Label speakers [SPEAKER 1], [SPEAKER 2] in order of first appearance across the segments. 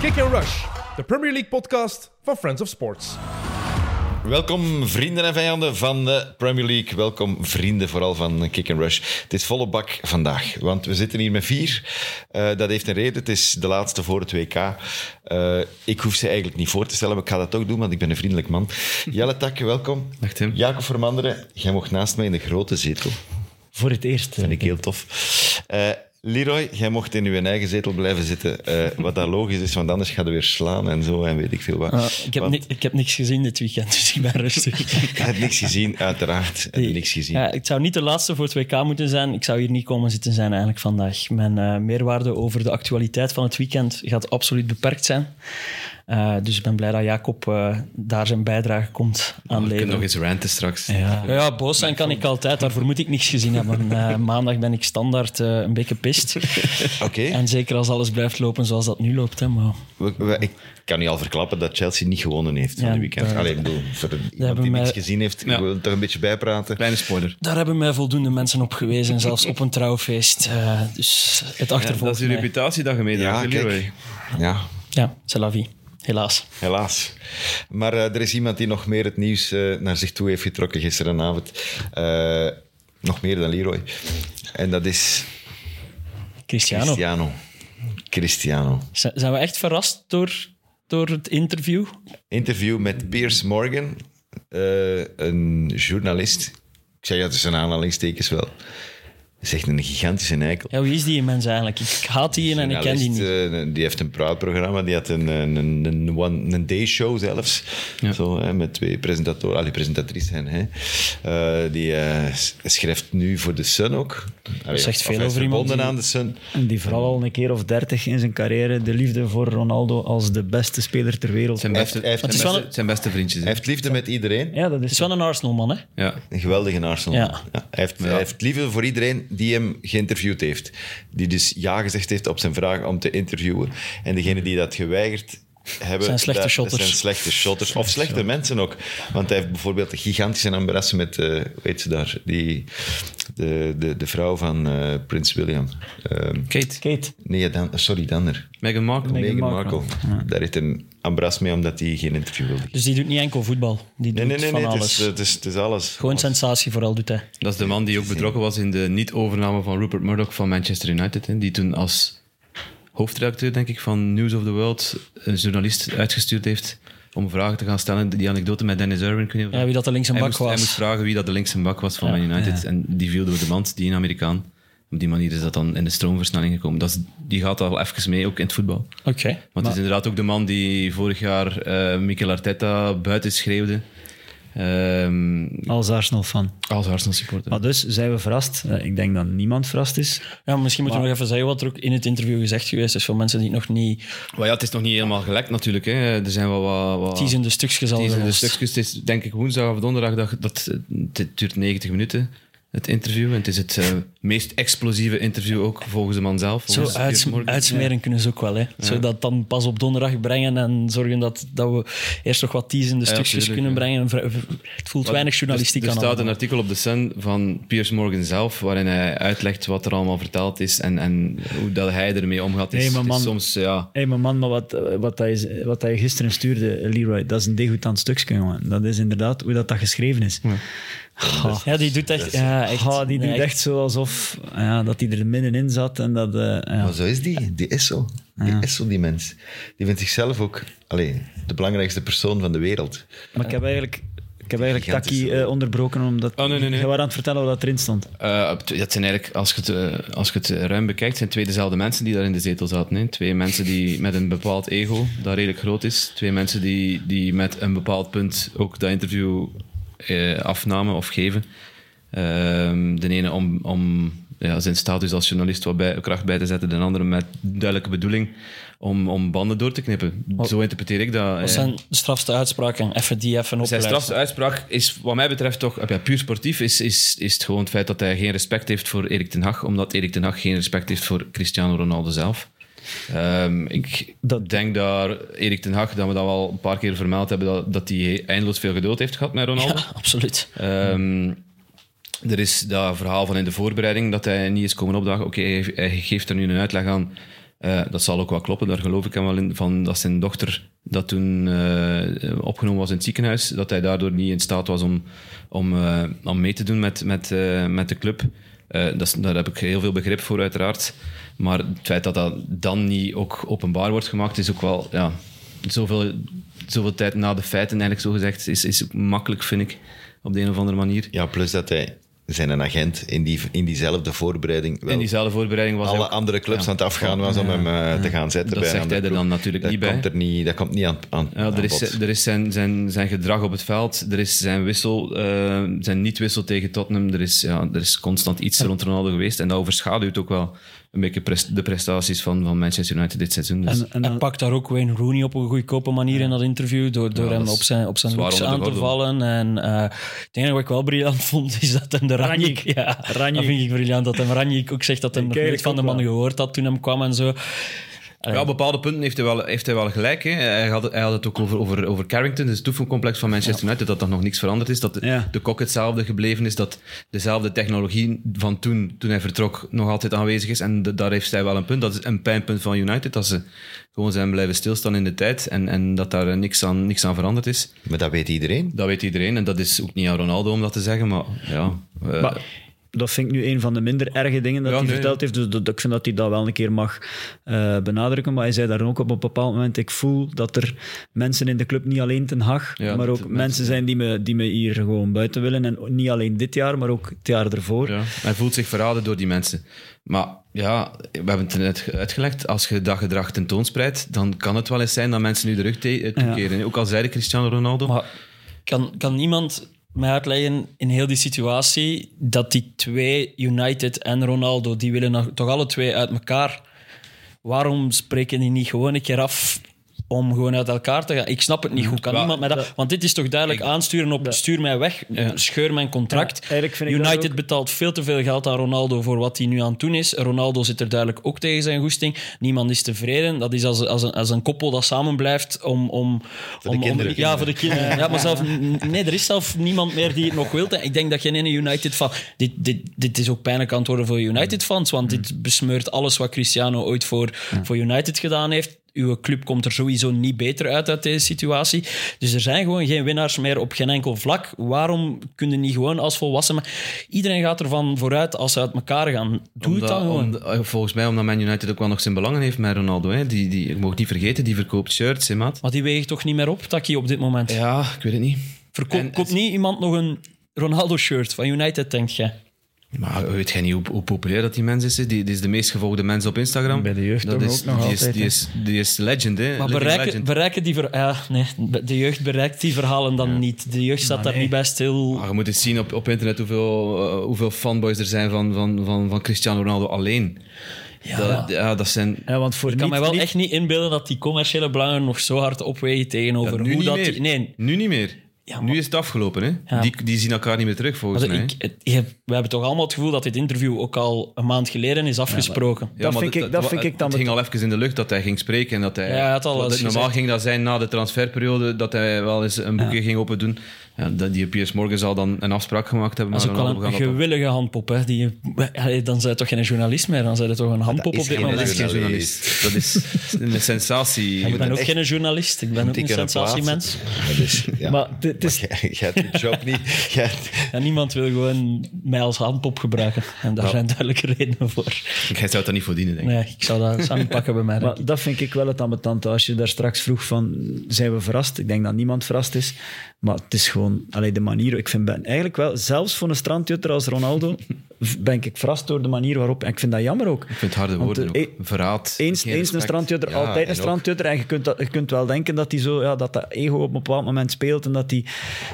[SPEAKER 1] Kick and Rush, de Premier League podcast van Friends of Sports.
[SPEAKER 2] Welkom vrienden en vijanden van de Premier League. Welkom vrienden vooral van Kick and Rush. Het is volle bak vandaag, want we zitten hier met vier. Eh, dat heeft een reden. Het is de laatste voor het WK. Eh, ik hoef ze eigenlijk niet voor te stellen, maar ik ga dat toch doen, want ik ben een vriendelijk man. Jelle Tak, welkom.
[SPEAKER 3] Dag, Tim.
[SPEAKER 2] Jacob Vermanderen, jij mocht naast mij in de grote zetel.
[SPEAKER 3] Voor het eerst.
[SPEAKER 2] Vind ik heel tof. Eh, Leroy, jij mocht in uw eigen zetel blijven zitten. eh, wat dat logisch is, want anders gaat er weer slaan en zo en weet ik veel wat.
[SPEAKER 4] Ik heb,
[SPEAKER 2] Want-
[SPEAKER 4] ni- ik heb niks gezien dit weekend, dus ik ben rustig.
[SPEAKER 2] Ik heb niks gezien, uiteraard. Ik heb niks gezien.
[SPEAKER 4] Ja, het zou niet de laatste voor het WK moeten zijn. Ik zou hier niet komen zitten zijn eigenlijk vandaag. Mijn eh, meerwaarde over de actualiteit van het weekend gaat absoluut beperkt zijn. Eh, dus ik ben blij dat Jacob eh, daar zijn bijdrage komt aan
[SPEAKER 3] Je kunt Oh, nog
[SPEAKER 4] leven.
[SPEAKER 3] eens ranten straks.
[SPEAKER 4] Ja. ja, boos zijn kan ik altijd. Daarvoor moet ik niks gezien hebben. Eh, maandag ben ik standaard eh, een beetje pist.
[SPEAKER 2] Oké,
[SPEAKER 4] En zeker als alles blijft lopen zoals dat nu loopt. Hè, maar...
[SPEAKER 2] we- we- ik kan u al verklappen dat Chelsea niet gewonnen heeft van
[SPEAKER 4] Ja,
[SPEAKER 2] de weekend.
[SPEAKER 4] dat-
[SPEAKER 2] Alleen, ik bedoel, voor iemand
[SPEAKER 4] hebben
[SPEAKER 2] die
[SPEAKER 4] mij-
[SPEAKER 2] niks gezien heeft, ik
[SPEAKER 3] Ja.
[SPEAKER 2] wil toch een beetje bijpraten.
[SPEAKER 3] Kleine spoiler.
[SPEAKER 4] Daar hebben mij voldoende mensen op gewezen, zelfs op een trouwfeest. Eh, dus het achtervolgt
[SPEAKER 3] dat is je
[SPEAKER 4] mij.
[SPEAKER 3] reputatie dat je meedraagt,
[SPEAKER 2] Ja,
[SPEAKER 3] Leroy.
[SPEAKER 2] kijk. Ja,
[SPEAKER 4] Ja, c'est la vie. Helaas.
[SPEAKER 2] helaas. Maar eh, er is iemand die nog meer het nieuws eh, naar zich toe heeft getrokken gisterenavond. Eh, nog meer dan Leroy. En dat is
[SPEAKER 4] Cristiano.
[SPEAKER 2] Cristiano. Cristiano.
[SPEAKER 4] Z- Zijn we echt verrast door, door het interview?
[SPEAKER 2] interview met Piers Morgan, eh, een journalist. Ik zeg ja, tussen aanhalingstekens wel. Dat is echt een gigantische eikel.
[SPEAKER 4] Ja, wie is die mens eigenlijk? Ik haat die en ik ken die niet.
[SPEAKER 2] Journalist, eh, die heeft een praatprogramma, die had een, een, een, een, one- een day-show zelfs. Zo, hè, met twee presentatoren, alle presentatrices. Hè. Eh, die eh, s- schrijft nu voor de Sun ook. Allee,
[SPEAKER 4] zegt
[SPEAKER 2] of
[SPEAKER 4] veel
[SPEAKER 2] hij is
[SPEAKER 4] over iemand
[SPEAKER 2] verbonden
[SPEAKER 4] die-
[SPEAKER 2] aan de Sun.
[SPEAKER 5] En die vooral al een keer of dertig in zijn carrière de liefde voor Ronaldo als de beste speler ter wereld.
[SPEAKER 3] Zijn
[SPEAKER 2] heeft-
[SPEAKER 3] beste,
[SPEAKER 2] hij heeft-
[SPEAKER 3] zijn
[SPEAKER 2] het is
[SPEAKER 3] beste-
[SPEAKER 4] wel een-
[SPEAKER 3] zijn beste vriendjes. hè.
[SPEAKER 2] Hij heeft liefde met iedereen.
[SPEAKER 5] Ja, dat
[SPEAKER 4] Het
[SPEAKER 5] is
[SPEAKER 4] is wel een Arsenal-man, hè?
[SPEAKER 3] Ja.
[SPEAKER 2] Een geweldige Arsenal.
[SPEAKER 4] Ja.
[SPEAKER 2] hij, heeft, hij heeft liefde voor iedereen die hem geïnterviewd heeft. Die dus ja gezegd heeft op zijn vraag om te interviewen. En degenen die dat geweigerd hebben...
[SPEAKER 4] Zijn slechte
[SPEAKER 2] dat- dat
[SPEAKER 4] shotters.
[SPEAKER 2] zijn slechte shotters. Of slechte mensen ook. Want hij heeft bijvoorbeeld een gigantische embarrassment met... eh, hoe weet ze daar? Die, de, de, de vrouw van eh, Prins William. Ehm,
[SPEAKER 3] Kate,
[SPEAKER 5] Kate.
[SPEAKER 2] nee, dan, sorry, Danner.
[SPEAKER 3] Meghan Markle.
[SPEAKER 5] Nee.
[SPEAKER 2] Meghan
[SPEAKER 5] Meghan
[SPEAKER 2] Markle. Daar heeft een ambras mee omdat hij geen interview wilde.
[SPEAKER 4] Dus die doet niet enkel voetbal. Die doet
[SPEAKER 2] Nee, nee, nee,
[SPEAKER 4] van
[SPEAKER 2] nee het,
[SPEAKER 4] alles.
[SPEAKER 2] is, het, is, het is alles.
[SPEAKER 4] Gewoon sensatie vooral doet hij.
[SPEAKER 3] Dat is de man die ook betrokken was in de niet-overname van Rupert Murdoch van Manchester United. Hè. Die toen als hoofdredacteur, denk ik, van News of the World een journalist uitgestuurd heeft om vragen te gaan stellen. Die anekdote met Dennis Irwin. kun je
[SPEAKER 4] Ja, wie dat de linkse
[SPEAKER 3] hij
[SPEAKER 4] bak
[SPEAKER 3] moest,
[SPEAKER 4] was.
[SPEAKER 3] Hij moest vragen wie dat de linkse bak was van Man United. En die viel door de mand, die een Amerikaan. Op die manier is dat dan in de stroomversnelling gekomen. Dat is, die gaat al even mee, ook in het voetbal.
[SPEAKER 4] Oké.
[SPEAKER 3] Want het is inderdaad ook de man die vorig jaar eh Mikel Arteta buiten schreeuwde. Ehm,
[SPEAKER 5] Als Arsenal-fan.
[SPEAKER 3] als Arsenal supporter.
[SPEAKER 5] Maar dus zijn we verrast. Eh, Ik denk dat niemand verrast is.
[SPEAKER 4] Ja, misschien moeten we nog even zeggen wat er ook in het interview gezegd geweest is. Voor mensen die het nog niet
[SPEAKER 3] Maar ja, het is nog niet helemaal gelekt natuurlijk. Hè. Er zijn wel wat... wat
[SPEAKER 4] teasende stukjes al
[SPEAKER 3] teasende
[SPEAKER 4] gelost.
[SPEAKER 3] stukjes. Het is denk ik woensdag of donderdag. Dat, dat, eh, het duurt 90 minuten, het interview. En het is het eh, meest explosieve interview ook, volgens de man zelf.
[SPEAKER 4] Zo
[SPEAKER 3] volgens
[SPEAKER 4] uits-
[SPEAKER 3] Piers Morgan.
[SPEAKER 4] uitsmeren kunnen ze ook wel. Hè. Zo dat dan pas op donderdag brengen en zorgen dat, dat we eerst nog wat teasende
[SPEAKER 3] Ja,
[SPEAKER 4] stukjes
[SPEAKER 3] tuurlijk,
[SPEAKER 4] kunnen
[SPEAKER 3] ja.
[SPEAKER 4] brengen. Vri- v- Het voelt
[SPEAKER 3] Maar
[SPEAKER 4] weinig journalistiek
[SPEAKER 3] er, er
[SPEAKER 4] aan.
[SPEAKER 3] staat een
[SPEAKER 4] allemaal.
[SPEAKER 3] artikel op de Sun van Piers Morgan zelf, waarin hij uitlegt wat er allemaal verteld is en, en hoe dat hij ermee omgaat. Het is,
[SPEAKER 5] Nee, maar
[SPEAKER 3] het is
[SPEAKER 5] man-
[SPEAKER 3] soms, ja...
[SPEAKER 5] Hé, maar man, maar wat, eh, wat, hij, z- wat hij gisteren stuurde, eh, Leroy, dat is een degoutant stukje, jongen. Dat is inderdaad hoe dat, dat geschreven is. Goh.
[SPEAKER 4] Ah. Ja, die doet echt...
[SPEAKER 3] Ah,
[SPEAKER 4] Ja, echt
[SPEAKER 5] Goh, die
[SPEAKER 4] nee,
[SPEAKER 5] doet echt, zo alsof eh, ja, dat hij er middenin zat en dat... eh, ja.
[SPEAKER 2] Maar zo is die. Die is zo. Die is zo, die mens. Die vindt zichzelf ook allee, de belangrijkste persoon van de wereld.
[SPEAKER 5] Maar ik heb eigenlijk, ik heb eigenlijk
[SPEAKER 2] Gigantisch,
[SPEAKER 5] Taki
[SPEAKER 2] hoor.
[SPEAKER 5] eh, onderbroken omdat...
[SPEAKER 3] Oh, nee, nee, nee.
[SPEAKER 5] Jij was aan het vertellen wat dat erin stond.
[SPEAKER 3] Eh, op tw- dat zijn eigenlijk, als je, het, eh, als je het ruim bekijkt, zijn twee dezelfde mensen die daar in de zetel zaten. Hè? Twee mensen die met een bepaald ego, dat redelijk groot is. Twee mensen die, die met een bepaald punt ook dat interview eh, afnamen of geven. Ehm, de ene om, om ja, zijn status als journalist wat bij, kracht bij te zetten, de andere met duidelijke bedoeling om, om banden door te knippen. Zo interpreteer ik dat.
[SPEAKER 4] Dat
[SPEAKER 3] eh.
[SPEAKER 4] zijn de strafste uitspraken. Even die even
[SPEAKER 3] Zijn
[SPEAKER 4] oplijsten.
[SPEAKER 3] strafste uitspraak is, wat mij betreft, toch ja, puur sportief. Is, is, is het gewoon het feit dat hij geen respect heeft voor Erik Ten Hag, omdat Erik Ten Hag geen respect heeft voor Cristiano Ronaldo zelf. Ehm, ik
[SPEAKER 5] Dat-
[SPEAKER 3] denk daar Erik Ten Hag, dat we dat wel een paar keer vermeld hebben, dat, dat hij eindeloos veel geduld heeft gehad met Ronaldo.
[SPEAKER 4] Ja, absoluut.
[SPEAKER 3] Ehm, er is dat verhaal van in de voorbereiding dat hij niet is komen opdagen. Oké, hij- hij geeft er nu een uitleg aan. Eh, Eh, dat zal ook wel kloppen, daar geloof ik hem wel in. Van dat zijn dochter, dat toen eh, opgenomen was in het ziekenhuis, dat hij daardoor niet in staat was om, om, eh, om mee te doen met, met, eh, met de club. Eh, dat is, daar heb ik heel veel begrip voor, uiteraard. Maar het feit dat dat dan niet ook openbaar wordt gemaakt, is ook wel ja, zoveel, zoveel tijd na de feiten, eigenlijk zo gezegd, is, is makkelijk, vind ik, op de een of andere manier.
[SPEAKER 2] Ja, plus dat hij zijn een agent in, die, in diezelfde voorbereiding wel
[SPEAKER 3] In diezelfde voorbereiding was hij
[SPEAKER 2] alle
[SPEAKER 3] ook-
[SPEAKER 2] andere clubs
[SPEAKER 3] ja.
[SPEAKER 2] aan het afgaan was om hem eh, te gaan zetten.
[SPEAKER 3] Dat
[SPEAKER 2] bij een
[SPEAKER 3] zegt hij
[SPEAKER 2] andere
[SPEAKER 3] er dan
[SPEAKER 2] ploeg.
[SPEAKER 3] natuurlijk
[SPEAKER 2] dat
[SPEAKER 3] niet bij.
[SPEAKER 2] komt Er niet, dat komt niet aan, aan,
[SPEAKER 3] Ja,
[SPEAKER 2] aan
[SPEAKER 3] er is,
[SPEAKER 2] bod.
[SPEAKER 3] er is zijn, zijn, zijn gedrag op het veld, er is zijn wissel, eh, zijn niet-wissel tegen Tottenham. Er is, ja, er is constant iets rond Ronaldo geweest. En dat overschaduwt ook wel een beetje pres- de prestaties van, van Manchester United dit seizoen. Dus
[SPEAKER 5] En, en
[SPEAKER 4] Hij
[SPEAKER 5] dan-
[SPEAKER 4] pakt daar ook Wayne Rooney op een goedkope manier in dat interview. Door, door
[SPEAKER 3] Ja,
[SPEAKER 4] hem
[SPEAKER 3] dat is
[SPEAKER 4] op zijn, op zijn
[SPEAKER 3] zwaar
[SPEAKER 4] looks
[SPEAKER 3] onder
[SPEAKER 4] aan
[SPEAKER 3] de
[SPEAKER 4] te
[SPEAKER 3] gordel.
[SPEAKER 4] vallen. En eh, het enige wat ik wel briljant vond, is dat hem de Ranjik...
[SPEAKER 5] Ranjik.
[SPEAKER 4] Ja,
[SPEAKER 5] Ranjik.
[SPEAKER 4] dat vind ik briljant. Dat hem Ranjik ook zegt dat hij
[SPEAKER 5] Ik
[SPEAKER 4] nog nooit
[SPEAKER 5] eigenlijk
[SPEAKER 4] van de
[SPEAKER 5] ook
[SPEAKER 4] man
[SPEAKER 5] wel.
[SPEAKER 4] gehoord had toen hem kwam en zo.
[SPEAKER 3] Ja, op bepaalde punten heeft hij wel, heeft hij wel gelijk. Hè. Hij, had, hij had het ook over, over, over Carrington, dus het oefencomplex van Manchester United, dat dat nog niks veranderd is. Dat de,
[SPEAKER 5] Ja.
[SPEAKER 3] de kok hetzelfde gebleven is, dat dezelfde technologie van toen, toen hij vertrok, nog altijd aanwezig is. En de- daar heeft zij wel een punt. Dat is een pijnpunt van United, dat ze gewoon zijn blijven stilstaan in de tijd en, en dat daar eh, niks aan, niks aan veranderd is.
[SPEAKER 2] Maar dat weet iedereen.
[SPEAKER 3] Dat weet iedereen en dat is ook niet aan Ronaldo om dat te zeggen, maar ja... eh,
[SPEAKER 5] Maar dat vind ik nu een van de minder erge dingen dat
[SPEAKER 3] Ja,
[SPEAKER 5] hij
[SPEAKER 3] nee.
[SPEAKER 5] verteld heeft. Dus dat, ik vind dat hij dat wel een keer mag eh, benadrukken. Maar hij zei daar ook op een bepaald moment: ik voel dat er mensen in de club, niet alleen Ten Haag,
[SPEAKER 3] Ja,
[SPEAKER 5] maar
[SPEAKER 3] dat
[SPEAKER 5] ook
[SPEAKER 3] er
[SPEAKER 5] mensen,
[SPEAKER 3] mensen-
[SPEAKER 5] zijn die me, die me hier gewoon buiten willen. En niet alleen dit jaar, maar ook het jaar ervoor.
[SPEAKER 3] Ja. Hij voelt zich verraden door die mensen. Maar ja, we hebben het er net ge- uitgelegd. Als je dat gedrag tentoonspreidt, dan kan het wel eens zijn dat mensen nu de rug te- eh, toekeren. Ook al zei de Cristiano Ronaldo.
[SPEAKER 4] Maar kan, kan niemand mij uitleggen in heel die situatie dat die twee, United en Ronaldo, die willen nog- toch alle twee uit elkaar. Waarom spreken die niet gewoon een keer af om gewoon uit elkaar te gaan? Ik snap het niet goed. Kan
[SPEAKER 3] Wel,
[SPEAKER 4] niemand mij dat, want dit is toch duidelijk aansturen op stuur mij weg, scheur mijn contract.
[SPEAKER 5] Ja, eigenlijk vind ik dat
[SPEAKER 4] United
[SPEAKER 5] ook-
[SPEAKER 4] betaalt veel te veel geld aan Ronaldo voor wat hij nu aan het doen is. Ronaldo zit er duidelijk ook tegen zijn goesting. Niemand is tevreden. Dat is als, als, een, als een koppel dat samen blijft om... om voor
[SPEAKER 2] de
[SPEAKER 4] om,
[SPEAKER 2] kinderen.
[SPEAKER 4] Om, ja, voor de kinderen. Ja, maar zelf, nee, er is zelf niemand meer die het nog wil. Ik denk dat geen ene United-fan... Dit, dit, dit is ook pijnlijk aan het worden voor United-fans, want
[SPEAKER 3] Mm.
[SPEAKER 4] dit besmeurt alles wat Cristiano ooit voor, voor United gedaan heeft. Uw club komt er sowieso niet beter uit uit deze situatie. Dus er zijn gewoon geen winnaars meer op geen enkel vlak. Waarom kunnen niet gewoon als volwassenen... Iedereen gaat ervan vooruit als ze uit elkaar gaan. Doe het dan gewoon.
[SPEAKER 3] omdat- eh, volgens mij omdat Man United ook wel nog zijn belangen heeft met Ronaldo. Hè. Die, die, je mag niet vergeten, die verkoopt shirts, hè, maat?
[SPEAKER 4] maar die weegt toch niet meer op, Taki, op dit moment?
[SPEAKER 3] Ja, ik weet het niet.
[SPEAKER 4] Verkoop
[SPEAKER 3] En-
[SPEAKER 4] koopt niet iemand nog een Ronaldo-shirt van United, denk jij?
[SPEAKER 3] Maar weet jij niet hoe, hoe populair dat die mens is? hè? Die, die is de meest gevolgde mens op Instagram.
[SPEAKER 5] Bij de jeugd
[SPEAKER 3] dat
[SPEAKER 5] toch
[SPEAKER 3] is,
[SPEAKER 5] ook nog
[SPEAKER 3] die
[SPEAKER 5] altijd,
[SPEAKER 3] Is, die,
[SPEAKER 5] hè?
[SPEAKER 3] is, die is legend, hè?
[SPEAKER 4] Maar
[SPEAKER 3] Living
[SPEAKER 4] bereiken,
[SPEAKER 3] legend.
[SPEAKER 4] bereiken die ver- ja, nee, de jeugd bereikt die verhalen dan niet. De jeugd staat daar niet bij stil.
[SPEAKER 3] Maar je moet eens zien op, op internet hoeveel, eh, hoeveel fanboys er zijn van, van, van, van Cristiano Ronaldo alleen. Ja, dat, ja, dat zijn.
[SPEAKER 5] Ja, want voor
[SPEAKER 4] Ik kan
[SPEAKER 5] niet,
[SPEAKER 4] mij wel
[SPEAKER 5] niet-
[SPEAKER 4] echt niet inbeelden dat die commerciële belangen nog zo hard opwegen
[SPEAKER 3] Ja,
[SPEAKER 4] tegenover
[SPEAKER 3] nu,
[SPEAKER 4] hoe
[SPEAKER 3] niet
[SPEAKER 4] dat
[SPEAKER 3] meer.
[SPEAKER 4] die- nee.
[SPEAKER 3] nu niet meer.
[SPEAKER 4] Ja,
[SPEAKER 3] Nu
[SPEAKER 4] maar-
[SPEAKER 3] is het afgelopen. Hè?
[SPEAKER 4] Ja.
[SPEAKER 3] Die, die zien elkaar niet meer terug volgens
[SPEAKER 4] Also,
[SPEAKER 3] mij.
[SPEAKER 4] ik,
[SPEAKER 3] hè.
[SPEAKER 4] het- je hebt- we hebben toch allemaal het gevoel dat dit interview ook al een maand geleden is afgesproken.
[SPEAKER 3] Ja,
[SPEAKER 5] dat
[SPEAKER 3] maar
[SPEAKER 5] vind
[SPEAKER 3] dit-
[SPEAKER 5] ik- dat
[SPEAKER 3] wa-
[SPEAKER 5] vind ik dan
[SPEAKER 3] Het ging al even in de lucht dat hij ging spreken. En dat hij,
[SPEAKER 4] Ja, hij had al
[SPEAKER 3] want
[SPEAKER 4] eens
[SPEAKER 3] het- normaal
[SPEAKER 4] gezegd.
[SPEAKER 3] ging dat zijn na de transferperiode dat hij wel eens een boekje ging open doen. Ja, dat die Piers Morgan zal dan een afspraak gemaakt hebben.
[SPEAKER 4] dat is
[SPEAKER 3] maar
[SPEAKER 4] ook wel
[SPEAKER 3] Ronaldo
[SPEAKER 4] een
[SPEAKER 3] gaat dat-
[SPEAKER 4] gewillige handpop. Hè, die, je- Allee, dan zijn je toch geen journalist meer, dan zijn je toch een handpop
[SPEAKER 2] is
[SPEAKER 4] op dit
[SPEAKER 2] geen
[SPEAKER 3] Dat
[SPEAKER 4] moment.
[SPEAKER 3] is geen journalist. Dat is een sensatie.
[SPEAKER 4] Ik ben ook
[SPEAKER 2] echt-
[SPEAKER 4] geen journalist, ik ben ook een sensatiemens.
[SPEAKER 2] Dat is, ja.
[SPEAKER 5] Maar het- het is,
[SPEAKER 2] Jij jij hebt je job niet. Jij hebt-
[SPEAKER 4] Ja, niemand wil gewoon mij als handpop gebruiken. En daar zijn duidelijke redenen voor.
[SPEAKER 3] Jij zou het daar niet voor dienen, denk ik.
[SPEAKER 4] Nee, ik zou dat samen pakken bij mij. denk ik.
[SPEAKER 5] Maar dat vind ik wel het ambetante. Als je daar straks vroeg van, zijn we verrast? Ik denk dat niemand verrast is. Maar het is gewoon, allee, de manier... Ik vind ben, eigenlijk wel, zelfs voor een strandjutter als Ronaldo, v- ben ik verrast door de manier waarop. En ik vind dat jammer ook.
[SPEAKER 3] Ik vind het harde
[SPEAKER 5] Want,
[SPEAKER 3] woorden
[SPEAKER 5] eh,
[SPEAKER 3] ook. Verraad.
[SPEAKER 5] Eens,
[SPEAKER 3] geen
[SPEAKER 5] eens een
[SPEAKER 3] respect.
[SPEAKER 5] strandjutter,
[SPEAKER 2] Ja,
[SPEAKER 5] altijd
[SPEAKER 2] en
[SPEAKER 5] een
[SPEAKER 2] ook-
[SPEAKER 5] strandjutter. En je kunt, dat, je kunt wel denken dat, die zo, ja, dat dat ego op een bepaald moment speelt en dat, die,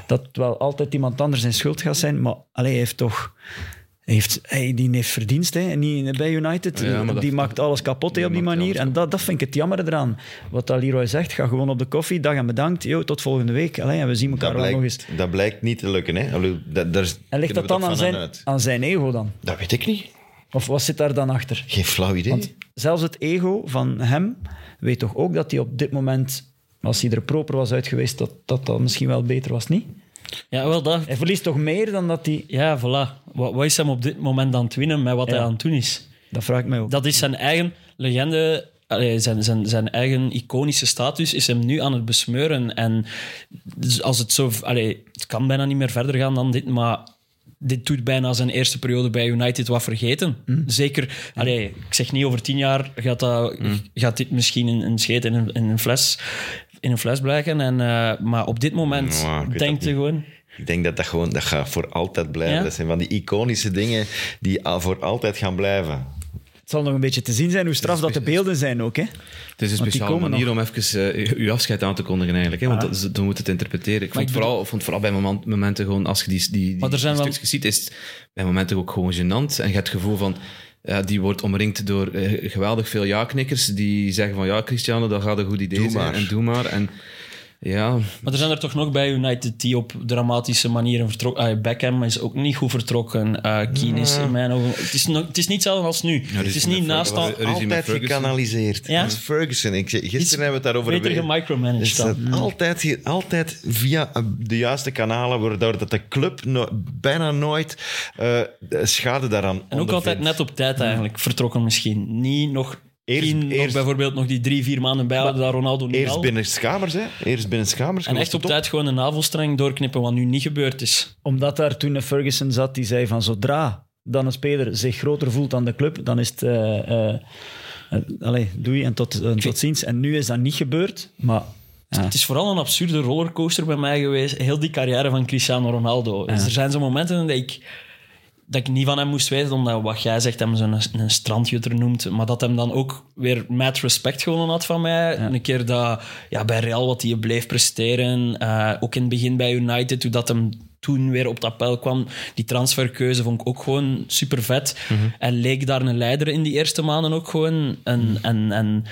[SPEAKER 5] dat wel altijd iemand anders in schuld gaat zijn. Maar allee, hij heeft toch... hij Heeft, hij, die heeft verdienst hè, niet bij United.
[SPEAKER 3] Ja, maar dat-
[SPEAKER 5] die maakt alles kapot hè, op die
[SPEAKER 3] maakt
[SPEAKER 5] manier.
[SPEAKER 3] alles
[SPEAKER 5] En dat, dat vind ik het jammer eraan. Wat dat Leroy zegt, ga gewoon op de koffie. Dag en bedankt. Yo, tot volgende week. Allee, en we zien elkaar
[SPEAKER 2] Dat
[SPEAKER 5] wel nog eens.
[SPEAKER 2] blijkt, dat blijkt niet te lukken. Hè? Allee, dat, daar
[SPEAKER 5] En ligt
[SPEAKER 2] kunnen
[SPEAKER 5] dat
[SPEAKER 2] we
[SPEAKER 5] dan
[SPEAKER 2] toch van
[SPEAKER 5] aan zijn,
[SPEAKER 2] uit.
[SPEAKER 5] aan zijn ego dan?
[SPEAKER 2] Dat weet ik niet.
[SPEAKER 5] Of wat zit daar dan achter?
[SPEAKER 2] Geen flauw idee.
[SPEAKER 5] Want zelfs het ego van hem weet toch ook dat hij op dit moment, als hij er proper was uit geweest, dat dat, dat misschien wel beter was, niet?
[SPEAKER 4] Ja, wel dat.
[SPEAKER 5] Hij verliest toch meer dan dat hij...
[SPEAKER 4] Ja, voilà. Wat, wat is hem op dit moment aan het winnen met wat
[SPEAKER 5] Ja.
[SPEAKER 4] hij aan het doen is?
[SPEAKER 5] Dat vraag ik mij ook.
[SPEAKER 4] Dat is zijn eigen legende allee, zijn, zijn, zijn eigen iconische status is hem nu aan het besmeuren. En dus als het zo... Allee, het kan bijna niet meer verder gaan dan dit, maar... Dit doet bijna zijn eerste periode bij United wat vergeten.
[SPEAKER 2] Mm.
[SPEAKER 4] Zeker, allee, ik zeg niet over tien jaar gaat, dat,
[SPEAKER 2] Mm.
[SPEAKER 4] gaat dit misschien in een scheet in een, in een fles in een fles blijken. En, eh, maar op dit moment
[SPEAKER 2] Nou, ik weet
[SPEAKER 4] denkt
[SPEAKER 2] dat
[SPEAKER 4] hij gewoon...
[SPEAKER 2] Ik denk dat dat gewoon dat gaat voor altijd blijven.
[SPEAKER 4] Ja?
[SPEAKER 2] Dat zijn van die iconische dingen die al voor altijd gaan blijven.
[SPEAKER 5] Het zal nog een beetje te zien zijn hoe straf dat de beelden zijn ook. Hè?
[SPEAKER 3] Het is een
[SPEAKER 5] Want die
[SPEAKER 3] speciale
[SPEAKER 5] komen Ah.
[SPEAKER 3] manier om even eh, uw afscheid aan te kondigen eigenlijk. Hè? Want dat, is- dan moet het interpreteren. Ik
[SPEAKER 4] Maar
[SPEAKER 3] vond,
[SPEAKER 4] ik
[SPEAKER 3] vooral, vond vooral bij moment- momenten gewoon, als je die, die, die,
[SPEAKER 4] Maar er zijn
[SPEAKER 3] die
[SPEAKER 4] wel-
[SPEAKER 3] stukjes ziet, is het bij momenten ook gewoon gênant. En je hebt het gevoel van, ja, die wordt omringd door eh, geweldig veel ja-knikkers. Die zeggen van, ja Cristiano, dat gaat een goed idee
[SPEAKER 2] Doe
[SPEAKER 3] zijn.
[SPEAKER 2] maar.
[SPEAKER 3] En doe maar. En ja,
[SPEAKER 4] Maar er zijn er toch nog bij United die op dramatische manieren vertrokken. Ah, Beckham is ook niet goed vertrokken. Eh Keane is in mijn ogen... Het is, nog- het is niet hetzelfde als nu. het is niet naast al...
[SPEAKER 3] Ruzie met
[SPEAKER 2] altijd
[SPEAKER 3] Ferguson.
[SPEAKER 2] gekanaliseerd.
[SPEAKER 4] Ja?
[SPEAKER 2] Dat is Ferguson. Ik, zei- gisteren
[SPEAKER 4] Iets
[SPEAKER 2] hebben we het daarover
[SPEAKER 4] beter
[SPEAKER 2] weer.
[SPEAKER 4] gemicromanaged
[SPEAKER 2] Dus dat
[SPEAKER 4] dan.
[SPEAKER 2] altijd, hier- altijd via eh, de juiste kanalen, waardoor dat de club no- bijna nooit eh, de schade daaraan
[SPEAKER 4] En ook altijd net op tijd eigenlijk vertrokken misschien. Niet nog...
[SPEAKER 2] Eerst-
[SPEAKER 4] Keane nog
[SPEAKER 2] eerst-
[SPEAKER 4] bijvoorbeeld nog die drie, vier maanden bijhouden daar Ronaldo niet
[SPEAKER 2] Eerst
[SPEAKER 4] wel.
[SPEAKER 2] binnen kamers, hè? Eerst binnen kamers.
[SPEAKER 4] En echt op tijd gewoon een navelstreng doorknippen, wat nu niet gebeurd is.
[SPEAKER 5] Omdat daar toen een Ferguson zat die zei van zodra dan een speler zich groter voelt dan de club, dan is het... eh, eh, eh, allee, doei en tot, en tot ziens. En nu is dat niet gebeurd, maar... ja.
[SPEAKER 4] Het is vooral een absurde rollercoaster bij mij geweest. Heel die carrière van Cristiano Ronaldo. Dus er zijn zo'n momenten dat ik, dat ik niet van hem moest weten, omdat wat jij zegt hem zo'n een strandjutter noemt. Maar dat hem dan ook weer mad respect gewonnen had van mij. Een keer dat ja, bij Real wat hij bleef presteren. eh, ook in het begin bij United, toen dat hem toen weer op het appel kwam. Die transferkeuze vond ik ook gewoon super vet. En leek daar een leider in die eerste maanden ook gewoon. En, en, en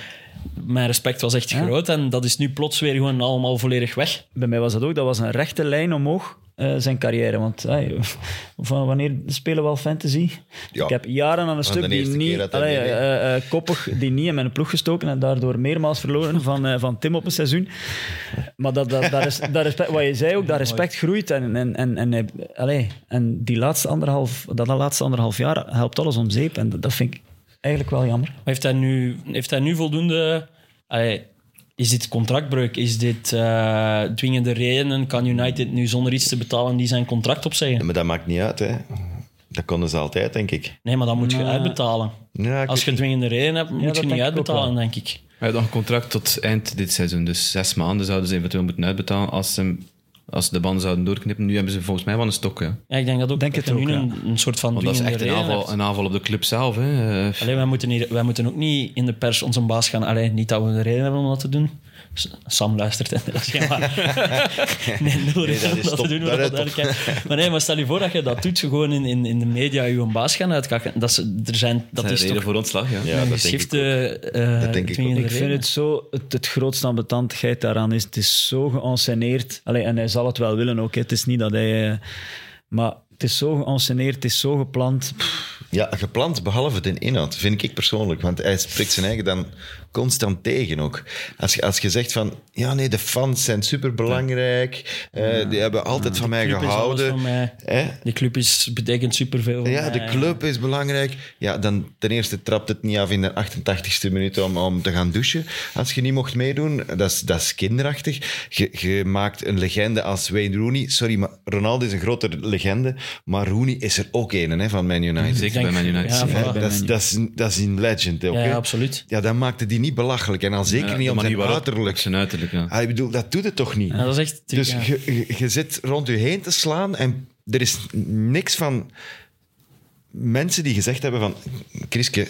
[SPEAKER 4] mijn respect was echt groot. En dat is nu plots weer gewoon allemaal volledig weg.
[SPEAKER 5] Bij mij was dat ook, dat was een rechte lijn omhoog, eh, zijn carrière. Want hey, van wanneer spelen we al fantasy?
[SPEAKER 2] Ja.
[SPEAKER 5] Ik heb jaren aan een stuk die
[SPEAKER 2] eerste keer
[SPEAKER 5] niet,
[SPEAKER 2] dat hij
[SPEAKER 5] allee,
[SPEAKER 2] meedeed.
[SPEAKER 5] eh, eh, koppig, die niet in mijn ploeg gestoken en daardoor meermaals verloren van, eh, van Tim op een seizoen. Maar dat, dat, dat, is, dat respect, wat je zei ook, dat respect groeit. En, en, en, en, hij- allee, en die laatste anderhalf, dat laatste anderhalf jaar helpt alles om zeep. En dat, dat vind ik eigenlijk wel jammer.
[SPEAKER 4] Maar Heeft hij nu, heeft hij nu voldoende... allee, is dit contractbreuk? Is dit eh, dwingende redenen? Kan United nu zonder iets te betalen die zijn contract opzeggen?
[SPEAKER 2] Maar dat maakt niet uit, hè? Dat konden ze altijd, denk ik.
[SPEAKER 4] Nee, maar dan moet je uitbetalen.
[SPEAKER 2] Ja, ik
[SPEAKER 4] Als je
[SPEAKER 2] weet
[SPEAKER 4] dwingende redenen hebt, moet je
[SPEAKER 5] dat
[SPEAKER 4] niet
[SPEAKER 5] denk ik ook
[SPEAKER 4] uitbetalen,
[SPEAKER 5] wel.
[SPEAKER 4] denk ik.
[SPEAKER 3] hij had nog een contract tot eind dit seizoen. Dus zes maanden zouden ze eventueel moeten uitbetalen als ze, hem- als ze de banden zouden doorknippen. Nu hebben ze volgens mij wel een stok, hè.
[SPEAKER 4] Ja, ik denk dat ook.
[SPEAKER 5] Denk
[SPEAKER 4] dat
[SPEAKER 5] het
[SPEAKER 4] je nu
[SPEAKER 5] ook,
[SPEAKER 4] een, een soort van
[SPEAKER 3] Want dat is
[SPEAKER 4] dwingende
[SPEAKER 3] echt een
[SPEAKER 4] reden
[SPEAKER 3] aanval,
[SPEAKER 4] hebt.
[SPEAKER 3] een aanval op de club zelf. Hè. Eh,
[SPEAKER 4] Allee, wij, moeten hier, wij moeten ook niet in de pers onze baas gaan... Allee, niet dat we een reden hebben om dat te doen. S- Sam luistert, hè. dat is geen waar. nee, nul reden
[SPEAKER 2] dat
[SPEAKER 4] om
[SPEAKER 2] is
[SPEAKER 4] dat
[SPEAKER 2] top.
[SPEAKER 4] te doen.
[SPEAKER 2] Dat
[SPEAKER 4] maar
[SPEAKER 2] is
[SPEAKER 4] dat duidelijkheid. Maar, nee, maar stel je voor dat je dat doet, gewoon in, in, in de media je een baas gaan uitkakken. Dat, ze, er zijn,
[SPEAKER 3] dat
[SPEAKER 4] dat
[SPEAKER 3] is
[SPEAKER 4] is
[SPEAKER 3] reden
[SPEAKER 4] toch
[SPEAKER 3] voor ontslag, ja.
[SPEAKER 2] Ja,
[SPEAKER 4] een
[SPEAKER 2] dat denk ik.
[SPEAKER 4] geschifte... eh,
[SPEAKER 2] Dat denk ik ook.
[SPEAKER 4] dwingende
[SPEAKER 5] Ik vind
[SPEAKER 4] reden.
[SPEAKER 5] het zo, het, het grootste ambetantigheid daaraan is, het is zo geënsceneerd. Allee, en hij zal het wel willen ook, hè. het is niet dat hij... eh, maar het is zo geënsceneerd, het is zo gepland. Pff,
[SPEAKER 2] Ja, gepland behalve de inhoud, vind ik persoonlijk. Want hij spreekt zijn eigen dan constant tegen ook. Als je, als je zegt van, ja nee, de fans zijn superbelangrijk. eh, die hebben altijd van mij
[SPEAKER 4] club is
[SPEAKER 2] gehouden.
[SPEAKER 4] alles van mij.
[SPEAKER 2] Hè?
[SPEAKER 4] Die club is, betekent superveel. voor
[SPEAKER 2] Ja, de
[SPEAKER 4] mij.
[SPEAKER 2] club is belangrijk. Ja, dan ten eerste trapt het niet af in de 88ste minuut om, om te gaan douchen. Als je niet mocht meedoen, dat is, dat is kinderachtig. Je, je maakt een legende als Wayne Rooney. Sorry, maar Ronaldo is een grote legende. Maar Rooney is er ook een hè, van Man United.
[SPEAKER 3] Zeker bij Man United.
[SPEAKER 4] Ja,
[SPEAKER 2] Hè,
[SPEAKER 4] voilà.
[SPEAKER 2] dat, is, dat, is, een- dat is een legend. Ook,
[SPEAKER 4] Ja,
[SPEAKER 2] hè.
[SPEAKER 4] ja, absoluut.
[SPEAKER 2] Ja, dat maakte die niet belachelijk. En al zeker
[SPEAKER 3] Ja,
[SPEAKER 2] niet
[SPEAKER 3] de
[SPEAKER 2] om
[SPEAKER 3] manier
[SPEAKER 2] zijn
[SPEAKER 3] waarop-
[SPEAKER 2] uiterlijk.
[SPEAKER 3] Zijn uiterlijk, ja.
[SPEAKER 2] Ah, ik bedoel, dat doet het toch niet?
[SPEAKER 4] Ja, dat is echt...
[SPEAKER 2] dus
[SPEAKER 4] ja.
[SPEAKER 2] je, je, je zit rond je heen te slaan en er is niks van mensen die gezegd hebben van... Chriske,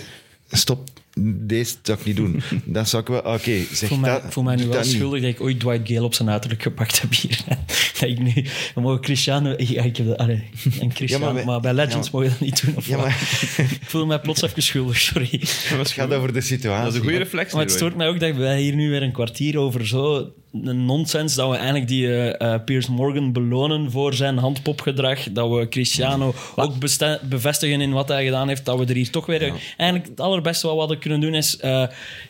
[SPEAKER 2] stop, deze zou ik niet doen. dat zou ik wel... Oké, zeg
[SPEAKER 4] Ik voel mij,
[SPEAKER 2] dat.
[SPEAKER 4] ik voel mij nu
[SPEAKER 2] doe
[SPEAKER 4] wel
[SPEAKER 2] dat niet.
[SPEAKER 4] schuldig dat ik ooit Dwight Gale op zijn uiterlijk gepakt heb hier. dat ik nu... We mogen Cristiano... Ja, ik heb dat, allee, en Cristiano
[SPEAKER 2] Ja, maar
[SPEAKER 4] maar,
[SPEAKER 2] wij-
[SPEAKER 4] bij Legends
[SPEAKER 2] ja,
[SPEAKER 4] mogen we dat niet doen. Of
[SPEAKER 2] Ja,
[SPEAKER 4] wat?
[SPEAKER 2] maar
[SPEAKER 4] Ik voel mij plots even schuldig, sorry.
[SPEAKER 2] het gaat over de situatie.
[SPEAKER 3] Dat is een goede reflex.
[SPEAKER 4] Maar het
[SPEAKER 3] Leroy.
[SPEAKER 4] stoort mij ook dat wij hier nu weer een kwartier over zo een nonsens dat we eigenlijk die eh eh, Piers Morgan belonen voor zijn handpopgedrag, dat we Cristiano ook beste- bevestigen in wat hij gedaan heeft, dat we er hier toch weer eigenlijk het allerbeste wat we hadden kunnen doen is eh,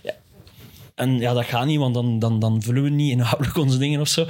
[SPEAKER 4] ja, En ja, dat gaat niet, want dan, dan, dan vullen we niet inhoudelijk onze dingen of zo.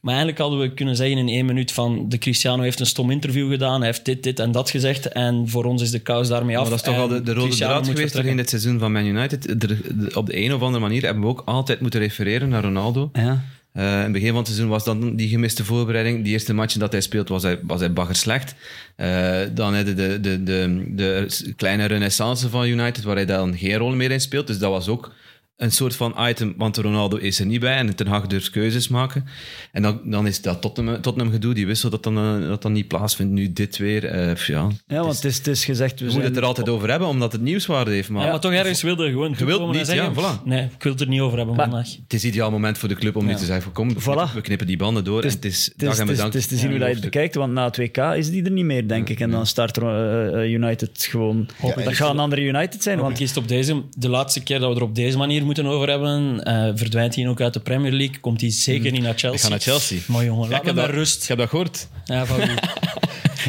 [SPEAKER 4] Maar eigenlijk hadden we kunnen zeggen in één minuut van... De Cristiano heeft een stom interview gedaan, hij heeft dit, dit en dat gezegd. En voor ons is de kous daarmee af.
[SPEAKER 3] Maar dat is toch
[SPEAKER 4] en
[SPEAKER 3] al de, de rode
[SPEAKER 4] Cristiano
[SPEAKER 3] draad
[SPEAKER 4] moet
[SPEAKER 3] geweest
[SPEAKER 4] vertrekken.
[SPEAKER 3] doorheen dit seizoen van Man United. Er- de- op de een of andere manier hebben we ook altijd moeten refereren naar Ronaldo.
[SPEAKER 5] Ja.
[SPEAKER 3] Eh, in het begin van het seizoen was dan die gemiste voorbereiding. Die eerste match dat hij speelt was hij, was hij bagger slecht. Eh, dan hadden de, de, de, de kleine renaissance van United, waar hij dan geen rol meer in speelt. Dus dat was ook een soort van item, want Ronaldo is er niet bij en Ten Hag durft keuzes maken. En dan, dan is dat Tottenham, Tottenham gedoe, die wissel dat dan, eh, dat dan niet plaatsvindt. Nu dit weer, eh, pff, ja.
[SPEAKER 5] Ja, want het is, het is gezegd... We
[SPEAKER 3] We moeten het er altijd over hebben, omdat het nieuwswaarde heeft. Maar
[SPEAKER 4] Ja, maar toch ergens wilde je gewoon
[SPEAKER 3] wilt
[SPEAKER 4] toekomen en
[SPEAKER 3] niet,
[SPEAKER 4] zeggen...
[SPEAKER 3] ja, voilà.
[SPEAKER 4] Nee, ik wil het er niet over hebben vandaag.
[SPEAKER 3] Het is een ideaal moment voor de club om nu te zeggen: kom,
[SPEAKER 5] Voilà.
[SPEAKER 3] we knippen die banden door. en het is,
[SPEAKER 5] Het is,
[SPEAKER 3] dag en
[SPEAKER 5] het is-
[SPEAKER 3] bedankt.
[SPEAKER 5] het is te zien hoe dat je het bekijkt, want na het WK is die er niet meer, denk ik. En dan start eh, eh, United gewoon...
[SPEAKER 2] en
[SPEAKER 5] dat
[SPEAKER 2] is
[SPEAKER 5] gaat een andere United zijn,
[SPEAKER 4] Want
[SPEAKER 5] want
[SPEAKER 4] kiest op deze, de laatste keer dat we er op deze manier moeten over hebben, eh, verdwijnt hij ook uit de Premier League. Komt hij zeker niet naar Chelsea.
[SPEAKER 3] Ik ga Mm. naar Chelsea.
[SPEAKER 4] Mooi jongen,
[SPEAKER 3] Ja,
[SPEAKER 4] laat
[SPEAKER 3] ik
[SPEAKER 4] me
[SPEAKER 3] heb
[SPEAKER 4] maar
[SPEAKER 3] dat-
[SPEAKER 4] rust.
[SPEAKER 3] Ik heb dat gehoord.
[SPEAKER 4] Ja, van wie?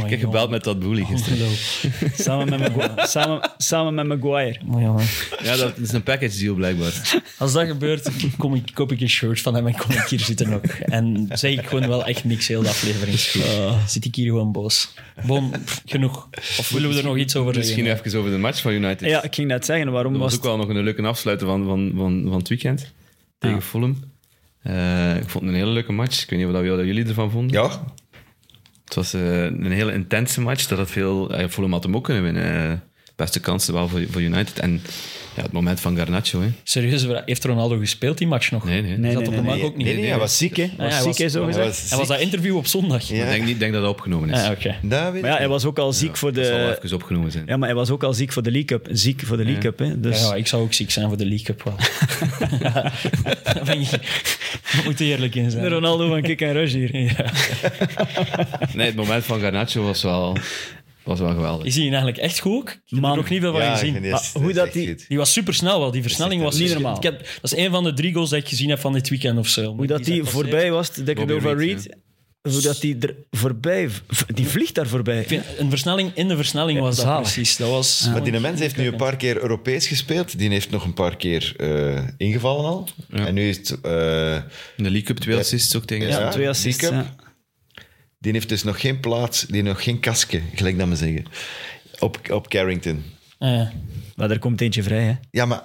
[SPEAKER 3] Ik heb gebeld met dat boelie gisteren.
[SPEAKER 5] samen, met Magu- samen, samen met Maguire.
[SPEAKER 4] Mooi jongen.
[SPEAKER 3] Ja, dat is een package deal blijkbaar.
[SPEAKER 4] Als dat gebeurt, kom ik, koop ik een shirt van hem en kom ik hier zitten ook. En zeg ik gewoon wel echt niks heel de aflevering. Eh, zit ik hier gewoon boos. Bon, pff, genoeg. Of willen we er nog iets over zeggen?
[SPEAKER 3] Misschien even over de match van United.
[SPEAKER 5] Ja, ik ging net zeggen, waarom
[SPEAKER 3] dat was
[SPEAKER 5] was
[SPEAKER 3] ook
[SPEAKER 5] het...
[SPEAKER 3] wel nog een leuke afsluiter van, van, van, van het weekend
[SPEAKER 5] Ah.
[SPEAKER 3] tegen Fulham. Eh, ik vond het een hele leuke match. Ik weet niet wat dat- wat jullie ervan vonden.
[SPEAKER 2] Ja,
[SPEAKER 3] Het was eh, een hele intense match. Dat had veel, eh, Fulham had hem ook kunnen winnen. Eh, beste kansen wel voor, voor United. En ja, het moment van Garnacho. Hè.
[SPEAKER 4] Serieus, heeft Ronaldo gespeeld die match nog?
[SPEAKER 3] Nee, nee.
[SPEAKER 5] Nee,
[SPEAKER 4] Zat
[SPEAKER 5] nee,
[SPEAKER 4] op
[SPEAKER 5] nee,
[SPEAKER 4] de
[SPEAKER 5] nee.
[SPEAKER 4] bank ook niet.
[SPEAKER 2] nee, nee, hij was ziek, hè?
[SPEAKER 4] Ah, ja,
[SPEAKER 5] Was ziek, hè, zo
[SPEAKER 2] Hij
[SPEAKER 5] gezegd.
[SPEAKER 2] was
[SPEAKER 4] Hij was dat
[SPEAKER 2] ziek.
[SPEAKER 4] interview op zondag.
[SPEAKER 3] Ik, denk niet, ik denk dat dat opgenomen is.
[SPEAKER 4] Ah,
[SPEAKER 3] Dat
[SPEAKER 4] oké.
[SPEAKER 2] Daar weet
[SPEAKER 5] Maar ja,
[SPEAKER 2] ik
[SPEAKER 5] hij was ook al ziek voor
[SPEAKER 3] zal wel
[SPEAKER 5] de...
[SPEAKER 3] even opgenomen zijn.
[SPEAKER 5] Ja, maar hij was ook al ziek voor de League Cup. Ziek voor de League Cup, hè. Dus...
[SPEAKER 4] Ja, ja, ik zou ook ziek zijn voor de League Cup wel. Daar ben je, daar moet je eerlijk in
[SPEAKER 5] De
[SPEAKER 4] zijn.
[SPEAKER 5] Ronaldo van Kick en Rush hier.
[SPEAKER 3] Nee, het moment van Garnacho was wel, was wel geweldig.
[SPEAKER 4] Is hij eigenlijk echt goed ook? Ik heb
[SPEAKER 5] Man.
[SPEAKER 4] er nog niet veel van
[SPEAKER 2] Ja,
[SPEAKER 4] gezien.
[SPEAKER 2] ik vind
[SPEAKER 4] Ah,
[SPEAKER 2] het-
[SPEAKER 5] hoe
[SPEAKER 2] het is
[SPEAKER 5] dat
[SPEAKER 2] echt
[SPEAKER 5] die-
[SPEAKER 2] goed.
[SPEAKER 4] Die was supersnel wel. Die versnelling was...
[SPEAKER 5] Niet normaal.
[SPEAKER 4] Ik heb, dat is een van de drie goals dat ik gezien heb van dit weekend of zo.
[SPEAKER 5] Hoe dat die
[SPEAKER 4] zijn passeerd.
[SPEAKER 5] voorbij was, de cadeau van
[SPEAKER 3] Reed,
[SPEAKER 5] Reed. Hoe dat die er voorbij... v- Die vliegt daar voorbij.
[SPEAKER 4] Ik vind, een versnelling in de versnelling was dat
[SPEAKER 5] zalig.
[SPEAKER 4] precies. Dat was...
[SPEAKER 2] Maar die mens heeft nu een paar keer Europees gespeeld. Die heeft nog een paar keer eh, ingevallen al. En nu is het... eh,
[SPEAKER 3] In de League Cup twee assists ook tegen.
[SPEAKER 2] Ja.
[SPEAKER 5] Ja, twee
[SPEAKER 2] die
[SPEAKER 5] assists.
[SPEAKER 2] cup.
[SPEAKER 5] Ja.
[SPEAKER 2] die heeft dus nog geen plaats, die heeft nog geen kasken, gelijk dat me zeggen, op, op Carrington.
[SPEAKER 4] Eh,
[SPEAKER 5] Maar er komt eentje vrij, hè.
[SPEAKER 2] Ja, maar...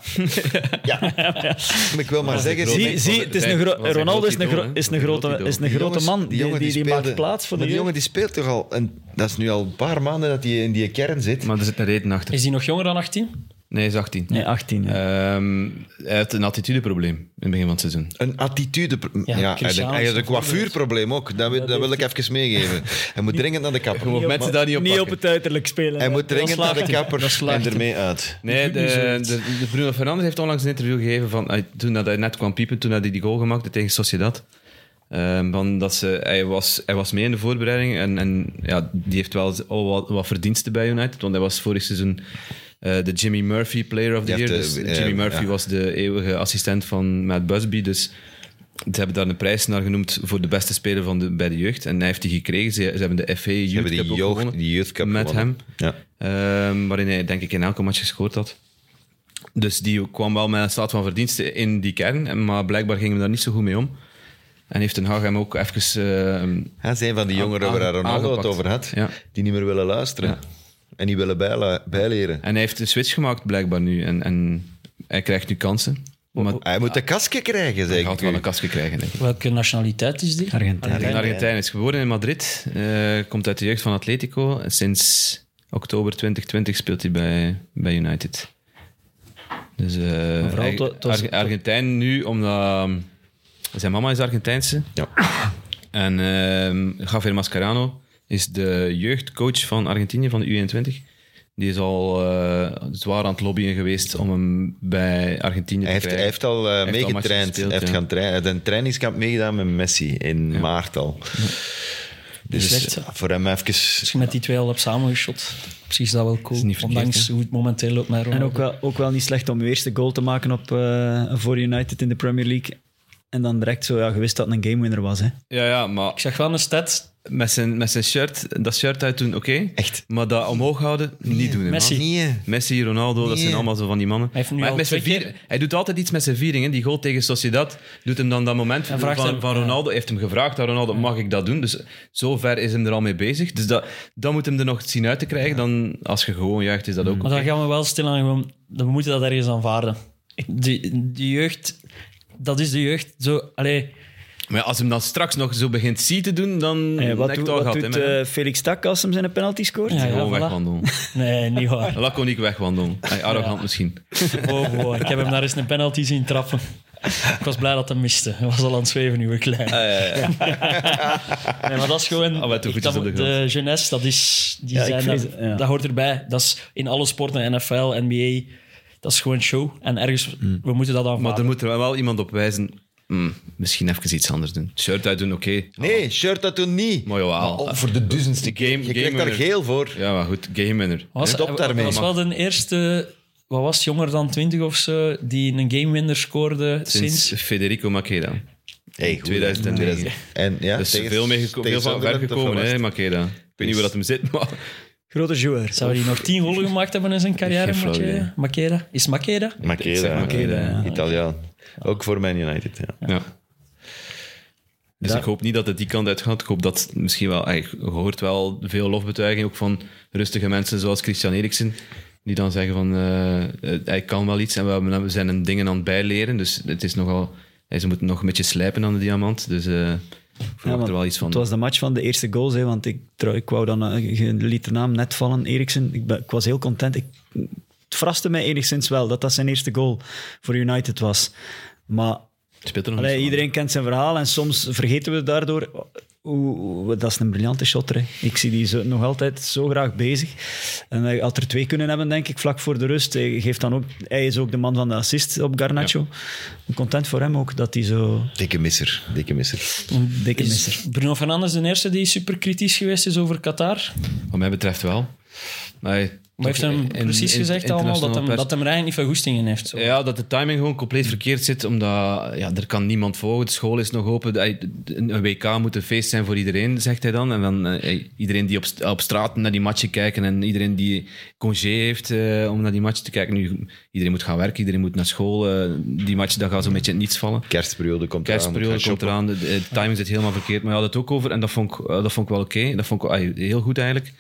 [SPEAKER 2] ja. Maar Ik wil maar zeggen...
[SPEAKER 3] grote-
[SPEAKER 5] Zie,
[SPEAKER 2] Die,
[SPEAKER 3] was
[SPEAKER 5] zie
[SPEAKER 3] het-
[SPEAKER 5] het is
[SPEAKER 3] zijn-
[SPEAKER 5] een gro-
[SPEAKER 3] was een
[SPEAKER 5] Ronaldo
[SPEAKER 3] groot
[SPEAKER 5] is een,
[SPEAKER 3] idool,
[SPEAKER 5] gro-
[SPEAKER 3] hè?
[SPEAKER 5] is
[SPEAKER 3] Was
[SPEAKER 5] een
[SPEAKER 3] een
[SPEAKER 5] grote,
[SPEAKER 3] groot idool.
[SPEAKER 5] is een grote
[SPEAKER 2] jongens-
[SPEAKER 5] man. Die, die,
[SPEAKER 2] jongen
[SPEAKER 5] die maakt
[SPEAKER 2] speelde-
[SPEAKER 5] plaats voor de
[SPEAKER 2] maar die jongen
[SPEAKER 5] jeugd.
[SPEAKER 2] die speelt toch al... En dat is nu al een paar maanden dat hij in die kern zit.
[SPEAKER 3] Maar er zit een reden achter.
[SPEAKER 4] is die nog jonger dan 18?
[SPEAKER 3] Nee, hij is 18.
[SPEAKER 5] Nee, 18. hè.
[SPEAKER 3] Ehm, hij heeft een attitudeprobleem in het begin van het seizoen.
[SPEAKER 2] Een attitude...
[SPEAKER 4] Ja,
[SPEAKER 2] Ja,
[SPEAKER 4] Cristiano
[SPEAKER 2] eigenlijk,
[SPEAKER 4] is
[SPEAKER 2] eigenlijk
[SPEAKER 4] een
[SPEAKER 2] een coiffuurprobleem ook. Dat, wil- dat wil ik even meegeven. Hij moet dringend naar de kapper.
[SPEAKER 3] Gewoon mensen daar niet op
[SPEAKER 5] niet
[SPEAKER 3] pakken.
[SPEAKER 5] op het uiterlijk spelen.
[SPEAKER 2] Hij moet dringend naar de kapper en ermee uit.
[SPEAKER 3] Nee, de, de, de Bruno Fernandes heeft onlangs een interview gegeven van, eh, toen dat hij net kwam piepen, toen dat hij die goal gemaakt had tegen Sociedad. Ehm, van dat ze, hij, was, hij was mee in de voorbereiding en, en ja, die heeft wel z- al wat, wat verdiensten bij United. Want hij was vorig seizoen eh, de Jimmy Murphy Player of the
[SPEAKER 2] Die
[SPEAKER 3] Year.
[SPEAKER 2] heeft
[SPEAKER 3] Dus
[SPEAKER 2] de-
[SPEAKER 3] Jimmy
[SPEAKER 2] eh,
[SPEAKER 3] Murphy
[SPEAKER 2] ja.
[SPEAKER 3] was de eeuwige assistent van Matt Busby. Dus ze hebben daar een prijs naar genoemd voor de beste speler van de, bij de jeugd. En hij heeft die gekregen. Ze, ze hebben de FA Youth
[SPEAKER 2] hebben die
[SPEAKER 3] Cup ook
[SPEAKER 2] jeugd-
[SPEAKER 3] gewonnen
[SPEAKER 2] die Youth Cup
[SPEAKER 3] met
[SPEAKER 2] gewonnen.
[SPEAKER 3] hem.
[SPEAKER 2] Ja.
[SPEAKER 3] Ehm, waarin hij denk ik in elke match gescoord had. Dus die kwam wel met een staat van verdiensten in die kern, maar blijkbaar ging hem daar niet zo goed mee om. En heeft Ten Hag hem ook even... ehm,
[SPEAKER 2] Hij zijn van die jongeren
[SPEAKER 3] Aan-
[SPEAKER 2] waar Ronaldo
[SPEAKER 3] aangepakt.
[SPEAKER 2] het over had,
[SPEAKER 3] Ja.
[SPEAKER 2] die niet meer willen luisteren. En die willen bijla- bijleren.
[SPEAKER 3] en hij heeft een switch gemaakt blijkbaar nu en, en hij krijgt nu kansen. Maar hij
[SPEAKER 2] Hij moet de kasken krijgen, zeg
[SPEAKER 3] gaat
[SPEAKER 2] ik.
[SPEAKER 3] wel
[SPEAKER 2] u.
[SPEAKER 3] een kastje krijgen, denk ik.
[SPEAKER 4] Welke nationaliteit is die?
[SPEAKER 5] Argentijn.
[SPEAKER 3] Een Argentijn is geboren in Madrid, eh, komt uit de jeugd van Atletico. En sinds oktober 2020 speelt hij bij, bij United. Dus eh,
[SPEAKER 5] vooral
[SPEAKER 3] Arg-
[SPEAKER 5] tot- tot-
[SPEAKER 3] Arg- Argentijn nu, omdat ehm, zijn mama is Argentijnse.
[SPEAKER 2] Ja.
[SPEAKER 3] En ehm Javier Mascarano is de jeugdcoach van Argentinië, van de U21. Die is al eh, zwaar aan het lobbyen geweest om hem bij Argentinië
[SPEAKER 2] Hij
[SPEAKER 3] te
[SPEAKER 2] heeft, hij
[SPEAKER 3] krijgen.
[SPEAKER 2] heeft al eh,
[SPEAKER 3] matchen
[SPEAKER 2] meegetraind.
[SPEAKER 3] gespeeld,
[SPEAKER 2] hij heeft
[SPEAKER 3] ja.
[SPEAKER 2] gaan tra- hij heeft een trainingskamp meegedaan met Messi in maart al. Dus
[SPEAKER 4] Slecht,
[SPEAKER 2] eh,
[SPEAKER 4] ja.
[SPEAKER 2] voor hem even...
[SPEAKER 4] Als je met die twee al hebt samengeschot, precies dat wel cool.
[SPEAKER 3] niet verkeerd,
[SPEAKER 4] Ondanks hoe het momenteel loopt met
[SPEAKER 5] En
[SPEAKER 4] Ronaldo.
[SPEAKER 5] ook wel, ook wel niet slecht om je eerste goal te maken op, eh, voor United in de Premier League. En dan direct zo, ja, je wist dat het een gamewinner was. Hè.
[SPEAKER 3] Ja, ja, maar
[SPEAKER 4] Ik zag wel een stat
[SPEAKER 3] met zijn, met zijn shirt, dat shirt uit doen, oké.
[SPEAKER 2] Echt?
[SPEAKER 3] Maar dat omhoog houden, niet doen. hè, man.
[SPEAKER 4] Messi.
[SPEAKER 2] Nee.
[SPEAKER 3] Messi, Ronaldo, dat
[SPEAKER 2] Nee.
[SPEAKER 3] zijn allemaal zo van die mannen.
[SPEAKER 4] Hij heeft nu
[SPEAKER 3] Maar
[SPEAKER 4] al
[SPEAKER 3] met zijn
[SPEAKER 4] twee
[SPEAKER 3] vier- hij doet altijd iets met zijn viering. Hè. Die goal tegen Sociedad doet hem dan dat moment van,
[SPEAKER 4] vraagt
[SPEAKER 3] van,
[SPEAKER 4] hem- ja.
[SPEAKER 3] Ronaldo. Hij heeft hem gevraagd aan Ronaldo, mag ik dat doen? Dus zo ver is hem er al mee bezig. Dus dat, dat moet hem er nog zien uit te krijgen. Dan, als je gewoon juicht, is dat ook
[SPEAKER 4] Maar dan gaan we wel stilaan gewoon... We moeten dat ergens aanvaarden. Die, die jeugd... Dat is de jeugd. Zo, allee,
[SPEAKER 3] Maar ja, als hem dan straks nog zo begint zie te doen, dan
[SPEAKER 5] Eh, wat
[SPEAKER 3] heb ik
[SPEAKER 5] doet,
[SPEAKER 3] het al
[SPEAKER 5] wat
[SPEAKER 3] gehad. hè,
[SPEAKER 5] doet
[SPEAKER 3] met hem.
[SPEAKER 5] eh, Felix Tak als hem zijn penalty scoort?
[SPEAKER 4] Ja,
[SPEAKER 3] Gewoon
[SPEAKER 4] voilà.
[SPEAKER 3] wegwandelen.
[SPEAKER 4] Nee, niet waar.
[SPEAKER 3] Laconiek wegwandelen. Ay, arrogant misschien.
[SPEAKER 4] Wow, wow. Ik heb hem daar eens een penalty zien trappen. Ik was blij dat hij miste. Hij was al aan het zweven, uw klein. Nee, maar dat is gewoon...
[SPEAKER 3] Ah, wat doe goed
[SPEAKER 4] dat
[SPEAKER 3] is op de
[SPEAKER 4] moet-
[SPEAKER 3] grond.
[SPEAKER 4] jeunesse, dat is... Die
[SPEAKER 5] Ja, ik
[SPEAKER 4] zijn
[SPEAKER 5] vrees
[SPEAKER 4] dat,
[SPEAKER 5] het, ja.
[SPEAKER 4] dat hoort erbij. Dat is in alle sporten, NFL, NBA... Dat is gewoon show. En ergens, we moeten
[SPEAKER 3] Hmm.
[SPEAKER 4] dat
[SPEAKER 3] Maar
[SPEAKER 4] aanvaarden.
[SPEAKER 3] er moet er wel iemand op wijzen. "Hmm, misschien even iets anders doen. Shirt uit doen, oké. Oh.
[SPEAKER 2] Nee, shirt dat toen niet.
[SPEAKER 3] Maar jawel.
[SPEAKER 2] oh, voor de duizendste
[SPEAKER 3] Game-
[SPEAKER 2] game. Je krijgt
[SPEAKER 3] game
[SPEAKER 2] daar
[SPEAKER 3] winner.
[SPEAKER 2] geel voor.
[SPEAKER 3] Ja, maar goed, game winner.
[SPEAKER 4] Was,
[SPEAKER 2] Let op daarmee.
[SPEAKER 4] was wel de eerste, wat was het, jonger dan 20 of zo, die een game winner scoorde sinds.
[SPEAKER 3] Sinds, Federico Makeda.
[SPEAKER 2] Hey, goed.
[SPEAKER 3] 2009.
[SPEAKER 2] En, ja,
[SPEAKER 3] Dus
[SPEAKER 2] tegen-
[SPEAKER 3] veel, mee geko-
[SPEAKER 2] tegen
[SPEAKER 3] veel van ver
[SPEAKER 2] Sunderland of
[SPEAKER 3] gekomen,
[SPEAKER 2] wat was
[SPEAKER 3] hè,
[SPEAKER 2] het?
[SPEAKER 3] Makeda. Ik weet niet waar dat hem zit, maar...
[SPEAKER 5] Grote joueur.
[SPEAKER 4] Zou hij nog 10 golen gemaakt hebben in zijn carrière,
[SPEAKER 3] Geen flauw idee.
[SPEAKER 4] Makeda? Makeda? Is Makeda?
[SPEAKER 2] Makeda,
[SPEAKER 3] Ik zeg Makeda,
[SPEAKER 2] ja. Italiaan. Ook voor Man United, ja.
[SPEAKER 3] Ja. Dus
[SPEAKER 5] Ja.
[SPEAKER 3] ik hoop niet dat het die kant uit gaat. Ik hoop dat misschien wel... ey, Je hoort wel veel lofbetuiging ook van rustige mensen zoals Christian Eriksen. Die dan zeggen van, eh, eh, hij kan wel iets en we, hebben- we zijn hem dingen aan het bijleren. Dus het is nogal... ey, ze moeten nog een beetje slijpen aan de diamant. Dus eh, ik
[SPEAKER 5] Ja,
[SPEAKER 3] verwacht
[SPEAKER 5] want
[SPEAKER 3] er wel iets van.
[SPEAKER 5] Het was de match van de eerste goals, hè, want ik, trouw- ik wou dan, eh, je liet de naam net vallen, Eriksen. Ik, ben- ik was heel content. Ik, het verraste mij enigszins wel dat dat zijn eerste goal voor United was. Maar
[SPEAKER 3] Speelt er nog
[SPEAKER 5] allee,
[SPEAKER 3] iets van?
[SPEAKER 5] iedereen kent zijn verhaal en soms vergeten we daardoor. Hoe, hoe- dat is een briljante shotter. hè. Ik zie die zo, nog altijd zo graag bezig. En hij had er twee kunnen hebben, denk ik, vlak voor de rust. Hij, geeft dan ook, hij is ook de man van de assist op Garnacho. Content voor hem ook dat hij zo
[SPEAKER 2] Dikke misser, dikke misser.
[SPEAKER 5] dikke misser.
[SPEAKER 4] Is Bruno Fernandes de eerste die super kritisch geweest is over Qatar?
[SPEAKER 3] Wat mij betreft wel. Maar, hij-
[SPEAKER 4] Maar heeft
[SPEAKER 3] toch
[SPEAKER 4] hem
[SPEAKER 3] in-
[SPEAKER 4] precies
[SPEAKER 3] in-
[SPEAKER 4] gezegd allemaal dat hem,
[SPEAKER 3] internationale
[SPEAKER 4] dat hem er eigenlijk niet van goesting in heeft? Zo.
[SPEAKER 3] pers- Ja, dat de timing gewoon compleet verkeerd zit, omdat ja, er kan niemand volgen. De school is nog open. Hij- Een een WK moet een feest zijn voor iedereen, zegt hij dan. En dan eh, hij- iedereen die op, st- op straat naar die matchen kijken en iedereen die congé heeft eh, om naar die matchen te kijken. Nu, iedereen moet gaan werken, iedereen moet naar school. eh, die match dat gaat zo'n beetje in het niets vallen.
[SPEAKER 2] Kerstperiode komt eraan.
[SPEAKER 3] Kerstperiode
[SPEAKER 2] Ga
[SPEAKER 3] komt
[SPEAKER 2] shoppen.
[SPEAKER 3] eraan, de, de timing zit helemaal verkeerd. Maar je had het ook over, en dat vond ik, eh, dat vond ik wel oké. Dat vond ik ah, heel goed eigenlijk.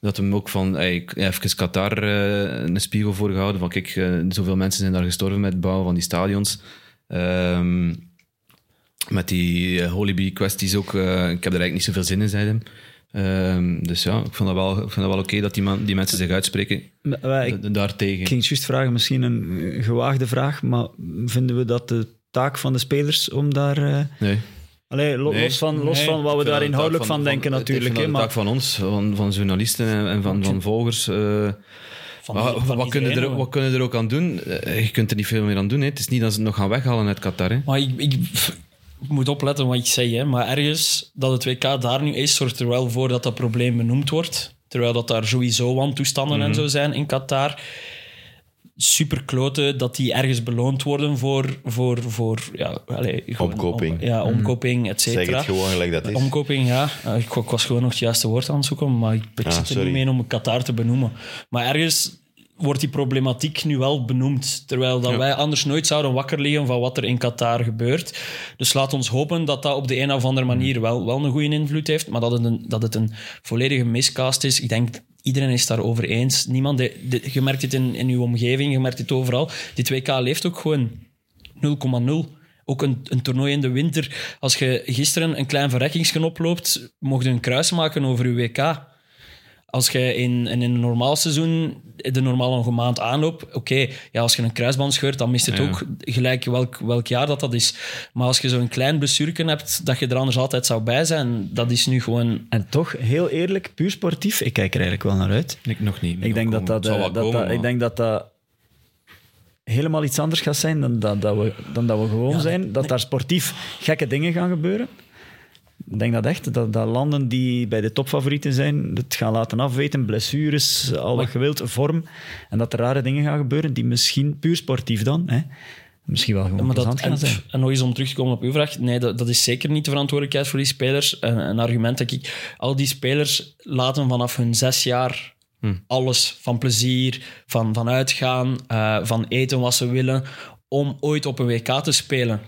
[SPEAKER 3] Dat hem ook van, ey, even Qatar eh, een spiegel voor gehouden. Van kijk, eh, zoveel mensen zijn daar gestorven met het bouwen van die stadions. Ehm, met die eh, Holibee kwesties ook. eh, ik heb er eigenlijk niet zoveel zin in, zei hij. Ehm, dus ja, ik vond dat wel, ik vond dat wel oké dat die, man, die mensen zich uitspreken
[SPEAKER 5] Maar, eh, ik-
[SPEAKER 3] da- daartegen.
[SPEAKER 5] Ik ging juist vragen, misschien een eh, gewaagde vraag, maar vinden we dat de taak van de spelers om daar... eh,
[SPEAKER 3] Nee.
[SPEAKER 5] Allee, lo-
[SPEAKER 3] Nee.
[SPEAKER 5] los, van, los
[SPEAKER 4] Nee.
[SPEAKER 5] van wat we
[SPEAKER 3] Ik vind dat
[SPEAKER 5] daar
[SPEAKER 3] een taak
[SPEAKER 5] inhoudelijk van, denken
[SPEAKER 3] ik vind
[SPEAKER 5] natuurlijk.
[SPEAKER 3] dat
[SPEAKER 5] hè,
[SPEAKER 3] een
[SPEAKER 5] maar
[SPEAKER 3] taak van ons, van, van journalisten en, en van, van volgers. eh.
[SPEAKER 4] Van-
[SPEAKER 3] Maar
[SPEAKER 4] van
[SPEAKER 3] wat, kunnen
[SPEAKER 4] iedereen,
[SPEAKER 3] er, wat kunnen er ook aan doen? Eh, Je kunt er niet veel meer aan doen. Hè. Het is niet dat ze het nog gaan weghalen uit Qatar. Hè.
[SPEAKER 4] Maar ik, ik, pff, ik moet opletten wat ik zeg, hè. maar ergens dat het WK daar nu is, zorgt er wel voor dat dat probleem benoemd wordt. Terwijl dat daar sowieso wantoestanden en zo zijn in Qatar. Super kloten dat die ergens beloond worden voor, voor, voor ja, allee, gewoon-
[SPEAKER 2] Omkoping. Mhm.
[SPEAKER 4] om- ja, omkoping, et
[SPEAKER 2] Zeg
[SPEAKER 4] cetera.
[SPEAKER 2] het gewoon gelijk dat is.
[SPEAKER 4] Omkoping, ja. Eh, Ik, ik was gewoon nog het juiste woord aan het zoeken, maar ik, ik
[SPEAKER 2] Ah,
[SPEAKER 4] zit er
[SPEAKER 2] sorry.
[SPEAKER 4] niet mee in om Qatar te benoemen. Maar ergens wordt die problematiek nu wel benoemd, terwijl dat wij anders nooit zouden wakker liggen van wat er in Qatar gebeurt. Dus laat ons hopen dat dat op de een of andere manier wel, wel een goede invloed heeft, maar dat het een, dat het een volledige miscast is. Ik denk... Iedereen is het daarover eens. Niemand, de, de- je merkt het in, in uw omgeving, je merkt het overal. Dit WK leeft ook gewoon 0,0. Ook een, een toernooi in de winter. Als je gisteren een klein verrekkingsgen oploopt, mocht je een kruis maken over je WK. Als je in, in een normaal seizoen, de normale nog een maand aanloopt, oké, ja, als je een kruisband scheurt, dan mist het
[SPEAKER 3] Ja.
[SPEAKER 4] ook gelijk welk, welk jaar dat dat is. Maar als je zo'n klein blessureken hebt, dat je er anders altijd zou bij zijn, dat is nu gewoon...
[SPEAKER 5] En toch, heel eerlijk, puur sportief, ik kijk er eigenlijk wel naar uit.
[SPEAKER 3] Ik nog niet.
[SPEAKER 5] Ik denk dat dat, eh, dat, dat- ik denk dat dat helemaal iets anders gaat zijn dan dat, dat, we, dan dat we gewoon zijn. Dat daar sportief gekke dingen gaan gebeuren. Ik denk dat echt, dat, dat landen die bij de topfavorieten zijn, het gaan laten afweten, blessures, al wat je wilt, vorm. En dat er rare dingen gaan gebeuren die misschien puur sportief dan, hè, misschien wel gewoon
[SPEAKER 4] Maar dat,
[SPEAKER 5] plezant gaan
[SPEAKER 4] en,
[SPEAKER 5] zijn.
[SPEAKER 4] en nog eens om terug te komen op uw vraag. Nee, dat, dat is zeker niet de verantwoordelijkheid voor die spelers. Een, een argument dat ik... Al die spelers laten vanaf hun zes jaar
[SPEAKER 2] Hmm.
[SPEAKER 4] alles. Van plezier, van, van uitgaan, eh, van eten wat ze willen. Om ooit op een WK te spelen.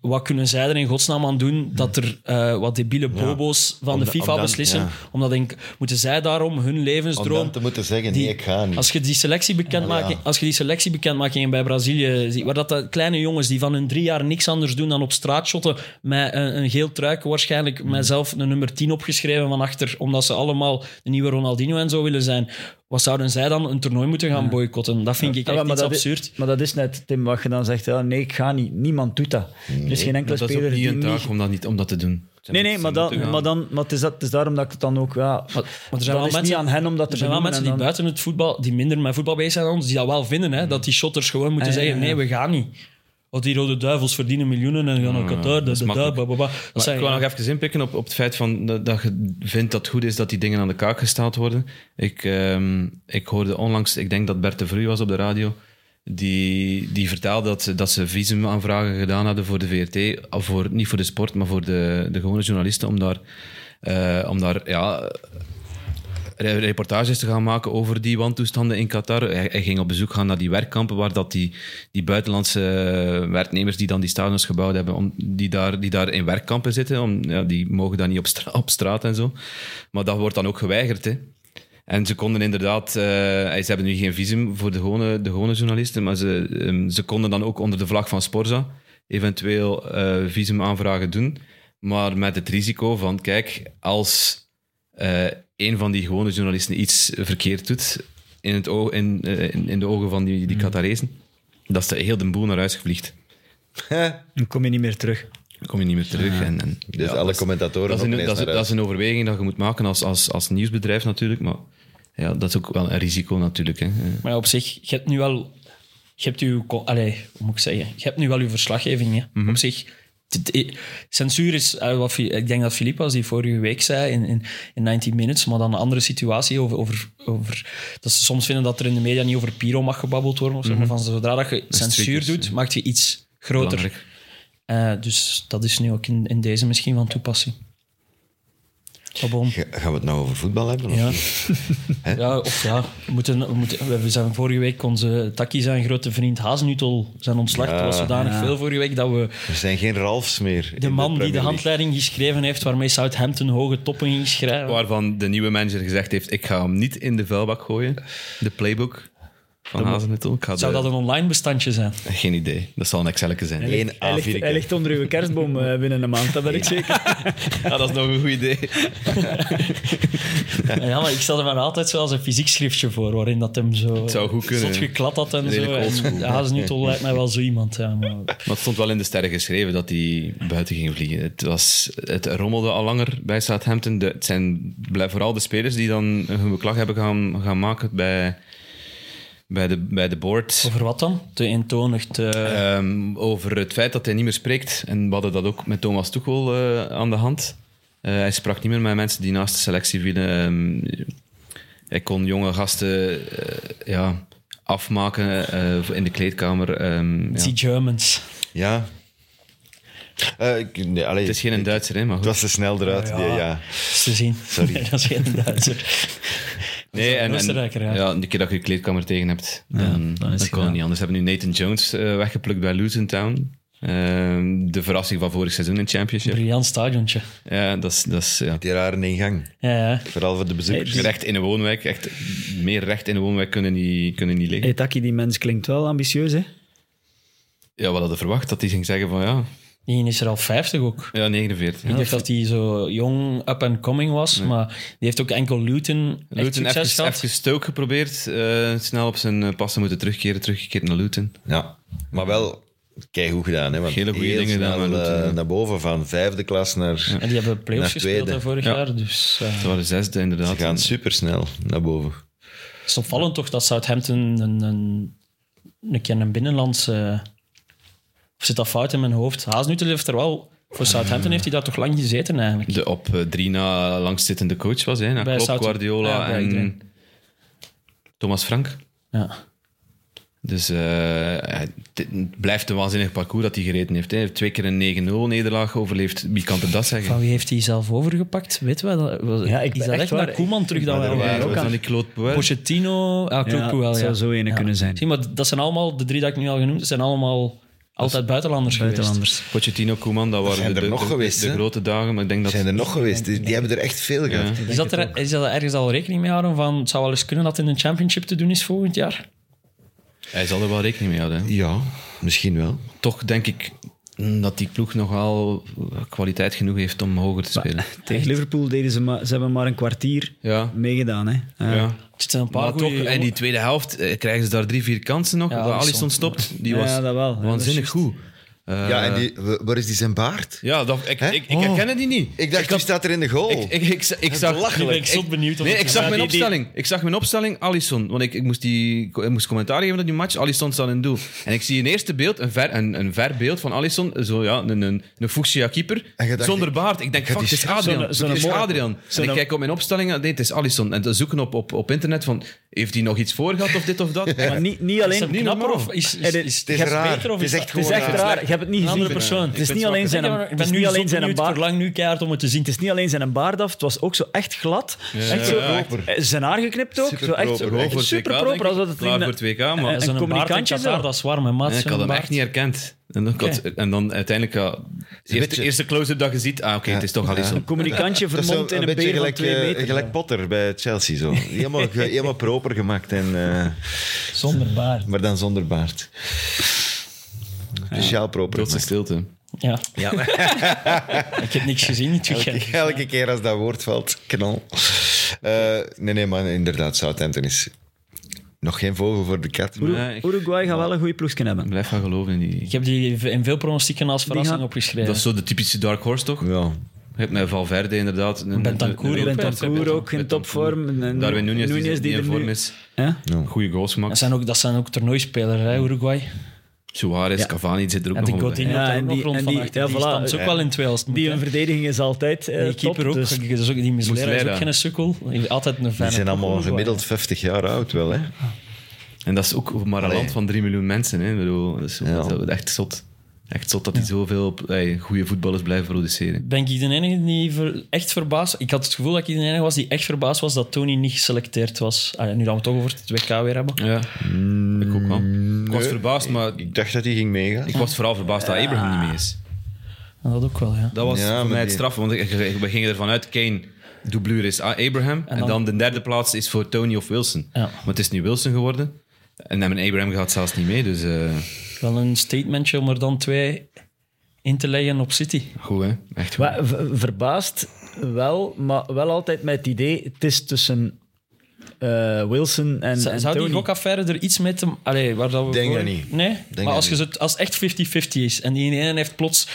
[SPEAKER 4] Wat kunnen zij er in godsnaam aan doen dat er eh, wat debiele bobo's van de
[SPEAKER 2] da- Hmm. om
[SPEAKER 4] FIFA
[SPEAKER 2] dan-
[SPEAKER 4] beslissen?
[SPEAKER 2] ja.
[SPEAKER 4] Omdat ik, moeten zij daarom hun
[SPEAKER 2] Om
[SPEAKER 4] levensdroom
[SPEAKER 2] dan te moeten zeggen, nee,
[SPEAKER 4] die-
[SPEAKER 2] ik ga niet.
[SPEAKER 4] Als je die selectie bekendmaking, als je die selectie bekendmaking bij Brazilië ziet, waar dat de kleine jongens die van hun drie jaar niks anders doen dan op straat shotten, met een, een geel truiken waarschijnlijk,
[SPEAKER 2] Hmm.
[SPEAKER 4] met zelf een nummer 10 opgeschreven van achter, omdat ze allemaal de nieuwe Ronaldinho en zo willen zijn. Wat zouden zij dan een toernooi moeten gaan boycotten? Dat vind ik
[SPEAKER 5] Ja,
[SPEAKER 4] echt iets
[SPEAKER 5] dat
[SPEAKER 4] absurd.
[SPEAKER 5] Is, Ah, maar dat is net, Tim, wat je dan zegt. Ja, nee, ik ga niet. Niemand doet dat. er is geen enkele
[SPEAKER 3] dat is
[SPEAKER 5] speler
[SPEAKER 3] ook niet
[SPEAKER 5] die
[SPEAKER 3] een
[SPEAKER 5] niet...
[SPEAKER 3] taak om dat, niet, om dat te doen. Ze
[SPEAKER 5] Nee, nee,
[SPEAKER 3] moeten-
[SPEAKER 5] maar,
[SPEAKER 3] ze moeten gaan.
[SPEAKER 5] dan, maar, dan, maar het, is dat, het is daarom dat ik het dan ook... Ja,
[SPEAKER 4] Maar, maar er zijn
[SPEAKER 5] dat
[SPEAKER 4] wel
[SPEAKER 5] is
[SPEAKER 4] mensen,
[SPEAKER 5] niet aan hen om dat te
[SPEAKER 4] er zijn wel
[SPEAKER 5] benoemen
[SPEAKER 4] mensen die
[SPEAKER 5] en dan-
[SPEAKER 4] buiten het voetbal, die minder met voetbal bezig zijn dan ons, die dat wel vinden,
[SPEAKER 3] Mm.
[SPEAKER 4] hè, dat die shotters gewoon moeten
[SPEAKER 5] Ah, ja,
[SPEAKER 4] zeggen:
[SPEAKER 5] ja, ja.
[SPEAKER 4] nee, we gaan niet. Want die rode duivels verdienen miljoenen en gaan naar Qatar, dat
[SPEAKER 3] Mm, is
[SPEAKER 4] is de
[SPEAKER 3] makkelijk.
[SPEAKER 4] duivel.
[SPEAKER 3] Maar ik wil nog even inpikken op, op het feit van, dat, dat je vindt dat het goed is dat die dingen aan de kaak gesteld worden. Ik, ehm, ik hoorde onlangs, ik denk dat Bert de Vroei was op de radio, die, die vertelde dat ze, dat ze visumaanvragen gedaan hadden voor de VRT, of voor, niet voor de sport, maar voor de, de gewone journalisten, om daar, eh, om daar ja, re- reportages te gaan maken over die wantoestanden in Qatar. Hij, hij ging op bezoek gaan naar die werkkampen waar dat die, die buitenlandse eh, werknemers die dan die stadions gebouwd hebben, om, die, daar, die daar in werkkampen zitten, om, ja, die mogen dan niet op, stra- op straat en zo. Maar dat wordt dan ook geweigerd, hè. En ze konden inderdaad, eh, ze hebben nu geen visum voor de gewone, de gewone journalisten, maar ze, ehm, ze konden dan ook onder de vlag van Sporza eventueel eh visumaanvragen doen. Maar met het risico van, kijk, als eh, een van die gewone journalisten iets verkeerd doet in, het oog, in, eh, in, in de ogen van die, die Qatarezen, dat ze heel de boel naar huis gevliegt.
[SPEAKER 5] dan kom je niet meer terug.
[SPEAKER 3] Dan kom je niet meer terug. en, en,
[SPEAKER 2] Dus
[SPEAKER 3] ja,
[SPEAKER 2] alle
[SPEAKER 3] dat is-
[SPEAKER 2] commentatoren
[SPEAKER 3] dat is,
[SPEAKER 2] ook
[SPEAKER 3] een,
[SPEAKER 2] ineens
[SPEAKER 3] dat, is,
[SPEAKER 2] naar
[SPEAKER 3] dat is een overweging dat je moet maken als, als, als nieuwsbedrijf natuurlijk, maar ja, dat is ook wel een risico natuurlijk. Hè. Eh,
[SPEAKER 4] Maar ja, op zich, je hebt nu wel... Je hebt uw... co- Allee, hoe moet ik zeggen? Je hebt nu wel uw verslaggeving, hè.
[SPEAKER 3] Mhm.
[SPEAKER 4] Op zich... dit- eh, Censuur is, eh, wat, Fi- ik denk dat Filip was die vorige week zei in, in, in 19 Minutes, maar dan een andere situatie over, over, over dat ze soms vinden dat er in de media niet over Piro mag gebabbeld worden of zo, maar van zodra dat je censuur
[SPEAKER 3] Mhm. triggers,
[SPEAKER 4] doet, maak je iets groter.
[SPEAKER 3] Belangrijk.
[SPEAKER 4] Eh, dus dat is nu ook in, in deze misschien van toepassing. Maar bon.
[SPEAKER 2] Ga- Gaan we het nou over voetbal hebben? Of
[SPEAKER 4] Ja.
[SPEAKER 2] niet?
[SPEAKER 4] Ja, of ja, we, moeten, we, moeten, we zijn vorige week onze Taki, zijn grote vriend Hazenutel, zijn ontslag. Het was zodanig veel vorige week dat we
[SPEAKER 2] Er zijn geen Ralfs meer. in
[SPEAKER 4] de man die de
[SPEAKER 2] Premier League.
[SPEAKER 4] handleiding geschreven heeft waarmee Southampton hoge toppen ging schrijven.
[SPEAKER 3] Waarvan de nieuwe manager gezegd heeft, ik ga hem niet in de vuilbak gooien. De playbook van Hazenutel. Ik ga
[SPEAKER 4] Zou
[SPEAKER 3] de-
[SPEAKER 4] dat een online bestandje zijn?
[SPEAKER 3] Geen idee. Dat zal een Excelke zijn.
[SPEAKER 2] Eén
[SPEAKER 5] Hij ligt, hij
[SPEAKER 2] A4'tje.
[SPEAKER 5] ligt onder uw kerstboom eh, binnen een maand, dat ben ik zeker.
[SPEAKER 3] Ja, dat is nog een goed idee.
[SPEAKER 4] Ja, maar ik stelde me altijd zo als een fysiek schriftje voor, waarin dat hem zo
[SPEAKER 3] zou goed kunnen,
[SPEAKER 4] zot
[SPEAKER 3] hè.
[SPEAKER 4] geklad had en
[SPEAKER 3] Redelijk
[SPEAKER 4] zo. En
[SPEAKER 3] oldschool.
[SPEAKER 4] Hazenutel lijkt mij wel zo iemand. Ja, maar
[SPEAKER 3] Maar het stond wel in de sterren geschreven dat hij buiten ging vliegen. Het, was, het rommelde al langer bij Southampton. De- het zijn blij- vooral de spelers die dan hun beklag hebben gaan, gaan maken bij, bij, de, bij de board.
[SPEAKER 4] over wat dan? Te eentonig, te...
[SPEAKER 3] Ehm, over het feit dat hij niet meer spreekt. En we hadden dat ook met Thomas Tuchel eh, aan de hand. Eh, hij sprak niet meer met mensen die naast de selectie vielen. Ehm, hij kon jonge gasten eh, ja, afmaken eh, in de kleedkamer. Ehm, ja.
[SPEAKER 4] Die Germans.
[SPEAKER 2] Ja. Eh, ik- nee, allee,
[SPEAKER 3] Het is geen Duitser, hè, maar
[SPEAKER 2] het
[SPEAKER 3] goed.
[SPEAKER 2] was te snel eruit.
[SPEAKER 4] Ja.
[SPEAKER 2] Ja, ja.
[SPEAKER 4] Dat is te zien.
[SPEAKER 2] Sorry.
[SPEAKER 4] Nee, dat is geen Duitser.
[SPEAKER 3] Nee, en, en-
[SPEAKER 4] Oostenrijker, ja.
[SPEAKER 3] de keer dat je je kleedkamer tegen hebt, dan,
[SPEAKER 5] is
[SPEAKER 3] dan
[SPEAKER 5] het
[SPEAKER 3] kan
[SPEAKER 5] gedaan.
[SPEAKER 3] het niet anders. Ze hebben nu Nathan Jones eh, weggeplukt bij Luton Town. Ehm, de verrassing van vorig seizoen in het Championship.
[SPEAKER 4] Briljant stadiontje.
[SPEAKER 3] Ja, dat is, dat is ja.
[SPEAKER 2] Die rare ingang.
[SPEAKER 4] Ja, ja.
[SPEAKER 2] Vooral voor de bezoekers.
[SPEAKER 3] recht in de woonwijk. Echt meer recht in de woonwijk kunnen niet, kunnen niet liggen.
[SPEAKER 5] Hey, Taki, die mens klinkt wel ambitieus, hè?
[SPEAKER 3] Ja, we hadden verwacht dat hij ging zeggen van ja,
[SPEAKER 4] Die is er al 50 ook.
[SPEAKER 3] ja 49.
[SPEAKER 4] Ik
[SPEAKER 3] Ja.
[SPEAKER 4] dacht dat hij zo jong up and coming was, maar die heeft ook enkel Luton echt
[SPEAKER 3] Luton
[SPEAKER 4] succes
[SPEAKER 3] even,
[SPEAKER 4] gehad.
[SPEAKER 3] even stook geprobeerd. eh, snel op zijn eh, passen moeten terugkeren. Teruggekeerd naar Luton.
[SPEAKER 2] Ja. Maar wel keigoed gedaan. Hè, want
[SPEAKER 3] Hele goede
[SPEAKER 2] heel
[SPEAKER 3] dingen gedaan,
[SPEAKER 2] snel,
[SPEAKER 3] maar dat,
[SPEAKER 2] eh,
[SPEAKER 3] eh,
[SPEAKER 2] Naar boven, van vijfde klas naar...
[SPEAKER 4] En die hebben playoffs
[SPEAKER 2] Naar
[SPEAKER 4] gespeeld
[SPEAKER 2] tweede.
[SPEAKER 4] hè, vorig
[SPEAKER 3] Ja.
[SPEAKER 4] jaar, dus eh,
[SPEAKER 3] Ze waren zesde
[SPEAKER 2] Ze
[SPEAKER 3] inderdaad.
[SPEAKER 2] gaan supersnel naar boven.
[SPEAKER 4] het is opvallend toch dat Southampton een, een, een keer een binnenlandse... of zit dat fout in mijn hoofd? Haasnutel heeft er wel... Voor Southampton heeft hij daar toch lang gezeten eigenlijk.
[SPEAKER 3] de op eh, drie na langzittende coach was. Hè, na
[SPEAKER 4] Bij
[SPEAKER 3] Klopp,
[SPEAKER 4] Southam-
[SPEAKER 3] Guardiola
[SPEAKER 4] ja, bij
[SPEAKER 3] en
[SPEAKER 4] iedereen.
[SPEAKER 3] Thomas Frank.
[SPEAKER 4] Ja.
[SPEAKER 3] Dus eh, het het blijft een waanzinnig parcours dat hij gereden heeft. Hè. Hij heeft twee keer een 9-0 nederlaag overleefd. Wie kan er dat zeggen?
[SPEAKER 4] Van wie heeft hij zelf overgepakt? Weten we dat? Was-
[SPEAKER 5] Ja, ik
[SPEAKER 4] is
[SPEAKER 5] ben
[SPEAKER 4] dat
[SPEAKER 5] echt
[SPEAKER 4] echt naar
[SPEAKER 5] waar-
[SPEAKER 4] Koeman terug dat
[SPEAKER 5] ben
[SPEAKER 4] wel
[SPEAKER 5] er
[SPEAKER 3] Ja,
[SPEAKER 5] waar,
[SPEAKER 4] waren?
[SPEAKER 5] ook
[SPEAKER 3] was
[SPEAKER 5] aan.
[SPEAKER 3] dat niet Claude Puel?
[SPEAKER 4] Pochettino, ah, Claude
[SPEAKER 5] Ja,
[SPEAKER 4] Puel,
[SPEAKER 5] het
[SPEAKER 4] ja.
[SPEAKER 5] zou zo ene
[SPEAKER 4] Ja.
[SPEAKER 5] kunnen zijn.
[SPEAKER 4] Zie, maar dat zijn allemaal, de drie dat ik nu al genoemd heb, zijn allemaal altijd buitenlanders, geweest.
[SPEAKER 5] Buitenlanders.
[SPEAKER 3] Pochettino, Koeman, dat waren
[SPEAKER 2] Zijn
[SPEAKER 3] de,
[SPEAKER 2] er
[SPEAKER 3] de-
[SPEAKER 2] nog
[SPEAKER 3] de-
[SPEAKER 2] geweest,
[SPEAKER 3] de
[SPEAKER 2] hè?
[SPEAKER 3] grote dagen. Maar ik denk dat
[SPEAKER 2] Zijn er nog geweest? Die, die hebben er echt veel gehad.
[SPEAKER 4] Is dat, er, is dat ergens al rekening mee houden van het zou wel eens kunnen dat het in de championship te doen is volgend jaar?
[SPEAKER 3] hij zal er wel rekening mee houden. hè.
[SPEAKER 2] Ja, misschien wel.
[SPEAKER 3] Toch denk ik mm, dat die ploeg nogal kwaliteit genoeg heeft om hoger te spelen.
[SPEAKER 5] Tegen Liverpool deden ze, maar, ze hebben maar een kwartier
[SPEAKER 3] Ja.
[SPEAKER 5] meegedaan. Hè. Eh, Ja.
[SPEAKER 3] ja.
[SPEAKER 4] Het zijn een paar
[SPEAKER 3] Maar toch,
[SPEAKER 4] goeie
[SPEAKER 3] in die tweede helft eh, krijgen ze daar drie, vier kansen nog.
[SPEAKER 4] Ja,
[SPEAKER 3] waar Alisson
[SPEAKER 4] Alisson.
[SPEAKER 3] stopt. Die
[SPEAKER 5] Ja,
[SPEAKER 3] was
[SPEAKER 5] dat wel. Ja, dat
[SPEAKER 3] waanzinnig
[SPEAKER 5] is
[SPEAKER 3] goed. Eh,
[SPEAKER 2] ja, en die, wa- waar is die zijn baard?
[SPEAKER 3] ja, dat, ik,
[SPEAKER 2] Hè?
[SPEAKER 3] ik, ik
[SPEAKER 5] Oh.
[SPEAKER 3] herken die niet.
[SPEAKER 2] Ik dacht, die
[SPEAKER 3] had-
[SPEAKER 2] staat er in de goal.
[SPEAKER 3] Ik, ik, ik, ik
[SPEAKER 2] is
[SPEAKER 3] zag,
[SPEAKER 2] belachelijk. Nu ben
[SPEAKER 4] ik zot benieuwd of
[SPEAKER 3] nee,
[SPEAKER 4] het-
[SPEAKER 3] ik zag
[SPEAKER 4] Ja,
[SPEAKER 3] mijn
[SPEAKER 4] die- die-
[SPEAKER 3] opstelling. Ik zag mijn opstelling Alisson. Want ik, ik, moest die, ik moest commentaar geven op die match. Alisson staat in doel. En ik zie een eerste beeld, een ver, een, een ver beeld van Alisson. Zo, ja, een, een, een fuchsia keeper.
[SPEAKER 2] En je dacht,
[SPEAKER 3] zonder baard. Ik denk,
[SPEAKER 2] Ja, die
[SPEAKER 3] fuck, het is
[SPEAKER 2] scherp.
[SPEAKER 3] Adrian.
[SPEAKER 5] Zo'n- zo'n
[SPEAKER 3] het is
[SPEAKER 5] mooie-
[SPEAKER 3] Adrian. En
[SPEAKER 5] zo'n-
[SPEAKER 3] ik kijk op mijn opstellingen. Nee, het is Alisson. En dan zoeken op, op, op internet van... Heeft hij nog iets voor gehad of dit of dat?
[SPEAKER 5] Maar niet, niet
[SPEAKER 4] Is
[SPEAKER 5] alleen...
[SPEAKER 4] het
[SPEAKER 3] niet
[SPEAKER 4] knapper
[SPEAKER 3] normaal.
[SPEAKER 4] of is, is,
[SPEAKER 5] Het
[SPEAKER 4] is,
[SPEAKER 5] is-
[SPEAKER 2] het is
[SPEAKER 4] gaat
[SPEAKER 2] raar.
[SPEAKER 4] beter of
[SPEAKER 2] Het is
[SPEAKER 4] dat-
[SPEAKER 2] echt
[SPEAKER 5] Het is
[SPEAKER 2] gewoon
[SPEAKER 5] echt raar. Ik heb het niet
[SPEAKER 4] Een andere
[SPEAKER 5] gezien.
[SPEAKER 4] persoon.
[SPEAKER 5] Het is niet alleen zijn,
[SPEAKER 4] Ik
[SPEAKER 5] het
[SPEAKER 4] ben
[SPEAKER 5] is
[SPEAKER 4] nu
[SPEAKER 5] niet
[SPEAKER 4] zo
[SPEAKER 5] alleen zijn
[SPEAKER 4] benieuwd. Ik
[SPEAKER 5] baard.
[SPEAKER 4] verlang nu keihard om het te zien.
[SPEAKER 5] Het is niet alleen zijn baard af, het was ook zo echt glad. echt zo, eh,
[SPEAKER 2] Proper.
[SPEAKER 5] Zijn haar geknipt ook. Zo
[SPEAKER 2] Superproper.
[SPEAKER 5] echt zo,
[SPEAKER 2] Gewoon
[SPEAKER 5] echt
[SPEAKER 3] voor het WK,
[SPEAKER 5] superproper.
[SPEAKER 3] denk ik.
[SPEAKER 5] Als dat het
[SPEAKER 3] Klaar
[SPEAKER 5] in-
[SPEAKER 3] voor het WK, maar-
[SPEAKER 5] een-
[SPEAKER 4] Zo'n
[SPEAKER 5] Een communicantje
[SPEAKER 4] baard in
[SPEAKER 5] zo.
[SPEAKER 4] Qatar, dat is warm, hè, maat.
[SPEAKER 3] En ik had
[SPEAKER 4] Zo'n
[SPEAKER 3] hem
[SPEAKER 4] baard.
[SPEAKER 3] echt niet herkend. En, ik had- en dan uiteindelijk... Ja, de
[SPEAKER 2] beetje-
[SPEAKER 3] eerste, eerste close-up dat je ziet. Ah, oké, het is toch Alisson.
[SPEAKER 5] Een communicantje
[SPEAKER 2] Dat is zo
[SPEAKER 5] vermomd in een
[SPEAKER 2] beetje
[SPEAKER 5] beer van
[SPEAKER 2] gelijk,
[SPEAKER 5] twee
[SPEAKER 2] eh,
[SPEAKER 5] meter.
[SPEAKER 2] gelijk Potter bij Chelsea. Zo. Helemaal, ge- helemaal proper gemaakt, en, eh,
[SPEAKER 4] Zonder baard.
[SPEAKER 2] maar dan zonder baard. Speciaal proper
[SPEAKER 3] Trotse
[SPEAKER 2] gemaakt.
[SPEAKER 3] stilte.
[SPEAKER 4] Ja. ik heb niks gezien dit weekend.
[SPEAKER 2] Elke keer als dat woord valt, knal. Eh, nee, nee, maar inderdaad, Southampton is nog geen vogel voor de kat.
[SPEAKER 5] Oeru-
[SPEAKER 3] Nee, ik-
[SPEAKER 5] Uruguay gaat wel een goede ploegje
[SPEAKER 3] Ik
[SPEAKER 5] hebben.
[SPEAKER 3] blijf van geloven in die...
[SPEAKER 4] Ik heb die in veel pronostieken als verrassing
[SPEAKER 5] gaan-
[SPEAKER 4] opgeschreven.
[SPEAKER 3] Dat is zo de typische Dark Horse, toch? Je
[SPEAKER 2] Ja.
[SPEAKER 3] hebt met Valverde inderdaad. Een-
[SPEAKER 4] Bentancur
[SPEAKER 3] een- een- een-
[SPEAKER 5] Bentancur ook in topvorm. En- en
[SPEAKER 3] Darwin Nunez,
[SPEAKER 5] Nunez
[SPEAKER 3] die, er
[SPEAKER 5] die
[SPEAKER 3] niet in
[SPEAKER 5] er
[SPEAKER 3] vorm
[SPEAKER 5] nu-
[SPEAKER 3] is.
[SPEAKER 5] Hè?
[SPEAKER 3] Goede goals
[SPEAKER 4] Dat
[SPEAKER 3] maakt.
[SPEAKER 4] zijn ook, dat zijn ook toernooispelers, hè, Uruguay.
[SPEAKER 3] Suarez, Cavani zit er ook
[SPEAKER 4] En die
[SPEAKER 3] nog wel bij.
[SPEAKER 4] Godin
[SPEAKER 5] Ja,
[SPEAKER 4] loopt daar
[SPEAKER 5] en
[SPEAKER 4] ook nog
[SPEAKER 5] die-
[SPEAKER 4] rond
[SPEAKER 5] en
[SPEAKER 4] van
[SPEAKER 5] die-
[SPEAKER 4] achter.
[SPEAKER 5] ja,
[SPEAKER 4] Die
[SPEAKER 5] voilà.
[SPEAKER 4] stamt ook
[SPEAKER 5] Ja.
[SPEAKER 4] wel in twee als het moet,
[SPEAKER 5] Die
[SPEAKER 4] hè.
[SPEAKER 5] een verdediging is altijd eh,
[SPEAKER 4] En die keeper
[SPEAKER 5] top,
[SPEAKER 4] ook.
[SPEAKER 5] dus-
[SPEAKER 4] Dat is ook die Muslera is
[SPEAKER 3] Muslera.
[SPEAKER 4] ook geen sukkel. Altijd een
[SPEAKER 2] Die
[SPEAKER 4] fijne
[SPEAKER 2] zijn
[SPEAKER 4] ploeg,
[SPEAKER 2] allemaal
[SPEAKER 4] Uruguay.
[SPEAKER 2] gemiddeld 50 jaar oud wel, hè?
[SPEAKER 3] En dat is ook maar een
[SPEAKER 2] Allee.
[SPEAKER 3] land van 3 miljoen mensen. Hè. Ik bedoel, dat, is,
[SPEAKER 2] Ja.
[SPEAKER 3] dat is echt zot. Echt zot dat die zoveel eh, goede voetballers blijven produceren.
[SPEAKER 4] Ben ik de enige die ver- echt verbaasd... Ik had het gevoel dat ik de enige was die echt verbaasd was dat Tony niet geselecteerd was. Ah, ja, nu dat we het toch over het WK weer hebben.
[SPEAKER 3] Ja, ik ook wel. Ik was verbaasd, maar
[SPEAKER 2] Ik dacht dat die ging meegaan.
[SPEAKER 3] ik was vooral verbaasd dat Abraham niet mee is.
[SPEAKER 4] Ja, Dat ook wel, ja.
[SPEAKER 3] Dat was
[SPEAKER 2] Ja,
[SPEAKER 3] voor
[SPEAKER 2] maar
[SPEAKER 3] mij het
[SPEAKER 2] die-
[SPEAKER 3] straf, want ik- ik- we gingen ervan uit, Kane, doublure is A- Abraham. En dan,
[SPEAKER 4] dan-
[SPEAKER 3] de derde plaats is voor Tony of Wilson.
[SPEAKER 4] Ja.
[SPEAKER 3] Maar het is nu Wilson geworden. En dan mijn Abraham gaat zelfs niet mee, dus eh,
[SPEAKER 4] Wel een statementje om er dan twee in te leggen op City.
[SPEAKER 3] goed hè. Echt goed.
[SPEAKER 5] Maar v- verbaasd wel, maar wel altijd met het idee, het is tussen eh, Wilson en,
[SPEAKER 4] Z-
[SPEAKER 5] en
[SPEAKER 4] Zou die
[SPEAKER 5] Tony.
[SPEAKER 4] gokaffaire er iets mee te... Allee, waar dat we
[SPEAKER 2] Denk
[SPEAKER 4] voor-
[SPEAKER 2] dat niet.
[SPEAKER 4] Nee?
[SPEAKER 2] dat
[SPEAKER 4] maar als,
[SPEAKER 2] niet.
[SPEAKER 4] Je zo, als het echt 50-50 is en die ene heeft plots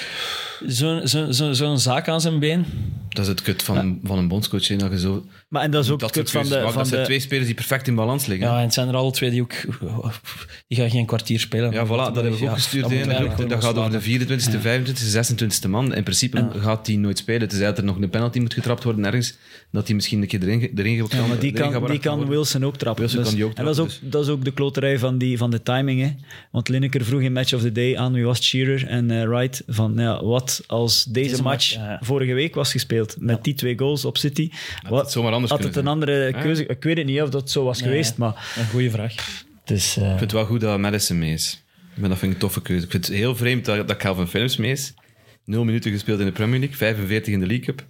[SPEAKER 4] zo'n zo, zo, zo'n zaak aan zijn been...
[SPEAKER 3] Dat is het kut van, van een bondscoach, hè, dat je zo...
[SPEAKER 5] Maar en dat is ook
[SPEAKER 3] Dat,
[SPEAKER 5] het
[SPEAKER 3] soort
[SPEAKER 5] kut van
[SPEAKER 3] keuzes
[SPEAKER 5] de...
[SPEAKER 3] maakt.
[SPEAKER 5] Van
[SPEAKER 3] dat zijn
[SPEAKER 5] de
[SPEAKER 3] twee spelers die perfect in balans liggen.
[SPEAKER 4] Ja,
[SPEAKER 3] Ja,
[SPEAKER 4] en het zijn er alle twee die ook... Die gaan geen kwartier spelen.
[SPEAKER 3] voilà, dat hebben we ook gestuurd.
[SPEAKER 4] dat
[SPEAKER 3] hè.
[SPEAKER 4] moet
[SPEAKER 3] Dat,
[SPEAKER 4] eigenlijk
[SPEAKER 3] dat gaat over de 24e, 25e, 26e man. In principe gaat die nooit spelen. Tenzij dat er nog een penalty moet getrapt worden ergens. Dat die misschien een keer erin, ge- erin gebracht
[SPEAKER 5] ja, maar die
[SPEAKER 3] erin
[SPEAKER 5] kan,
[SPEAKER 3] gebracht
[SPEAKER 5] die kan
[SPEAKER 3] worden.
[SPEAKER 5] Wilson ook trappen.
[SPEAKER 3] Wilson kan die ook
[SPEAKER 5] en dat is ook,
[SPEAKER 3] trappen,
[SPEAKER 5] dat is ook de kloterij van, die, van de timing. Hè. Want Lineker vroeg in Match of the Day aan wie was Shearer en eh, Wright. Van, ja, wat als deze,
[SPEAKER 4] Deze
[SPEAKER 5] match
[SPEAKER 4] match, ja, ja.
[SPEAKER 5] vorige week was gespeeld met die twee goals op City? Wat,
[SPEAKER 3] het zomaar anders
[SPEAKER 5] had het een
[SPEAKER 3] kunnen
[SPEAKER 5] andere keuze? Ik weet het niet of dat zo was geweest, maar...
[SPEAKER 4] Een goede vraag.
[SPEAKER 5] Het is, eh,
[SPEAKER 3] Ik vind het wel goed dat Madison mee is. Maar dat vind ik een toffe keuze. Ik vind het heel vreemd dat, dat Calvin Phillips mee is. Nul minuten gespeeld in de Premier League, 45 in de League Cup.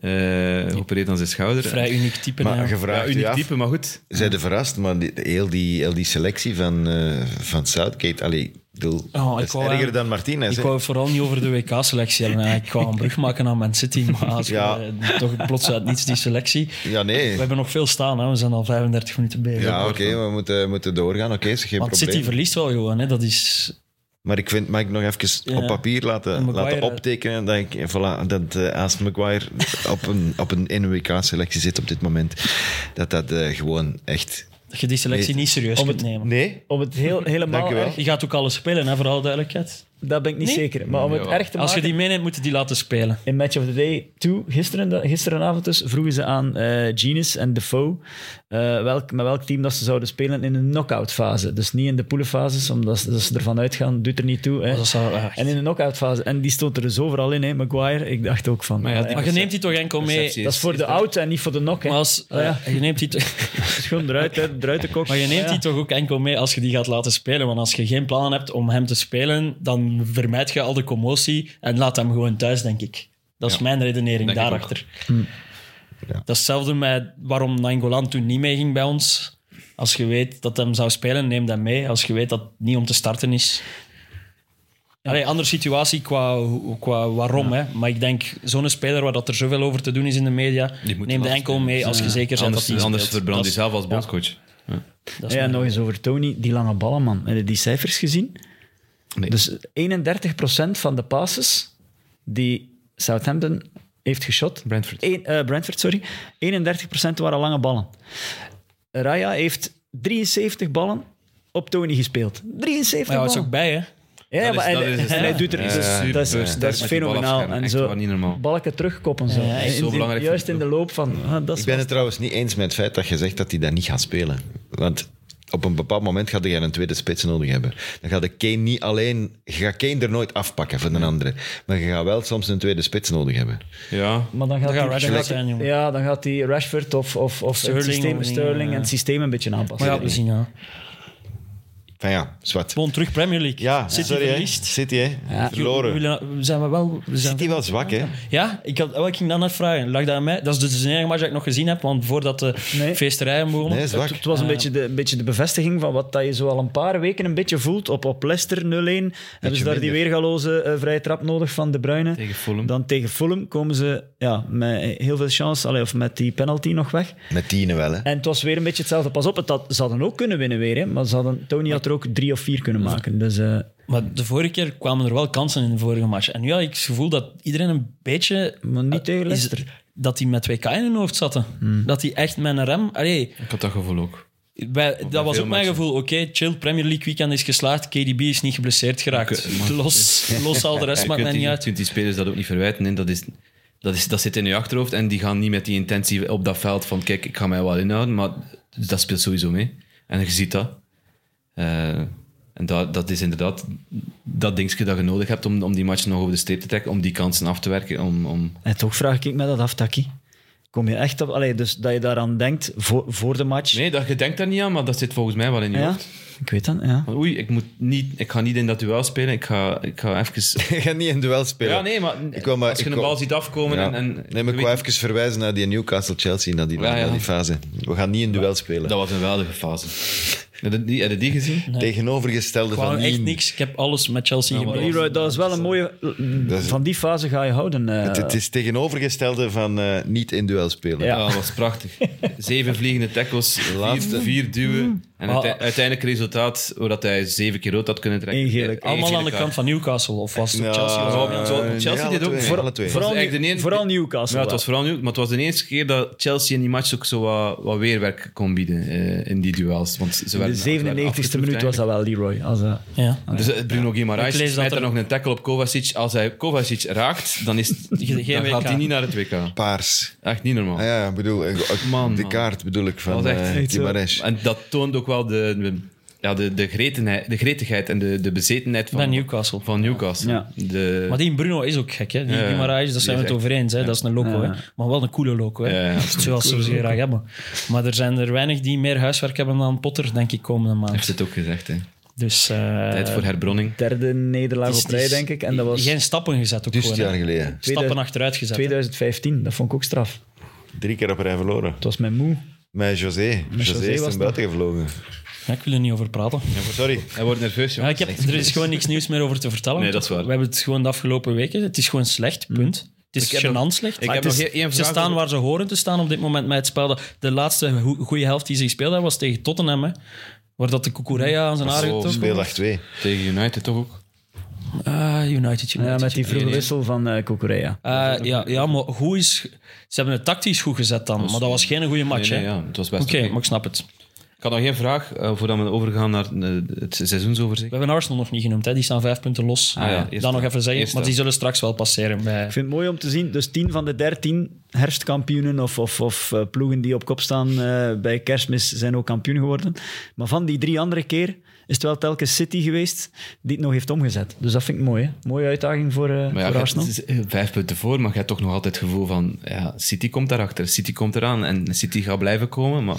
[SPEAKER 3] Eh opereert aan zijn schouder.
[SPEAKER 4] Vrij uniek type.
[SPEAKER 2] Maar
[SPEAKER 4] ja.
[SPEAKER 3] ja,
[SPEAKER 2] gevraagd,
[SPEAKER 3] uniek
[SPEAKER 2] ja,
[SPEAKER 3] type, maar goed.
[SPEAKER 2] Zij de verrast, maar die, heel, die, heel die selectie van, eh, van Southgate, allee, ik bedoel,
[SPEAKER 4] Oh,
[SPEAKER 2] dat
[SPEAKER 4] ik
[SPEAKER 2] is
[SPEAKER 4] wou- eh,
[SPEAKER 2] erger dan Martinez.
[SPEAKER 4] Ik
[SPEAKER 2] hè.
[SPEAKER 4] wou het vooral niet over de WK-selectie hebben. hè. Ik wou een brug maken aan Man City, maar als
[SPEAKER 2] Ja.
[SPEAKER 4] we, eh, toch plots uit niets die selectie...
[SPEAKER 2] Ja, nee.
[SPEAKER 4] We hebben nog veel staan, hè. we zijn al 35 minuten bezig.
[SPEAKER 2] Ja, oké, we moeten, moeten doorgaan. Oké, is geen
[SPEAKER 4] Want
[SPEAKER 2] probleem.
[SPEAKER 4] City verliest wel gewoon, hè. dat is...
[SPEAKER 2] Maar ik vind, mag ik nog even
[SPEAKER 4] Ja.
[SPEAKER 2] op papier laten,
[SPEAKER 4] En Maguire-
[SPEAKER 2] laten optekenen dat ik, voilà, dat eh Aston Maguire op een, op een NWK-selectie zit op dit moment. Dat dat eh, gewoon echt...
[SPEAKER 4] dat je die selectie
[SPEAKER 2] Nee.
[SPEAKER 4] niet serieus kunt nemen.
[SPEAKER 2] Nee?
[SPEAKER 5] om het heel, helemaal
[SPEAKER 2] Dankjewel.
[SPEAKER 5] erg
[SPEAKER 4] Je gaat ook alles spelen, hè, voor alle duidelijkheid.
[SPEAKER 5] dat ben ik niet
[SPEAKER 4] Nee?
[SPEAKER 5] zeker. Maar om het
[SPEAKER 3] Nee,
[SPEAKER 5] erg te
[SPEAKER 4] Als je
[SPEAKER 5] maken...
[SPEAKER 4] die meeneemt, moeten die laten spelen.
[SPEAKER 5] In Match of the Day 2, gisteren, gisterenavond dus, vroegen ze aan eh Genius en Defoe eh, welk, met welk team dat ze zouden spelen in een knock-out fase. Dus niet in de poelenfases, omdat ze, dat ze ervan uitgaan, doet er niet toe. Hè.
[SPEAKER 4] Oh, Dat zou, ja.
[SPEAKER 5] en in de knock-out fase. En die stond er dus overal in, hè, Maguire. Ik dacht ook van...
[SPEAKER 3] Maar ja, die-
[SPEAKER 4] Maar je neemt die toch enkel mee.
[SPEAKER 3] Perceptie.
[SPEAKER 5] dat is voor de
[SPEAKER 3] Is dat-
[SPEAKER 5] out en niet voor de knock. Hè.
[SPEAKER 4] Maar, als,
[SPEAKER 5] Ah, ja.
[SPEAKER 4] je neemt die toch-
[SPEAKER 5] Het is gewoon eruit, hè, eruit de kok.
[SPEAKER 4] maar je neemt
[SPEAKER 5] Ja.
[SPEAKER 4] die toch ook enkel mee als je die gaat laten spelen. Want als je geen plannen hebt om hem te spelen, dan vermijd je al de commotie en laat hem gewoon thuis, denk ik. Dat is
[SPEAKER 3] Ja.
[SPEAKER 4] mijn redenering
[SPEAKER 3] Denk ik ook.
[SPEAKER 4] daarachter. Dat is hetzelfde met waarom Nangolan toen niet meeging bij ons. Als je weet dat hem zou spelen, neem dat mee. Als je weet dat het niet om te starten is. Allee, andere situatie qua, qua waarom. Hè? Maar ik denk, zo'n speler waar dat er zoveel over te doen is in de media,
[SPEAKER 3] Die moet
[SPEAKER 4] neem de
[SPEAKER 3] laten
[SPEAKER 4] enkel
[SPEAKER 3] spelen.
[SPEAKER 4] mee als je zeker bent dat
[SPEAKER 3] Anders,
[SPEAKER 4] hij
[SPEAKER 3] anders
[SPEAKER 4] speelt.
[SPEAKER 3] verbrand je
[SPEAKER 4] Dat is-
[SPEAKER 3] zelf als bondscoach.
[SPEAKER 4] dat is
[SPEAKER 5] Ja,
[SPEAKER 4] mijn-
[SPEAKER 5] nog eens over Tony, die lange ballen, man. Heb je die cijfers gezien?
[SPEAKER 3] Nee.
[SPEAKER 5] Dus 31% van de passes die Southampton heeft geschot,
[SPEAKER 3] Brentford.
[SPEAKER 5] Eén- eh, Brentford, sorry, 31% waren lange ballen. Raya heeft 73 ballen op Tony gespeeld. 73
[SPEAKER 4] Maar hij is
[SPEAKER 5] ballen.
[SPEAKER 4] ook bij, hè?
[SPEAKER 5] Ja,
[SPEAKER 3] Dat is-
[SPEAKER 5] maar hij,
[SPEAKER 3] dat is het,
[SPEAKER 5] en
[SPEAKER 3] hè?
[SPEAKER 5] hij doet er
[SPEAKER 3] Ja,
[SPEAKER 5] iets.
[SPEAKER 3] ja,
[SPEAKER 5] dat is,
[SPEAKER 3] super
[SPEAKER 5] dat
[SPEAKER 3] sterk
[SPEAKER 5] is
[SPEAKER 3] met die
[SPEAKER 5] fenomenaal.
[SPEAKER 3] balafscherm.
[SPEAKER 5] En
[SPEAKER 3] Echt
[SPEAKER 5] zo
[SPEAKER 3] waar, niet normaal.
[SPEAKER 5] balken terugkoppen. Zo.
[SPEAKER 4] Ja, echt
[SPEAKER 5] In
[SPEAKER 4] zo
[SPEAKER 5] die-
[SPEAKER 3] belangrijk voor
[SPEAKER 5] juist
[SPEAKER 3] de
[SPEAKER 5] in de loop van. ah, dat is
[SPEAKER 2] Ik ben
[SPEAKER 5] wat-
[SPEAKER 2] het trouwens niet eens met het feit dat je zegt dat hij dat niet gaat spelen. Want op een bepaald moment ga je een tweede spits nodig hebben. Dan ga je Kane niet alleen... Je gaat Kane er nooit afpakken van een andere. Maar je gaat wel soms een tweede spits nodig hebben.
[SPEAKER 3] Ja.
[SPEAKER 5] Maar dan gaat,
[SPEAKER 4] Dan gaat
[SPEAKER 5] die-
[SPEAKER 4] Rashford zijn, jongen.
[SPEAKER 5] Ja, dan gaat die Rashford of, of, of
[SPEAKER 4] Sterling
[SPEAKER 5] het systeem,
[SPEAKER 4] of dingen,
[SPEAKER 5] Sterling
[SPEAKER 4] ja.
[SPEAKER 5] en het systeem een beetje aanpassen.
[SPEAKER 4] Maar ja, dus we zien, ja.
[SPEAKER 2] Van ja, zwart.
[SPEAKER 4] Gewoon terug Premier League.
[SPEAKER 2] Ja,
[SPEAKER 4] City
[SPEAKER 2] sorry hè.
[SPEAKER 4] verliest.
[SPEAKER 2] City hè. Verloren.
[SPEAKER 4] Jullie- we Zijn we wel... we zijn-
[SPEAKER 2] City wel zwak hè.
[SPEAKER 4] Ja, ik, had, wel, ik ging dan net vragen. Lag dat aan mij? Dat is dus de enige match dat ik nog gezien heb, want voordat de
[SPEAKER 5] Nee.
[SPEAKER 4] feesterijen begonnen...
[SPEAKER 2] Nee, zwak.
[SPEAKER 5] Het, het
[SPEAKER 3] Ah,
[SPEAKER 5] was een, beetje de, een beetje de bevestiging van wat dat je zo al een paar weken een beetje voelt. Op, op Leicester 0-1 hebben ze daar die
[SPEAKER 2] minder.
[SPEAKER 5] weergaloze eh, vrije trap nodig van De Bruyne.
[SPEAKER 3] Tegen Fulham.
[SPEAKER 5] Dan tegen Fulham komen ze ja, met heel veel chance, allee, of met die penalty nog weg.
[SPEAKER 2] Met tienen wel hè.
[SPEAKER 5] En het was weer een beetje hetzelfde. Pas op, het had, ze hadden ook kunnen winnen weer, hè, maar ze hadden, Tony had er ook drie of vier kunnen maken. Dus eh,
[SPEAKER 4] Maar de vorige keer kwamen er wel kansen in de vorige match. En nu had ik het gevoel dat iedereen een beetje...
[SPEAKER 5] Maar
[SPEAKER 3] Eh,
[SPEAKER 5] niet tegen
[SPEAKER 4] Is-
[SPEAKER 5] Leicester.
[SPEAKER 4] Dat hij met WK in hun hoofd zaten.
[SPEAKER 2] Hmm.
[SPEAKER 4] Dat hij echt met een rem... Allee,
[SPEAKER 3] Ik had dat gevoel ook.
[SPEAKER 4] wij- dat was
[SPEAKER 3] veel
[SPEAKER 4] ook mijn
[SPEAKER 3] matchen.
[SPEAKER 4] gevoel. Oké, chill, Premier League weekend is geslaagd. KDB is niet geblesseerd geraakt.
[SPEAKER 3] Oké, maar-
[SPEAKER 4] Los, los al de rest,
[SPEAKER 3] Je
[SPEAKER 4] maakt
[SPEAKER 3] kunt
[SPEAKER 4] mij niet
[SPEAKER 3] die,
[SPEAKER 4] uit.
[SPEAKER 3] kunt die spelers dat ook niet verwijten. Nee, dat, is, dat, is, dat zit in je achterhoofd en die gaan niet met die intentie op dat veld van kijk, ik ga mij wel inhouden, maar dus dat speelt sowieso mee. En je ziet dat. Eh, en dat, dat is inderdaad dat dingetje dat je nodig hebt om, om die match nog over de streep te trekken, om die kansen af te werken. Om, om...
[SPEAKER 5] en toch vraag ik me dat af, Taki. Kom je echt op, allee, dus dat je daaraan denkt voor, voor de match?
[SPEAKER 3] Nee, dat, je denkt daar niet aan, maar dat zit volgens mij wel in je
[SPEAKER 5] ja,
[SPEAKER 3] hoofd.
[SPEAKER 5] ik weet dat, ja.
[SPEAKER 3] Van, oei, ik, moet niet, ik ga niet in dat duel spelen, ik ga, ik ga even...
[SPEAKER 2] Je gaat niet in duel spelen.
[SPEAKER 3] Ja, nee, maar,
[SPEAKER 2] Ik wil maar-
[SPEAKER 3] als je
[SPEAKER 2] ik
[SPEAKER 3] een
[SPEAKER 2] wil-
[SPEAKER 3] bal ziet afkomen
[SPEAKER 2] Ja.
[SPEAKER 3] en... en
[SPEAKER 2] nee, maar ik wil even verwijzen naar die Newcastle-Chelsea, naar die,
[SPEAKER 3] Ja, ja.
[SPEAKER 2] naar die fase. We gaan niet in duel spelen.
[SPEAKER 3] Dat was een geweldige fase. Heb je die, heb je die gezien?
[SPEAKER 2] Tegenovergestelde
[SPEAKER 4] Ik wou
[SPEAKER 2] van
[SPEAKER 4] echt
[SPEAKER 2] Lien.
[SPEAKER 4] niks. Ik heb alles met Chelsea
[SPEAKER 5] Maar
[SPEAKER 4] gemist.
[SPEAKER 5] Leroy, dat is wel een mooie.
[SPEAKER 2] Dat is-
[SPEAKER 5] Van die fase ga je houden. eh.
[SPEAKER 2] Het, het is tegenovergestelde van eh, niet in duel spelen.
[SPEAKER 5] Ja.
[SPEAKER 3] Ja, Ah, dat was prachtig. Zeven vliegende tackles, vier,
[SPEAKER 2] Laatste.
[SPEAKER 3] vier duwen. En uite-
[SPEAKER 4] Maar-
[SPEAKER 3] uiteindelijk resultaat, doordat hij zeven keer rood had kunnen trekken.
[SPEAKER 5] Eén gele kaart.
[SPEAKER 3] Eén
[SPEAKER 4] Allemaal aan de
[SPEAKER 3] gele
[SPEAKER 4] kant van Newcastle, of was het
[SPEAKER 2] Ja,
[SPEAKER 4] Chelsea?
[SPEAKER 2] eh,
[SPEAKER 3] Waarom? Chelsea
[SPEAKER 2] nee, alle
[SPEAKER 3] deed ook
[SPEAKER 2] twee,
[SPEAKER 3] voor-
[SPEAKER 2] alle twee.
[SPEAKER 5] vooral,
[SPEAKER 3] dat is eigenlijk de enige-
[SPEAKER 5] vooral Newcastle.
[SPEAKER 3] Ja, het was vooral nu, maar het was de eerste keer dat Chelsea in die match ook zo wat, wat weerwerk kon bieden eh, in die duels. Want ze
[SPEAKER 5] In
[SPEAKER 3] werden,
[SPEAKER 5] de
[SPEAKER 3] ze werden
[SPEAKER 5] 97e minuut was
[SPEAKER 3] afgeproefd
[SPEAKER 5] dat wel Leroy. Als, eh,
[SPEAKER 4] Ja.
[SPEAKER 3] eigenlijk. Dus eh, Bruno Guimaraes
[SPEAKER 4] Ik lees dat
[SPEAKER 3] smijt er
[SPEAKER 4] er-
[SPEAKER 3] nog een tackle op Kovacic. Als hij Kovacic raakt, dan, is,
[SPEAKER 4] Geen
[SPEAKER 3] dan
[SPEAKER 4] WK.
[SPEAKER 3] gaat hij niet naar het WK.
[SPEAKER 2] Paars.
[SPEAKER 3] Echt niet normaal.
[SPEAKER 2] Ah, ja, ik bedoel, eh, eh,
[SPEAKER 3] Man,
[SPEAKER 2] de
[SPEAKER 3] man.
[SPEAKER 2] kaart bedoel ik van
[SPEAKER 3] Dat was echt-
[SPEAKER 2] eh,
[SPEAKER 5] echt zo.
[SPEAKER 2] Guimarães.
[SPEAKER 3] En dat toont ook wel de, de- ja, de, de, gretenheid, de gretigheid en de, de bezetenheid van,
[SPEAKER 4] Bij Newcastle.
[SPEAKER 3] Van Newcastle.
[SPEAKER 5] Ja.
[SPEAKER 3] De,
[SPEAKER 4] Maar die Bruno is ook gek, hè? Die
[SPEAKER 3] Ja, ja.
[SPEAKER 4] Guimaraes, daar zijn we
[SPEAKER 3] Die
[SPEAKER 4] het
[SPEAKER 3] is
[SPEAKER 4] over eens. Hè? Dat is een loco,
[SPEAKER 5] Ja.
[SPEAKER 4] hè? maar wel een coole loco. Hè?
[SPEAKER 3] Ja, ja.
[SPEAKER 4] Zoals ze ze graag hebben. Maar er zijn er weinig die meer huiswerk hebben dan Potter, denk ik, komende
[SPEAKER 3] heeft
[SPEAKER 4] maand.
[SPEAKER 3] het ook gezegd. Hè.
[SPEAKER 4] Dus eh,
[SPEAKER 3] Tijd voor herbronning.
[SPEAKER 5] derde nederlaag
[SPEAKER 4] het is-
[SPEAKER 5] op rij, denk ik. En dat was
[SPEAKER 4] Geen stappen gezet ook
[SPEAKER 2] Dus
[SPEAKER 4] gewoon.
[SPEAKER 2] jaar
[SPEAKER 4] hè.
[SPEAKER 2] geleden.
[SPEAKER 4] Stappen achteruit gezet. hè.
[SPEAKER 5] 2015. Dat vond ik ook straf.
[SPEAKER 2] Drie keer op rij verloren.
[SPEAKER 5] Het was met moe.
[SPEAKER 2] Met José. José,
[SPEAKER 5] José
[SPEAKER 2] is
[SPEAKER 5] was
[SPEAKER 2] ten
[SPEAKER 5] het
[SPEAKER 2] buiten gevlogen.
[SPEAKER 4] Ja, ik wil er niet over praten.
[SPEAKER 2] Sorry.
[SPEAKER 3] Hij wordt nerveus,
[SPEAKER 4] Ja,
[SPEAKER 3] jongens.
[SPEAKER 4] ik heb, er is gewoon niks nieuws meer over te vertellen.
[SPEAKER 3] Nee, dat is waar. Mhm.
[SPEAKER 4] We hebben het gewoon de afgelopen weken. Het is gewoon slecht, punt. Het is
[SPEAKER 3] Ik heb
[SPEAKER 4] gênant
[SPEAKER 3] nog-
[SPEAKER 4] slecht.
[SPEAKER 3] ik
[SPEAKER 4] Maar
[SPEAKER 3] heb
[SPEAKER 4] het
[SPEAKER 3] nog
[SPEAKER 4] is-
[SPEAKER 3] één- één
[SPEAKER 4] ze
[SPEAKER 3] vraag
[SPEAKER 4] staan
[SPEAKER 3] over-
[SPEAKER 4] waar ze horen te staan op dit moment met het spel. De laatste goede helft die ze gespeeld hebben was tegen Tottenham. Hè. Waar dat de Cucurella aan zijn haar
[SPEAKER 3] Zo,
[SPEAKER 4] getrokken
[SPEAKER 2] Speeldag 2.
[SPEAKER 3] Tegen United toch ook.
[SPEAKER 4] Ah, United, United.
[SPEAKER 5] Ja, met die vroege
[SPEAKER 3] nee.
[SPEAKER 5] wissel van eh Kokorea.
[SPEAKER 4] Eh, ja, ja, maar hoe is... Ze hebben het tactisch goed gezet dan, maar dat was geen goede match.
[SPEAKER 3] Nee, nee,
[SPEAKER 4] hè.
[SPEAKER 3] ja, het was best
[SPEAKER 4] Oké,
[SPEAKER 3] oké.
[SPEAKER 4] maar ik snap het.
[SPEAKER 3] Ik had nog één vraag, eh, voordat we overgaan naar eh, het seizoensoverzicht.
[SPEAKER 4] We hebben Arsenal nog niet genoemd, hè. die staan vijf punten los.
[SPEAKER 3] Ah ja,
[SPEAKER 4] Eh,
[SPEAKER 3] eerst
[SPEAKER 4] dat
[SPEAKER 3] dat.
[SPEAKER 4] nog even zeggen,
[SPEAKER 3] Eerst
[SPEAKER 4] maar
[SPEAKER 3] dat.
[SPEAKER 4] die zullen straks wel passeren. Bij...
[SPEAKER 3] Eh,
[SPEAKER 5] Ik vind het mooi om te zien. Dus 10 van de 13 herfstkampioenen of, of, of eh, ploegen die op kop staan eh, bij kerstmis zijn ook kampioen geworden. Maar van die drie andere keer is het wel telkens City geweest die het nog heeft omgezet. Dus dat vind ik mooi. Hè? Mooie uitdaging voor, eh,
[SPEAKER 3] Maar ja,
[SPEAKER 5] voor
[SPEAKER 3] het
[SPEAKER 5] Arsenal.
[SPEAKER 3] is eh, vijf punten voor, maar je hebt toch nog altijd het gevoel van ja, City komt daarachter, City komt eraan en City gaat blijven komen. Maar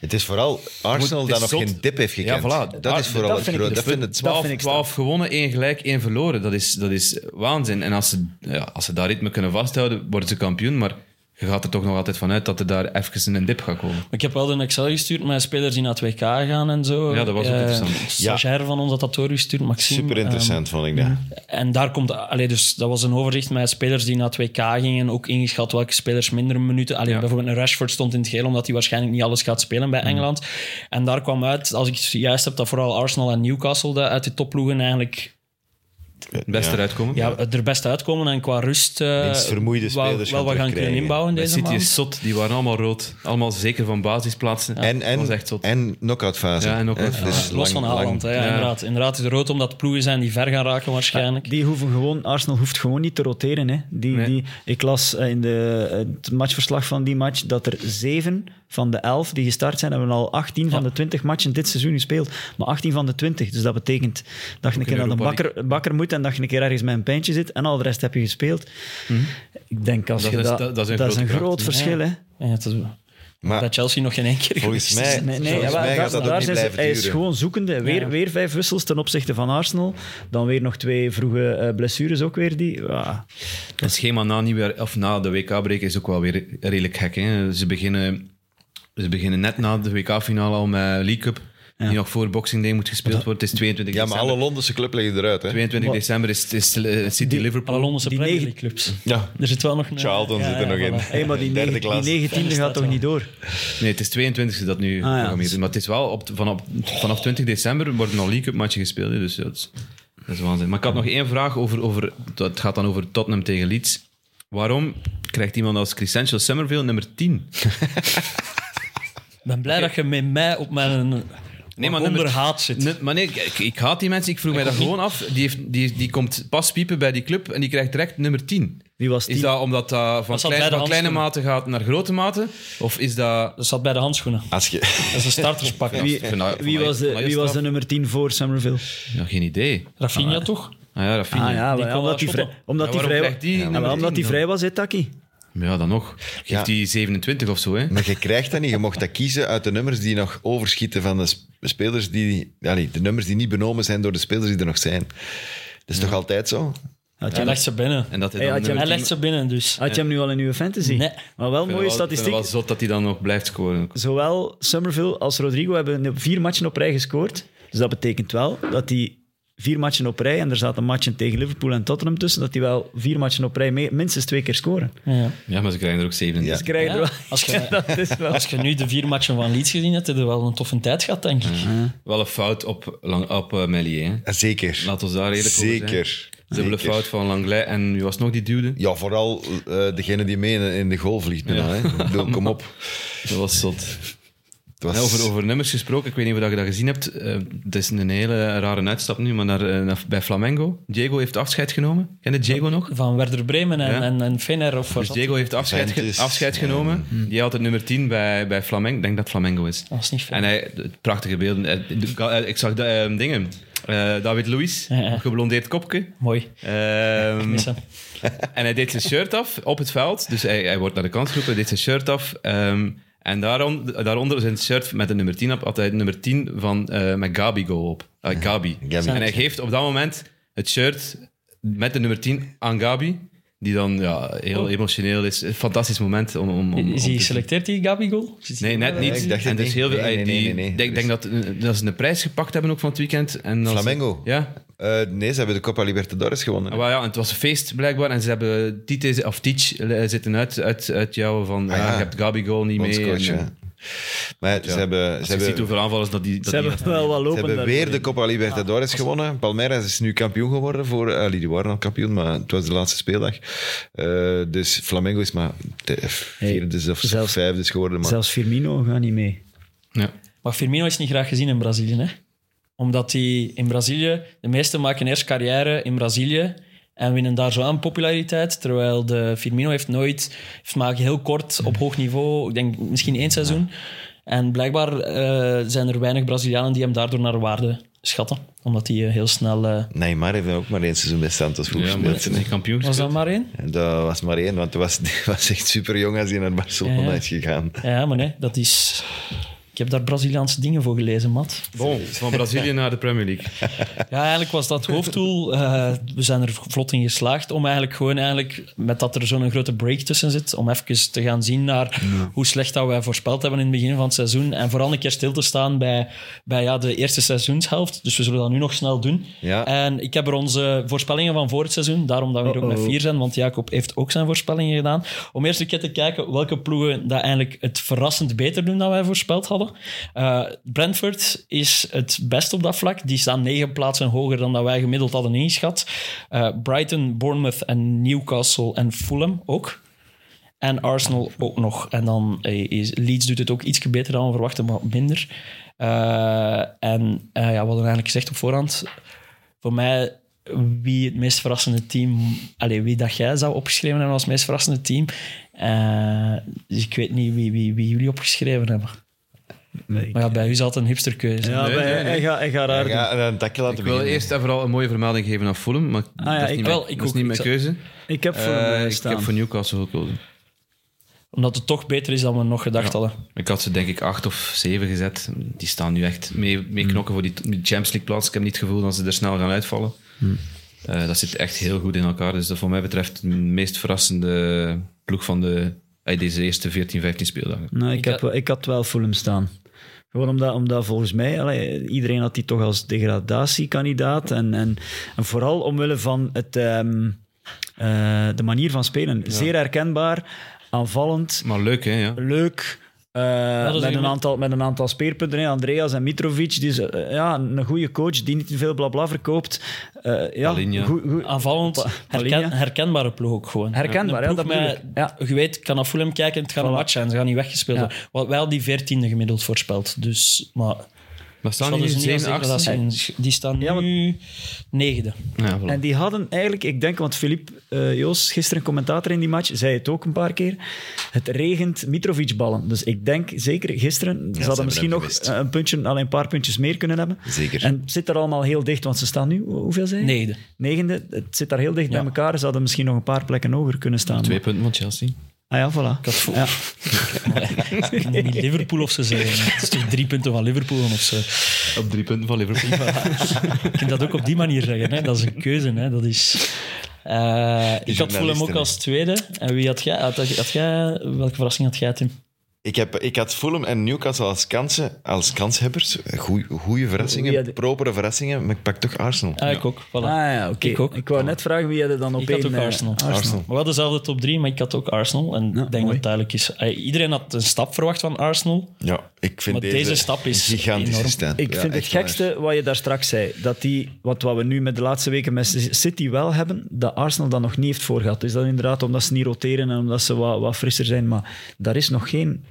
[SPEAKER 2] Het is vooral Arsenal
[SPEAKER 3] Moet-
[SPEAKER 2] dat
[SPEAKER 3] het
[SPEAKER 2] nog
[SPEAKER 3] is zot.
[SPEAKER 2] geen dip heeft gekend.
[SPEAKER 3] Ja, voilà.
[SPEAKER 2] Dat
[SPEAKER 3] Ah,
[SPEAKER 2] is vooral
[SPEAKER 5] dat
[SPEAKER 2] het
[SPEAKER 5] vind ik
[SPEAKER 2] grote.
[SPEAKER 5] de
[SPEAKER 2] Dat vind het
[SPEAKER 3] 12,
[SPEAKER 5] vind ik
[SPEAKER 3] 12 gewonnen, 1 gelijk, 1 verloren. Dat is, dat is waanzin. En als ze, ja, als ze dat ritme kunnen vasthouden, worden ze kampioen. Maar je gaat er toch nog altijd vanuit dat er daar even een dip gaat komen.
[SPEAKER 4] Ik heb wel een Excel gestuurd met spelers die naar het WK gaan en zo.
[SPEAKER 3] Ja, dat was ook
[SPEAKER 4] Eh,
[SPEAKER 3] interessant.
[SPEAKER 4] Stagiair van ons had dat doorgestuurd, Maxime.
[SPEAKER 2] super interessant,
[SPEAKER 3] Ehm,
[SPEAKER 2] vond ik dat.
[SPEAKER 4] Eh, en daar komt... Allee, dus dat was een overzicht met spelers die naar het WK gingen. Ook ingeschat welke spelers minder minuten... Allee,
[SPEAKER 3] Ja. Mm.
[SPEAKER 4] Bijvoorbeeld een Rashford stond in het geel, omdat hij waarschijnlijk niet alles gaat spelen bij Engeland. En daar kwam uit, als ik het juist heb, dat vooral Arsenal en Newcastle dat uit de topploegen eigenlijk
[SPEAKER 3] Het beste
[SPEAKER 2] Ja.
[SPEAKER 3] eruit komen.
[SPEAKER 4] ja, er best uitkomen. En qua rust eh,
[SPEAKER 2] Minst vermoeide
[SPEAKER 4] wel,
[SPEAKER 2] spelers
[SPEAKER 4] wel
[SPEAKER 2] gaan
[SPEAKER 4] wat gaan kunnen
[SPEAKER 2] terugkrijgen.
[SPEAKER 4] inbouwen
[SPEAKER 3] Bij
[SPEAKER 4] deze
[SPEAKER 3] City
[SPEAKER 4] maand.
[SPEAKER 3] is zot, die waren allemaal rood. Allemaal zeker van basisplaatsen.
[SPEAKER 2] En,
[SPEAKER 3] dat
[SPEAKER 2] en,
[SPEAKER 3] was echt zot.
[SPEAKER 2] en knock-outfase.
[SPEAKER 3] Ja, en knock-outfase.
[SPEAKER 2] Eh, dus
[SPEAKER 4] Los
[SPEAKER 2] lang-
[SPEAKER 4] van Haaland,
[SPEAKER 2] lang-
[SPEAKER 4] hè, ja, inderdaad. Inderdaad, het is rood omdat het ploegen zijn die ver gaan raken waarschijnlijk.
[SPEAKER 5] Die hoeven gewoon, Arsenal hoeft gewoon niet te roteren. Hè. Die,
[SPEAKER 3] Nee.
[SPEAKER 5] die, ik las eh, in de, het matchverslag van die match dat er zeven van de elf die gestart zijn, hebben al 18 van de 20 matchen dit seizoen gespeeld. Maar 18 van de 20. Dus dat betekent dat je een keer naar de
[SPEAKER 3] Europa
[SPEAKER 5] bakker, bakker moet en dat je een keer ergens met een pijntje zit en al de rest heb je gespeeld. Ik denk als
[SPEAKER 3] Mhm. Dat
[SPEAKER 5] je
[SPEAKER 3] is-
[SPEAKER 5] dat,
[SPEAKER 3] dat- dat is een grote kracht.
[SPEAKER 5] groot verschil. Hè.
[SPEAKER 4] Ja, het is-
[SPEAKER 2] Maar
[SPEAKER 4] bij Chelsea nog geen één keer
[SPEAKER 2] volgens
[SPEAKER 4] geweest.
[SPEAKER 2] mij,
[SPEAKER 5] Nee, nee,
[SPEAKER 2] volgens
[SPEAKER 5] ja,
[SPEAKER 2] mij
[SPEAKER 5] daar-
[SPEAKER 2] gaat dat
[SPEAKER 5] daar
[SPEAKER 2] ook niet
[SPEAKER 5] zijn ze-
[SPEAKER 2] blijven
[SPEAKER 5] Hij
[SPEAKER 2] duren.
[SPEAKER 5] is gewoon zoekende. Weer,
[SPEAKER 4] Ja.
[SPEAKER 5] weer vijf wissels ten opzichte van Arsenal. Dan weer nog twee vroege eh, blessures ook weer. Die, ja.
[SPEAKER 3] Het schema na, nieuwjaar, of na de WK-break is ook wel weer redelijk gek. Hè? Ze, beginnen, ze beginnen net na de WK-finale al met League Cup. Die nog voor Boxing Day moet gespeeld worden. Het is 22
[SPEAKER 2] Ja, maar
[SPEAKER 3] december.
[SPEAKER 2] alle Londense club liggen eruit. Hè?
[SPEAKER 3] 22 december is, is eh, City
[SPEAKER 4] Alle
[SPEAKER 3] Liverpool.
[SPEAKER 4] Londense
[SPEAKER 5] Die
[SPEAKER 4] Premier
[SPEAKER 5] negen-
[SPEAKER 4] League clubs.
[SPEAKER 2] Ja.
[SPEAKER 4] Er zit wel nog een...
[SPEAKER 2] Charlton
[SPEAKER 4] ja,
[SPEAKER 2] zit er
[SPEAKER 4] ja,
[SPEAKER 2] nog in.
[SPEAKER 4] voilà.
[SPEAKER 5] Hey, maar die,
[SPEAKER 2] Derde
[SPEAKER 5] nege- die
[SPEAKER 2] klas.
[SPEAKER 5] 19e
[SPEAKER 4] Ja,
[SPEAKER 5] gaat
[SPEAKER 4] dat
[SPEAKER 5] toch
[SPEAKER 4] wel.
[SPEAKER 5] niet door?
[SPEAKER 3] Nee, het is 22 dat
[SPEAKER 5] Ah,
[SPEAKER 3] nu geprogrammeerd is. Maar het is wel op, vanaf, vanaf 20 december worden al League Cup matchen gespeeld. hè. Dus ja, dat, is, dat is waanzin. Maar ik had nog één vraag over, over. Het gaat dan over Tottenham tegen Leeds. Waarom krijgt iemand als Crescentio Summerville nummer 10?
[SPEAKER 4] Ik ben blij dat je met mij op mijn nee, maar
[SPEAKER 3] nummer-
[SPEAKER 4] onderhaat zit.
[SPEAKER 3] Nee, maar nee, ik, ik haat die mensen. Ik vroeg mij dat gewoon af. Die, heeft, die, die komt pas piepen bij die club en die krijgt direct nummer 10.
[SPEAKER 5] Wie was
[SPEAKER 3] Is
[SPEAKER 5] die?
[SPEAKER 3] dat omdat dat van,
[SPEAKER 4] zat
[SPEAKER 3] klein-
[SPEAKER 4] bij de
[SPEAKER 3] van kleine mate
[SPEAKER 4] handschoenen.
[SPEAKER 3] gaat naar grote mate? Of is dat...
[SPEAKER 4] Dat zat bij de handschoenen.
[SPEAKER 2] Als je,
[SPEAKER 4] Dat is een starterspak.
[SPEAKER 5] Wie,
[SPEAKER 3] Van- van-
[SPEAKER 5] Eh, wie, was de,
[SPEAKER 3] van-
[SPEAKER 5] wie was de nummer 10 voor Somerville?
[SPEAKER 3] Ja, geen idee.
[SPEAKER 4] Rafinha toch?
[SPEAKER 3] Ah ja, Rafinha.
[SPEAKER 5] Ah ja,
[SPEAKER 4] Die
[SPEAKER 5] maar
[SPEAKER 4] kon
[SPEAKER 5] omdat
[SPEAKER 4] wel
[SPEAKER 5] hij vrij,
[SPEAKER 4] shotten.
[SPEAKER 5] omdat
[SPEAKER 3] Ja,
[SPEAKER 5] die
[SPEAKER 3] waarom
[SPEAKER 5] vrij,
[SPEAKER 3] krijgt die
[SPEAKER 5] Ja, maar
[SPEAKER 3] nummer
[SPEAKER 5] omdat
[SPEAKER 3] 10
[SPEAKER 5] die vrij was, hè, Taki?
[SPEAKER 3] Maar ja, dan nog. Geeft
[SPEAKER 2] Ja.
[SPEAKER 3] die 27 of zo, hè?
[SPEAKER 2] maar je krijgt dat niet. Je mocht dat kiezen uit de nummers die nog overschieten van de sp- spelers die... allee, de nummers die niet benomen zijn door de spelers die er nog zijn. Dat is toch altijd zo?
[SPEAKER 5] Had je,
[SPEAKER 4] Hij
[SPEAKER 5] hem,
[SPEAKER 4] legt ze binnen.
[SPEAKER 3] En dat hij
[SPEAKER 5] Hey,
[SPEAKER 3] dan
[SPEAKER 5] had je-
[SPEAKER 3] nummer 10
[SPEAKER 4] Hij legt ze binnen, dus.
[SPEAKER 5] had je hem nu al in uw fantasy?
[SPEAKER 4] Nee.
[SPEAKER 5] Maar wel mooie
[SPEAKER 3] Ik vind het
[SPEAKER 5] statistiek.
[SPEAKER 3] wel zot dat hij dan nog blijft scoren.
[SPEAKER 5] Zowel Somerville als Rodrigo hebben vier matchen op rij gescoord. Dus dat betekent wel dat die vier matchen op rij, en er zaten matchen tegen Liverpool en Tottenham tussen, dat die wel vier matchen op rij mee, minstens twee keer scoren.
[SPEAKER 4] Ja.
[SPEAKER 3] Ja, maar ze krijgen er ook 27.
[SPEAKER 5] Dus krijg je er
[SPEAKER 4] Ja,
[SPEAKER 5] wel-
[SPEAKER 4] Als je,
[SPEAKER 5] dat is wel...
[SPEAKER 4] als je nu de vier matchen van Leeds gezien hebt, heb je wel een toffe tijd gehad, denk ik.
[SPEAKER 3] Wel een fout op, lang, op eh, Melier, hè?
[SPEAKER 2] Ja, Zeker.
[SPEAKER 3] Laat ons daar eerlijk over zijn.
[SPEAKER 2] Zeker.
[SPEAKER 3] Dubbele
[SPEAKER 2] Zeker.
[SPEAKER 3] fout van Langley en wie was nog die duwde?
[SPEAKER 2] Ja, vooral eh, degene die mee in- in de goal vliegt. bijna, hè. Ik bedoel, kom op.
[SPEAKER 3] Dat was zot.
[SPEAKER 2] Het was...
[SPEAKER 3] Ja, over, over nummers gesproken, ik weet niet of dat je dat gezien hebt. Eh het is een hele rare uitstap nu, maar naar, eh, naar- bij Flamengo. Diego heeft afscheid genomen. Ken je Diego nog?
[SPEAKER 4] Van Werder Bremen en,
[SPEAKER 3] Ja.
[SPEAKER 4] en, en Fener of
[SPEAKER 3] Dus
[SPEAKER 4] wat.
[SPEAKER 3] Diego heeft afscheid, ge-
[SPEAKER 2] Juventus. eh,
[SPEAKER 3] afscheid genomen. Die had het nummer 10 bij, bij Flamengo. Ik denk dat Flamengo is.
[SPEAKER 4] Dat is niet veel.
[SPEAKER 3] En hij, het prachtige beelden. Eh, de- ga- eh, Ik zag da- eh, dingen. Eh, David Luiz,
[SPEAKER 4] Ja, ja.
[SPEAKER 3] geblondeerd kopje.
[SPEAKER 4] Mooi.
[SPEAKER 3] Ehm,
[SPEAKER 4] Missen.
[SPEAKER 3] en hij deed zijn shirt af op het veld. Dus hij, hij wordt naar de kant geroepen, deed zijn shirt af. Ehm, en daarom, daaronder zijn shirt met de nummer 10 op, had hij het nummer 10 van eh met Gabigo op. Eh, Gabi.
[SPEAKER 2] Gabi.
[SPEAKER 3] En hij geeft op dat moment het shirt met de nummer 10 aan Gabi. Die dan ja, heel emotioneel is. Een fantastisch moment om, om, om, om
[SPEAKER 4] Oh. Is hij
[SPEAKER 3] te zien.
[SPEAKER 4] geselecteerd, die Gabigol?
[SPEAKER 3] Nee, net
[SPEAKER 2] Ja,
[SPEAKER 3] niet.
[SPEAKER 2] ik dacht
[SPEAKER 3] en
[SPEAKER 2] het
[SPEAKER 3] dus
[SPEAKER 2] niet.
[SPEAKER 3] heel veel.
[SPEAKER 2] Nee,
[SPEAKER 3] eh,
[SPEAKER 2] nee, nee,
[SPEAKER 3] die-
[SPEAKER 2] nee,
[SPEAKER 3] Ik
[SPEAKER 2] er
[SPEAKER 3] denk,
[SPEAKER 2] is-
[SPEAKER 3] denk dat, eh, dat ze een prijs gepakt hebben ook van het weekend. En dat ze-
[SPEAKER 2] Flamengo?
[SPEAKER 3] Ja,
[SPEAKER 2] Eh, nee, ze hebben de Copa Libertadores gewonnen.
[SPEAKER 3] Ah, wel ja, en het was een feest blijkbaar. En ze hebben Tite of Teach eh, zitten uit, uit, uit jou van
[SPEAKER 2] Ah,
[SPEAKER 3] ja,
[SPEAKER 2] ja.
[SPEAKER 3] je hebt Gabigol niet
[SPEAKER 2] Ons
[SPEAKER 3] mee.
[SPEAKER 2] coach,
[SPEAKER 3] en,
[SPEAKER 2] ja.
[SPEAKER 3] eh,
[SPEAKER 2] Maar ze hebben,
[SPEAKER 3] Als
[SPEAKER 2] ze
[SPEAKER 3] je
[SPEAKER 2] hebben,
[SPEAKER 3] ziet hoeveel aanvallers dat die... Dat
[SPEAKER 5] Ze
[SPEAKER 3] die-
[SPEAKER 5] hebben wel wat
[SPEAKER 2] ze
[SPEAKER 5] lopen
[SPEAKER 2] hebben
[SPEAKER 5] daar.
[SPEAKER 2] weer de Copa Libertadores gewonnen. Palmeiras is nu kampioen geworden. Voor, eh, allee, die waren al kampioen, maar het was de laatste speeldag. Eh, dus Flamengo is maar de- vierde of
[SPEAKER 5] zelfs-
[SPEAKER 2] vijfde is geworden. Maar
[SPEAKER 5] Zelfs Firmino gaat niet mee.
[SPEAKER 3] ja.
[SPEAKER 4] Maar Firmino is niet graag gezien in Brazilië. Hè? Omdat hij in Brazilië... De meesten maken eerst carrière in Brazilië en winnen daar zo aan populariteit. Terwijl de Firmino heeft nooit... Heeft maar heel kort op hoog niveau. Ik denk misschien één seizoen. En blijkbaar eh, zijn er weinig Brazilianen die hem daardoor naar waarde schatten. Omdat hij eh, heel snel... eh,
[SPEAKER 2] Neymar heeft ook maar één seizoen bij Santos goed
[SPEAKER 3] Ja, maar
[SPEAKER 2] gespeeld.
[SPEAKER 3] het is een kampioen.
[SPEAKER 4] was dat maar één?
[SPEAKER 2] En dat was maar één, want hij was, die was echt super jong als hij naar Barcelona
[SPEAKER 4] Ja, ja.
[SPEAKER 2] is gegaan.
[SPEAKER 4] Ja, maar nee, dat is... Ik heb daar Braziliaanse dingen voor gelezen, Matt.
[SPEAKER 3] Bon, van Brazilië naar de Premier League.
[SPEAKER 4] Ja, eigenlijk was dat hoofddoel. eh, we zijn er vlot in geslaagd om eigenlijk gewoon eigenlijk, met dat er zo'n grote break tussen zit, om even te gaan zien naar hoe slecht dat wij voorspeld hebben in het begin van het seizoen. En vooral een keer stil te staan bij, bij ja, de eerste seizoenshelft. Dus we zullen dat nu nog snel doen.
[SPEAKER 2] Ja.
[SPEAKER 4] En ik heb er onze voorspellingen van voor het seizoen, daarom dat we hier ook met vier zijn, want Jacob heeft ook zijn voorspellingen gedaan. Om eerst een keer te kijken welke ploegen dat eigenlijk het verrassend beter doen dan wij voorspeld hadden. Eh, Brentford is het best op dat vlak. Die staan negen plaatsen hoger dan dat wij gemiddeld hadden ingeschat. Eh, Brighton, Bournemouth en Newcastle en Fulham ook. En Arsenal ook nog. En dan eh, is, Leeds doet het ook iets beter dan we verwachten, maar minder. Eh, en eh, ja, we hadden eigenlijk gezegd op voorhand... Voor mij, wie het meest verrassende team... Allee, wie dat jij zou opgeschreven hebben als meest verrassende team... Eh, dus ik weet niet wie, wie, wie jullie opgeschreven hebben.
[SPEAKER 5] Nee, ik- eh,
[SPEAKER 4] Maar ja, bij u zat een hipsterkeuze.
[SPEAKER 5] Ja,
[SPEAKER 3] Nee,
[SPEAKER 5] maar
[SPEAKER 3] nee,
[SPEAKER 5] hij-
[SPEAKER 3] nee.
[SPEAKER 5] Hij, gaat, hij gaat raar doen.
[SPEAKER 2] Ja, en dan Takke laten
[SPEAKER 3] Ik wil
[SPEAKER 2] beginnen.
[SPEAKER 3] eerst en vooral een mooie vermelding geven aan Fulham, maar
[SPEAKER 5] ja,
[SPEAKER 3] dat is
[SPEAKER 5] ik
[SPEAKER 3] niet
[SPEAKER 4] wel,
[SPEAKER 3] mijn,
[SPEAKER 4] ik
[SPEAKER 3] dat is
[SPEAKER 4] ook.
[SPEAKER 3] niet
[SPEAKER 4] Ik
[SPEAKER 3] mijn
[SPEAKER 4] zal-
[SPEAKER 3] keuze.
[SPEAKER 5] Ik heb voor
[SPEAKER 3] Eh,
[SPEAKER 5] hem
[SPEAKER 3] ik
[SPEAKER 5] staan.
[SPEAKER 3] heb voor Newcastle gekozen.
[SPEAKER 4] Omdat het toch beter is dan we nog gedacht hadden.
[SPEAKER 3] Ik had ze denk ik acht of zeven gezet. Die staan nu echt mee,
[SPEAKER 4] Hmm.
[SPEAKER 3] mee knokken voor die die Champions League plaats. Ik heb niet het gevoel dat ze er snel gaan uitvallen.
[SPEAKER 4] Hmm.
[SPEAKER 3] Eh, dat zit echt heel goed in elkaar. Dus dat voor mij betreft de meest verrassende ploeg van de, eh, deze eerste 14, 15 speeldagen.
[SPEAKER 5] Nou, ik,
[SPEAKER 4] Ik
[SPEAKER 5] heb, ik had wel Fulham staan. Gewoon omdat, omdat volgens mij, allee, iedereen had die toch als degradatiekandidaat. En, en, en vooral omwille van het, ehm, eh, de manier van spelen. Zeer herkenbaar, aanvallend,
[SPEAKER 3] Maar leuk, hè? Ja.
[SPEAKER 5] leuk. eh,
[SPEAKER 4] dat is
[SPEAKER 5] met, een
[SPEAKER 4] iemand-
[SPEAKER 5] aantal, met een aantal speerpunten. hè. Andreas en Mitrovic. Dus, eh, ja, een goede coach die niet te veel blabla verkoopt. Eh, ja,
[SPEAKER 3] Palinja.
[SPEAKER 5] goed- goed-
[SPEAKER 4] Aanvallend,
[SPEAKER 5] Pa-
[SPEAKER 4] herken,
[SPEAKER 5] Palinja.
[SPEAKER 4] herkenbare ploeg ook gewoon.
[SPEAKER 5] Herkenbaar,
[SPEAKER 4] Een
[SPEAKER 5] ja,
[SPEAKER 4] ploeg
[SPEAKER 5] dat bedoel
[SPEAKER 4] met-
[SPEAKER 5] ik. Ja.
[SPEAKER 4] Je weet, ik kan naar Fulham kijken, het gaat een
[SPEAKER 5] Voilà.
[SPEAKER 4] match zijn. Ze gaan niet weggespeeld
[SPEAKER 5] Ja.
[SPEAKER 4] worden. Wat Wel die veertiende gemiddeld voorspeld. Dus, maar
[SPEAKER 3] Maar staan
[SPEAKER 4] dat
[SPEAKER 3] die
[SPEAKER 4] is
[SPEAKER 3] in
[SPEAKER 4] niet als
[SPEAKER 3] zeven, acht?
[SPEAKER 4] degradatie in. Die staan
[SPEAKER 5] Ja, Hm. maar-
[SPEAKER 4] nu negende.
[SPEAKER 3] Ja, voilà.
[SPEAKER 5] En die hadden eigenlijk, ik denk, want Filip eh, Joos, gisteren commentator in die match, zei het ook een paar keer. Het regent Mitrovic-ballen. Dus ik denk zeker gisteren, ze hadden
[SPEAKER 2] hebben
[SPEAKER 5] misschien
[SPEAKER 2] hem
[SPEAKER 5] nog
[SPEAKER 2] gemist.
[SPEAKER 5] een, puntje, alleen een paar puntjes meer kunnen hebben.
[SPEAKER 2] Zeker.
[SPEAKER 5] En het zit er allemaal heel dicht, want ze staan nu, hoe- hoeveel zijn?
[SPEAKER 4] Negende.
[SPEAKER 5] Negende. Het zit daar heel dicht bij elkaar. Ze hadden misschien nog een paar plekken hoger kunnen staan.
[SPEAKER 3] Twee punten van Chelsea.
[SPEAKER 5] Ah ja, voilà. Ja.
[SPEAKER 4] Ik moet niet Liverpool of ze zeggen. Het is toch drie punten van Liverpool of zo.
[SPEAKER 3] Op drie punten van Liverpool.
[SPEAKER 4] Je kunt dat ook op die manier zeggen. Hè? Dat is een keuze. Hè? Dat is... Eh, ik had Fulham
[SPEAKER 2] journalisten,
[SPEAKER 4] ook
[SPEAKER 2] hè.
[SPEAKER 4] als tweede. En wie had jij, had, had jij... Welke verrassing had jij, Tim?
[SPEAKER 2] Ik, heb, ik had Fulham en Newcastle als, kansen, als kanshebbers. Goede verrassingen,
[SPEAKER 5] Wie had-
[SPEAKER 2] propere verrassingen, maar ik pak toch Arsenal.
[SPEAKER 4] Ah, ik ook. Voilà.
[SPEAKER 5] Ah ja, oké.
[SPEAKER 4] Ik ook.
[SPEAKER 5] Ik wou net vragen wie je dan op
[SPEAKER 4] Ik
[SPEAKER 5] één...
[SPEAKER 4] had ook
[SPEAKER 5] eh,
[SPEAKER 4] Arsenal.
[SPEAKER 2] Arsenal.
[SPEAKER 4] We hadden dezelfde top 3, maar ik had ook Arsenal. En ik denk dat
[SPEAKER 5] mooi.
[SPEAKER 4] het duidelijk is. Eh, Iedereen had een stap verwacht van Arsenal.
[SPEAKER 2] Ja, ik vind
[SPEAKER 4] Maar
[SPEAKER 2] deze,
[SPEAKER 4] deze stap is
[SPEAKER 2] gigantisch
[SPEAKER 4] enorm.
[SPEAKER 2] stand.
[SPEAKER 5] Ik
[SPEAKER 2] Ja,
[SPEAKER 5] vind het
[SPEAKER 2] echt waar.
[SPEAKER 5] gekste wat je daar straks zei. Dat die, wat, wat we nu met de laatste weken met City wel hebben, dat Arsenal dat nog niet heeft voor gehad. Is dat inderdaad omdat ze niet roteren en omdat ze wat, wat frisser zijn. Maar daar is nog geen,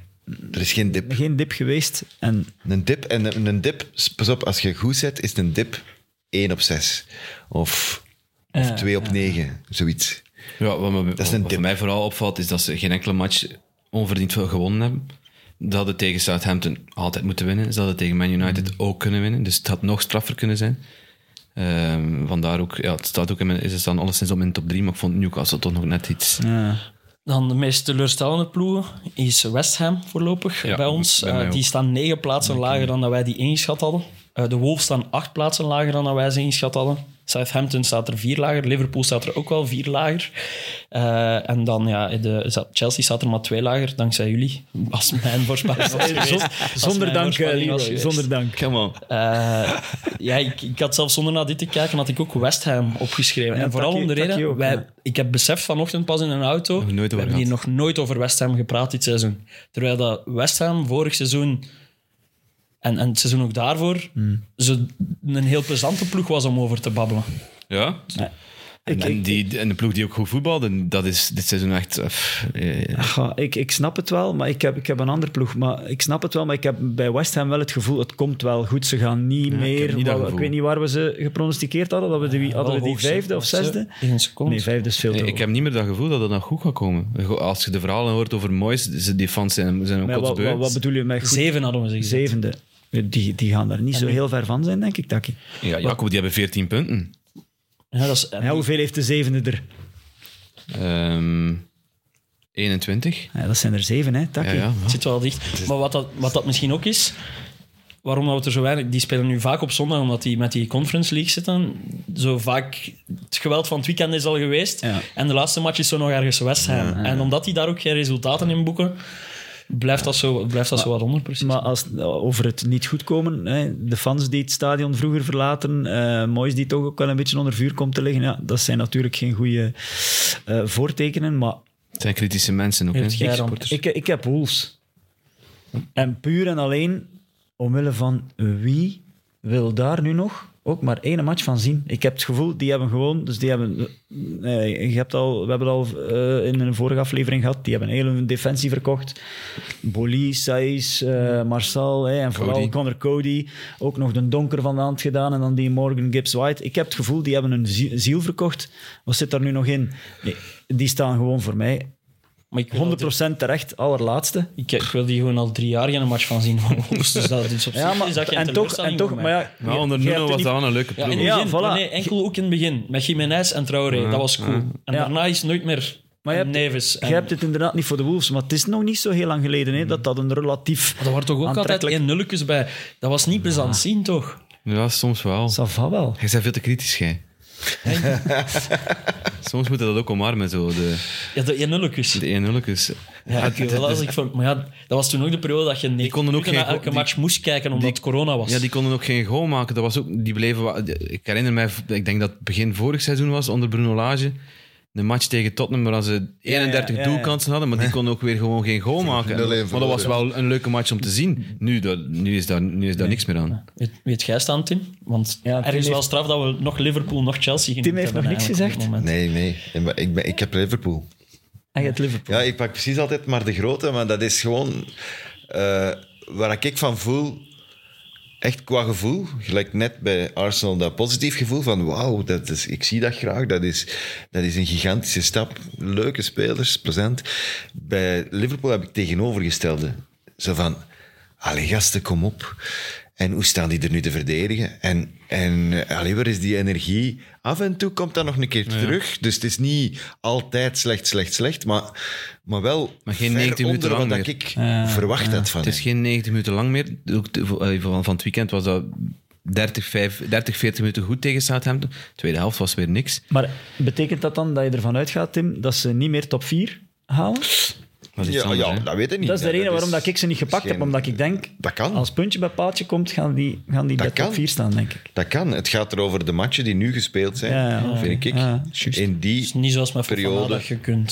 [SPEAKER 2] Er is geen dip.
[SPEAKER 5] geen dip geweest. En
[SPEAKER 2] Een dip, en een, een dip, pas op, als je goed zet, is een dip 1 op 6. Of, of
[SPEAKER 4] Eh,
[SPEAKER 2] 2 op 9, zoiets.
[SPEAKER 3] Ja, wat, me,
[SPEAKER 2] is
[SPEAKER 3] wat-
[SPEAKER 2] een
[SPEAKER 3] wat
[SPEAKER 2] tip.
[SPEAKER 3] mij vooral opvalt, is dat ze geen enkele match onverdiend veel gewonnen hebben. Dat hadden tegen Southampton altijd moeten winnen. Ze hadden tegen Man United
[SPEAKER 5] Mm.
[SPEAKER 3] ook kunnen winnen. Dus het had nog straffer kunnen zijn. Ehm, vandaar ook, ja, het staat ook in mijn, ze staan alleszins op mijn top 3, maar ik vond Newcastle toch nog net iets.
[SPEAKER 5] ja.
[SPEAKER 4] Dan de meest teleurstellende ploeg is West Ham voorlopig
[SPEAKER 3] Ja,
[SPEAKER 4] bij ons.
[SPEAKER 3] bij
[SPEAKER 4] Eh,
[SPEAKER 3] mij ook.
[SPEAKER 4] die staan negen plaatsen lager dan dat wij die ingeschat hadden. Eh, de Wolves staan acht plaatsen lager dan dat wij ze ingeschat hadden. Southampton staat er vier lager. Liverpool staat er ook wel vier lager. Eh, en dan ja, de, Chelsea staat er maar twee lager, dankzij jullie. Als mijn voorspelling was geweest. Als
[SPEAKER 5] Zonder
[SPEAKER 4] mijn
[SPEAKER 5] dank, eh,
[SPEAKER 4] voorspelling was
[SPEAKER 5] Leroy.
[SPEAKER 4] geweest.
[SPEAKER 5] Zonder dank.
[SPEAKER 3] Come on.
[SPEAKER 4] Eh, ja, ik, ik had zelfs zonder naar dit te kijken, had ik ook West Ham opgeschreven.
[SPEAKER 5] Ja,
[SPEAKER 4] en vooral
[SPEAKER 5] Taki-
[SPEAKER 4] om de
[SPEAKER 5] Taki
[SPEAKER 4] reden,
[SPEAKER 5] ook,
[SPEAKER 4] wij,
[SPEAKER 5] ja.
[SPEAKER 4] ik heb beseft vanochtend pas in een auto,
[SPEAKER 3] Nog nooit
[SPEAKER 4] we
[SPEAKER 3] over
[SPEAKER 4] hebben
[SPEAKER 3] gehad.
[SPEAKER 4] hier nog nooit over West Ham gepraat dit seizoen. Terwijl dat West Ham vorig seizoen, en, en het seizoen ook
[SPEAKER 3] Hmm.
[SPEAKER 4] daarvoor, ze een heel plezante ploeg was om over te babbelen.
[SPEAKER 3] Ja? En,
[SPEAKER 5] Ik-
[SPEAKER 3] en
[SPEAKER 5] ik-
[SPEAKER 3] die, en de ploeg die ook goed voetbalde, dat is dit seizoen echt... eh, pff, eh,
[SPEAKER 5] Ga, ik, ik snap het wel, maar ik heb, ik heb een ander ploeg. Maar ik snap het wel, maar ik heb bij West Ham wel het gevoel, het komt wel goed. Ze gaan niet
[SPEAKER 3] ik
[SPEAKER 5] meer...
[SPEAKER 3] heb niet dat
[SPEAKER 5] waar we-
[SPEAKER 3] gevoel.
[SPEAKER 5] weet niet waar we ze gepronosticeerd hadden. Hadden we die, hadden we die vijfde of zesde?
[SPEAKER 4] In seconde.
[SPEAKER 5] Nee, vijfde is veel te
[SPEAKER 3] eh,
[SPEAKER 5] hoog.
[SPEAKER 3] ik heb niet meer dat gevoel dat dat nog goed gaat komen. Go- Als je de verhalen hoort over Moyes, ze- die fans zijn, zijn ook
[SPEAKER 5] Maar wat,
[SPEAKER 3] kotsbeu.
[SPEAKER 5] wat, wat bedoel je met goed?
[SPEAKER 4] Zeven hadden we ze gezet.
[SPEAKER 5] Zevende. Die, die gaan daar niet zo heel ver van zijn, denk ik, Taki.
[SPEAKER 3] Ja, Jacob, die hebben 14 punten.
[SPEAKER 4] Ja, dat is,
[SPEAKER 5] Ja, hoeveel heeft de zevende er?
[SPEAKER 3] Ehm 21.
[SPEAKER 5] Ja, dat zijn er zeven, hè, Taki.
[SPEAKER 3] Ja, ja.
[SPEAKER 4] Het zit wel
[SPEAKER 5] Dus-
[SPEAKER 4] dicht. Maar wat dat, wat dat misschien ook is, waarom dat we het er zo weinig... Die spelen nu vaak op zondag, omdat die met die Conference League zitten. Zo vaak... Het geweld van het weekend is al geweest.
[SPEAKER 5] Ja.
[SPEAKER 4] En de laatste match is zo nog ergens West Ham. En omdat die daar ook geen resultaten in boeken, blijft dat zo, blijft dat zo wat onder, precies.
[SPEAKER 5] Maar als, over het niet goed komen, hè, de fans die het stadion vroeger verlaten, eh Moyes die toch ook wel een beetje onder vuur komt te liggen, ja, dat zijn natuurlijk geen goede eh, voortekenen, maar
[SPEAKER 3] Het zijn kritische mensen ook. hè.
[SPEAKER 4] Heeft jij dan-
[SPEAKER 3] Supporters.
[SPEAKER 5] ik, ik heb Wolves. En puur en alleen omwille van wie wil daar nu nog ook maar één match van zien. Ik heb het gevoel, die hebben gewoon... Dus die hebben, eh, je hebt al, we hebben al eh, in een vorige aflevering gehad, die hebben heel hun defensie verkocht. Boli, Saïs, eh, Marcel eh, en vooral
[SPEAKER 3] Cody.
[SPEAKER 5] Connor Cody. Ook nog de donker van de hand gedaan en dan die Morgan Gibbs-White. Ik heb het gevoel, die hebben hun zie- ziel verkocht. Wat zit daar nu nog in? Nee, die staan gewoon voor mij
[SPEAKER 4] Maar ik wil,
[SPEAKER 5] 100% terecht, allerlaatste.
[SPEAKER 4] ik, ik wil die gewoon al drie jaar geen match van zien. van Wolves. Dus dat is op zich is dat geen
[SPEAKER 5] en toch, en
[SPEAKER 4] teleurstelling
[SPEAKER 5] toch,
[SPEAKER 4] voor
[SPEAKER 5] maar
[SPEAKER 4] mij.
[SPEAKER 5] ja,
[SPEAKER 3] Nou, onder
[SPEAKER 5] jij hebt
[SPEAKER 3] Nuno
[SPEAKER 5] het
[SPEAKER 3] was
[SPEAKER 5] niet-
[SPEAKER 3] dat wel een leuke
[SPEAKER 4] Ja,
[SPEAKER 3] ploeg.
[SPEAKER 4] in het
[SPEAKER 5] Ja,
[SPEAKER 4] begin.
[SPEAKER 5] voilà.
[SPEAKER 4] Nee, enkel ook in het begin. Met Jiménez en Traoré. dat was cool. En
[SPEAKER 5] Ja.
[SPEAKER 4] daarna is het nooit meer...
[SPEAKER 5] Maar je
[SPEAKER 4] en
[SPEAKER 5] hebt-
[SPEAKER 4] Neves.
[SPEAKER 5] Jij
[SPEAKER 4] en-
[SPEAKER 5] hebt het inderdaad niet voor de Wolves, maar het is nog niet zo heel lang geleden hè, dat dat een relatief.
[SPEAKER 4] Maar er waren toch ook altijd
[SPEAKER 5] aantrekkelijk-
[SPEAKER 4] één nulletjes bij. Dat was niet plezant zien, toch?
[SPEAKER 3] Ja, soms wel.
[SPEAKER 5] Ça va wel.
[SPEAKER 3] Jij bent veel te kritisch, jij. soms moet je dat ook omarmen, zo. De,
[SPEAKER 4] Ja, de één nulletjes.
[SPEAKER 3] de 1 0
[SPEAKER 4] Ja, ik weet wel, als ik van, maar ja, dat was toen ook de periode dat je niet
[SPEAKER 3] konden ook
[SPEAKER 4] naar
[SPEAKER 3] geen-
[SPEAKER 4] elke
[SPEAKER 3] die-
[SPEAKER 4] match moest kijken omdat het corona was.
[SPEAKER 3] Ja, die konden ook geen goal maken. Dat was ook, die bleven, wa- ik herinner mij, ik denk dat het begin vorig seizoen was, onder Bruno Lage. Een match tegen Tottenham waar ze 31
[SPEAKER 5] ja, ja, ja.
[SPEAKER 3] doelkansen hadden, maar die konden ook weer gewoon geen goal maken.
[SPEAKER 2] nul één
[SPEAKER 3] Maar dat was
[SPEAKER 2] verloren.
[SPEAKER 3] wel een leuke match om te zien. Nu, dat, nu is daar, nu is daar niks meer aan.
[SPEAKER 4] Weet, weet jij staan, Tim? Want
[SPEAKER 5] Ja,
[SPEAKER 4] er
[SPEAKER 5] Tim
[SPEAKER 4] is wel
[SPEAKER 5] heeft-
[SPEAKER 4] straf dat we nog Liverpool, nog Chelsea genoemd
[SPEAKER 5] Tim heeft nog
[SPEAKER 4] hebben
[SPEAKER 5] niks
[SPEAKER 4] eigenlijk op dit moment.
[SPEAKER 5] gezegd.
[SPEAKER 2] Nee, nee. En maar Ik, ben, ik heb Liverpool.
[SPEAKER 5] En je hebt Liverpool.
[SPEAKER 2] Ja, ik pak precies altijd maar de grote, maar dat is gewoon eh, waar ik van voel. Echt qua gevoel, gelijk net bij Arsenal, dat positief gevoel van wauw, dat is, ik zie dat graag, dat is, dat is een gigantische stap. Leuke spelers, plezant. Bij Liverpool heb ik tegenovergestelde. Zo van, allee gasten, kom op. En hoe staan die er nu te verdedigen? En, en eh, allee, waar is die energie? Af en toe komt dat nog een keer terug. Dus het is niet altijd slecht, slecht, slecht, maar, maar wel
[SPEAKER 3] Maar geen
[SPEAKER 2] ver
[SPEAKER 3] 19 minuten
[SPEAKER 2] onder
[SPEAKER 3] lang
[SPEAKER 2] wat
[SPEAKER 3] meer.
[SPEAKER 2] ik verwacht had van
[SPEAKER 3] Het is
[SPEAKER 2] hem.
[SPEAKER 3] geen 90 minuten lang meer. Ook te- voor- eh, van, van het weekend was dat 30, 5, 30, 40 minuten goed tegen Southampton. Tweede helft was weer niks.
[SPEAKER 5] Maar betekent dat dan dat je ervan uitgaat, Tim, dat ze niet meer top 4 halen?
[SPEAKER 3] Dat is iets
[SPEAKER 2] Ja,
[SPEAKER 3] anders,
[SPEAKER 2] ja,
[SPEAKER 3] hè.
[SPEAKER 2] dat weet ik niet.
[SPEAKER 5] dat is de
[SPEAKER 2] Ja,
[SPEAKER 5] reden waarom
[SPEAKER 2] is-
[SPEAKER 5] dat ik ze niet gepakt
[SPEAKER 2] geen-
[SPEAKER 5] heb, omdat ik denk,
[SPEAKER 2] Dat kan.
[SPEAKER 5] als puntje bij paaltje komt, gaan die, gaan die
[SPEAKER 2] Dat
[SPEAKER 5] bij top
[SPEAKER 2] kan.
[SPEAKER 5] 4 staan, denk ik.
[SPEAKER 2] Dat kan. Het gaat er over de matchen die nu gespeeld zijn,
[SPEAKER 5] Ja, ja,
[SPEAKER 2] vind ik.
[SPEAKER 5] Ja, juist.
[SPEAKER 2] In
[SPEAKER 4] Het is
[SPEAKER 2] die...
[SPEAKER 4] niet zoals met
[SPEAKER 2] Periode.
[SPEAKER 4] Fofana dat je kunt.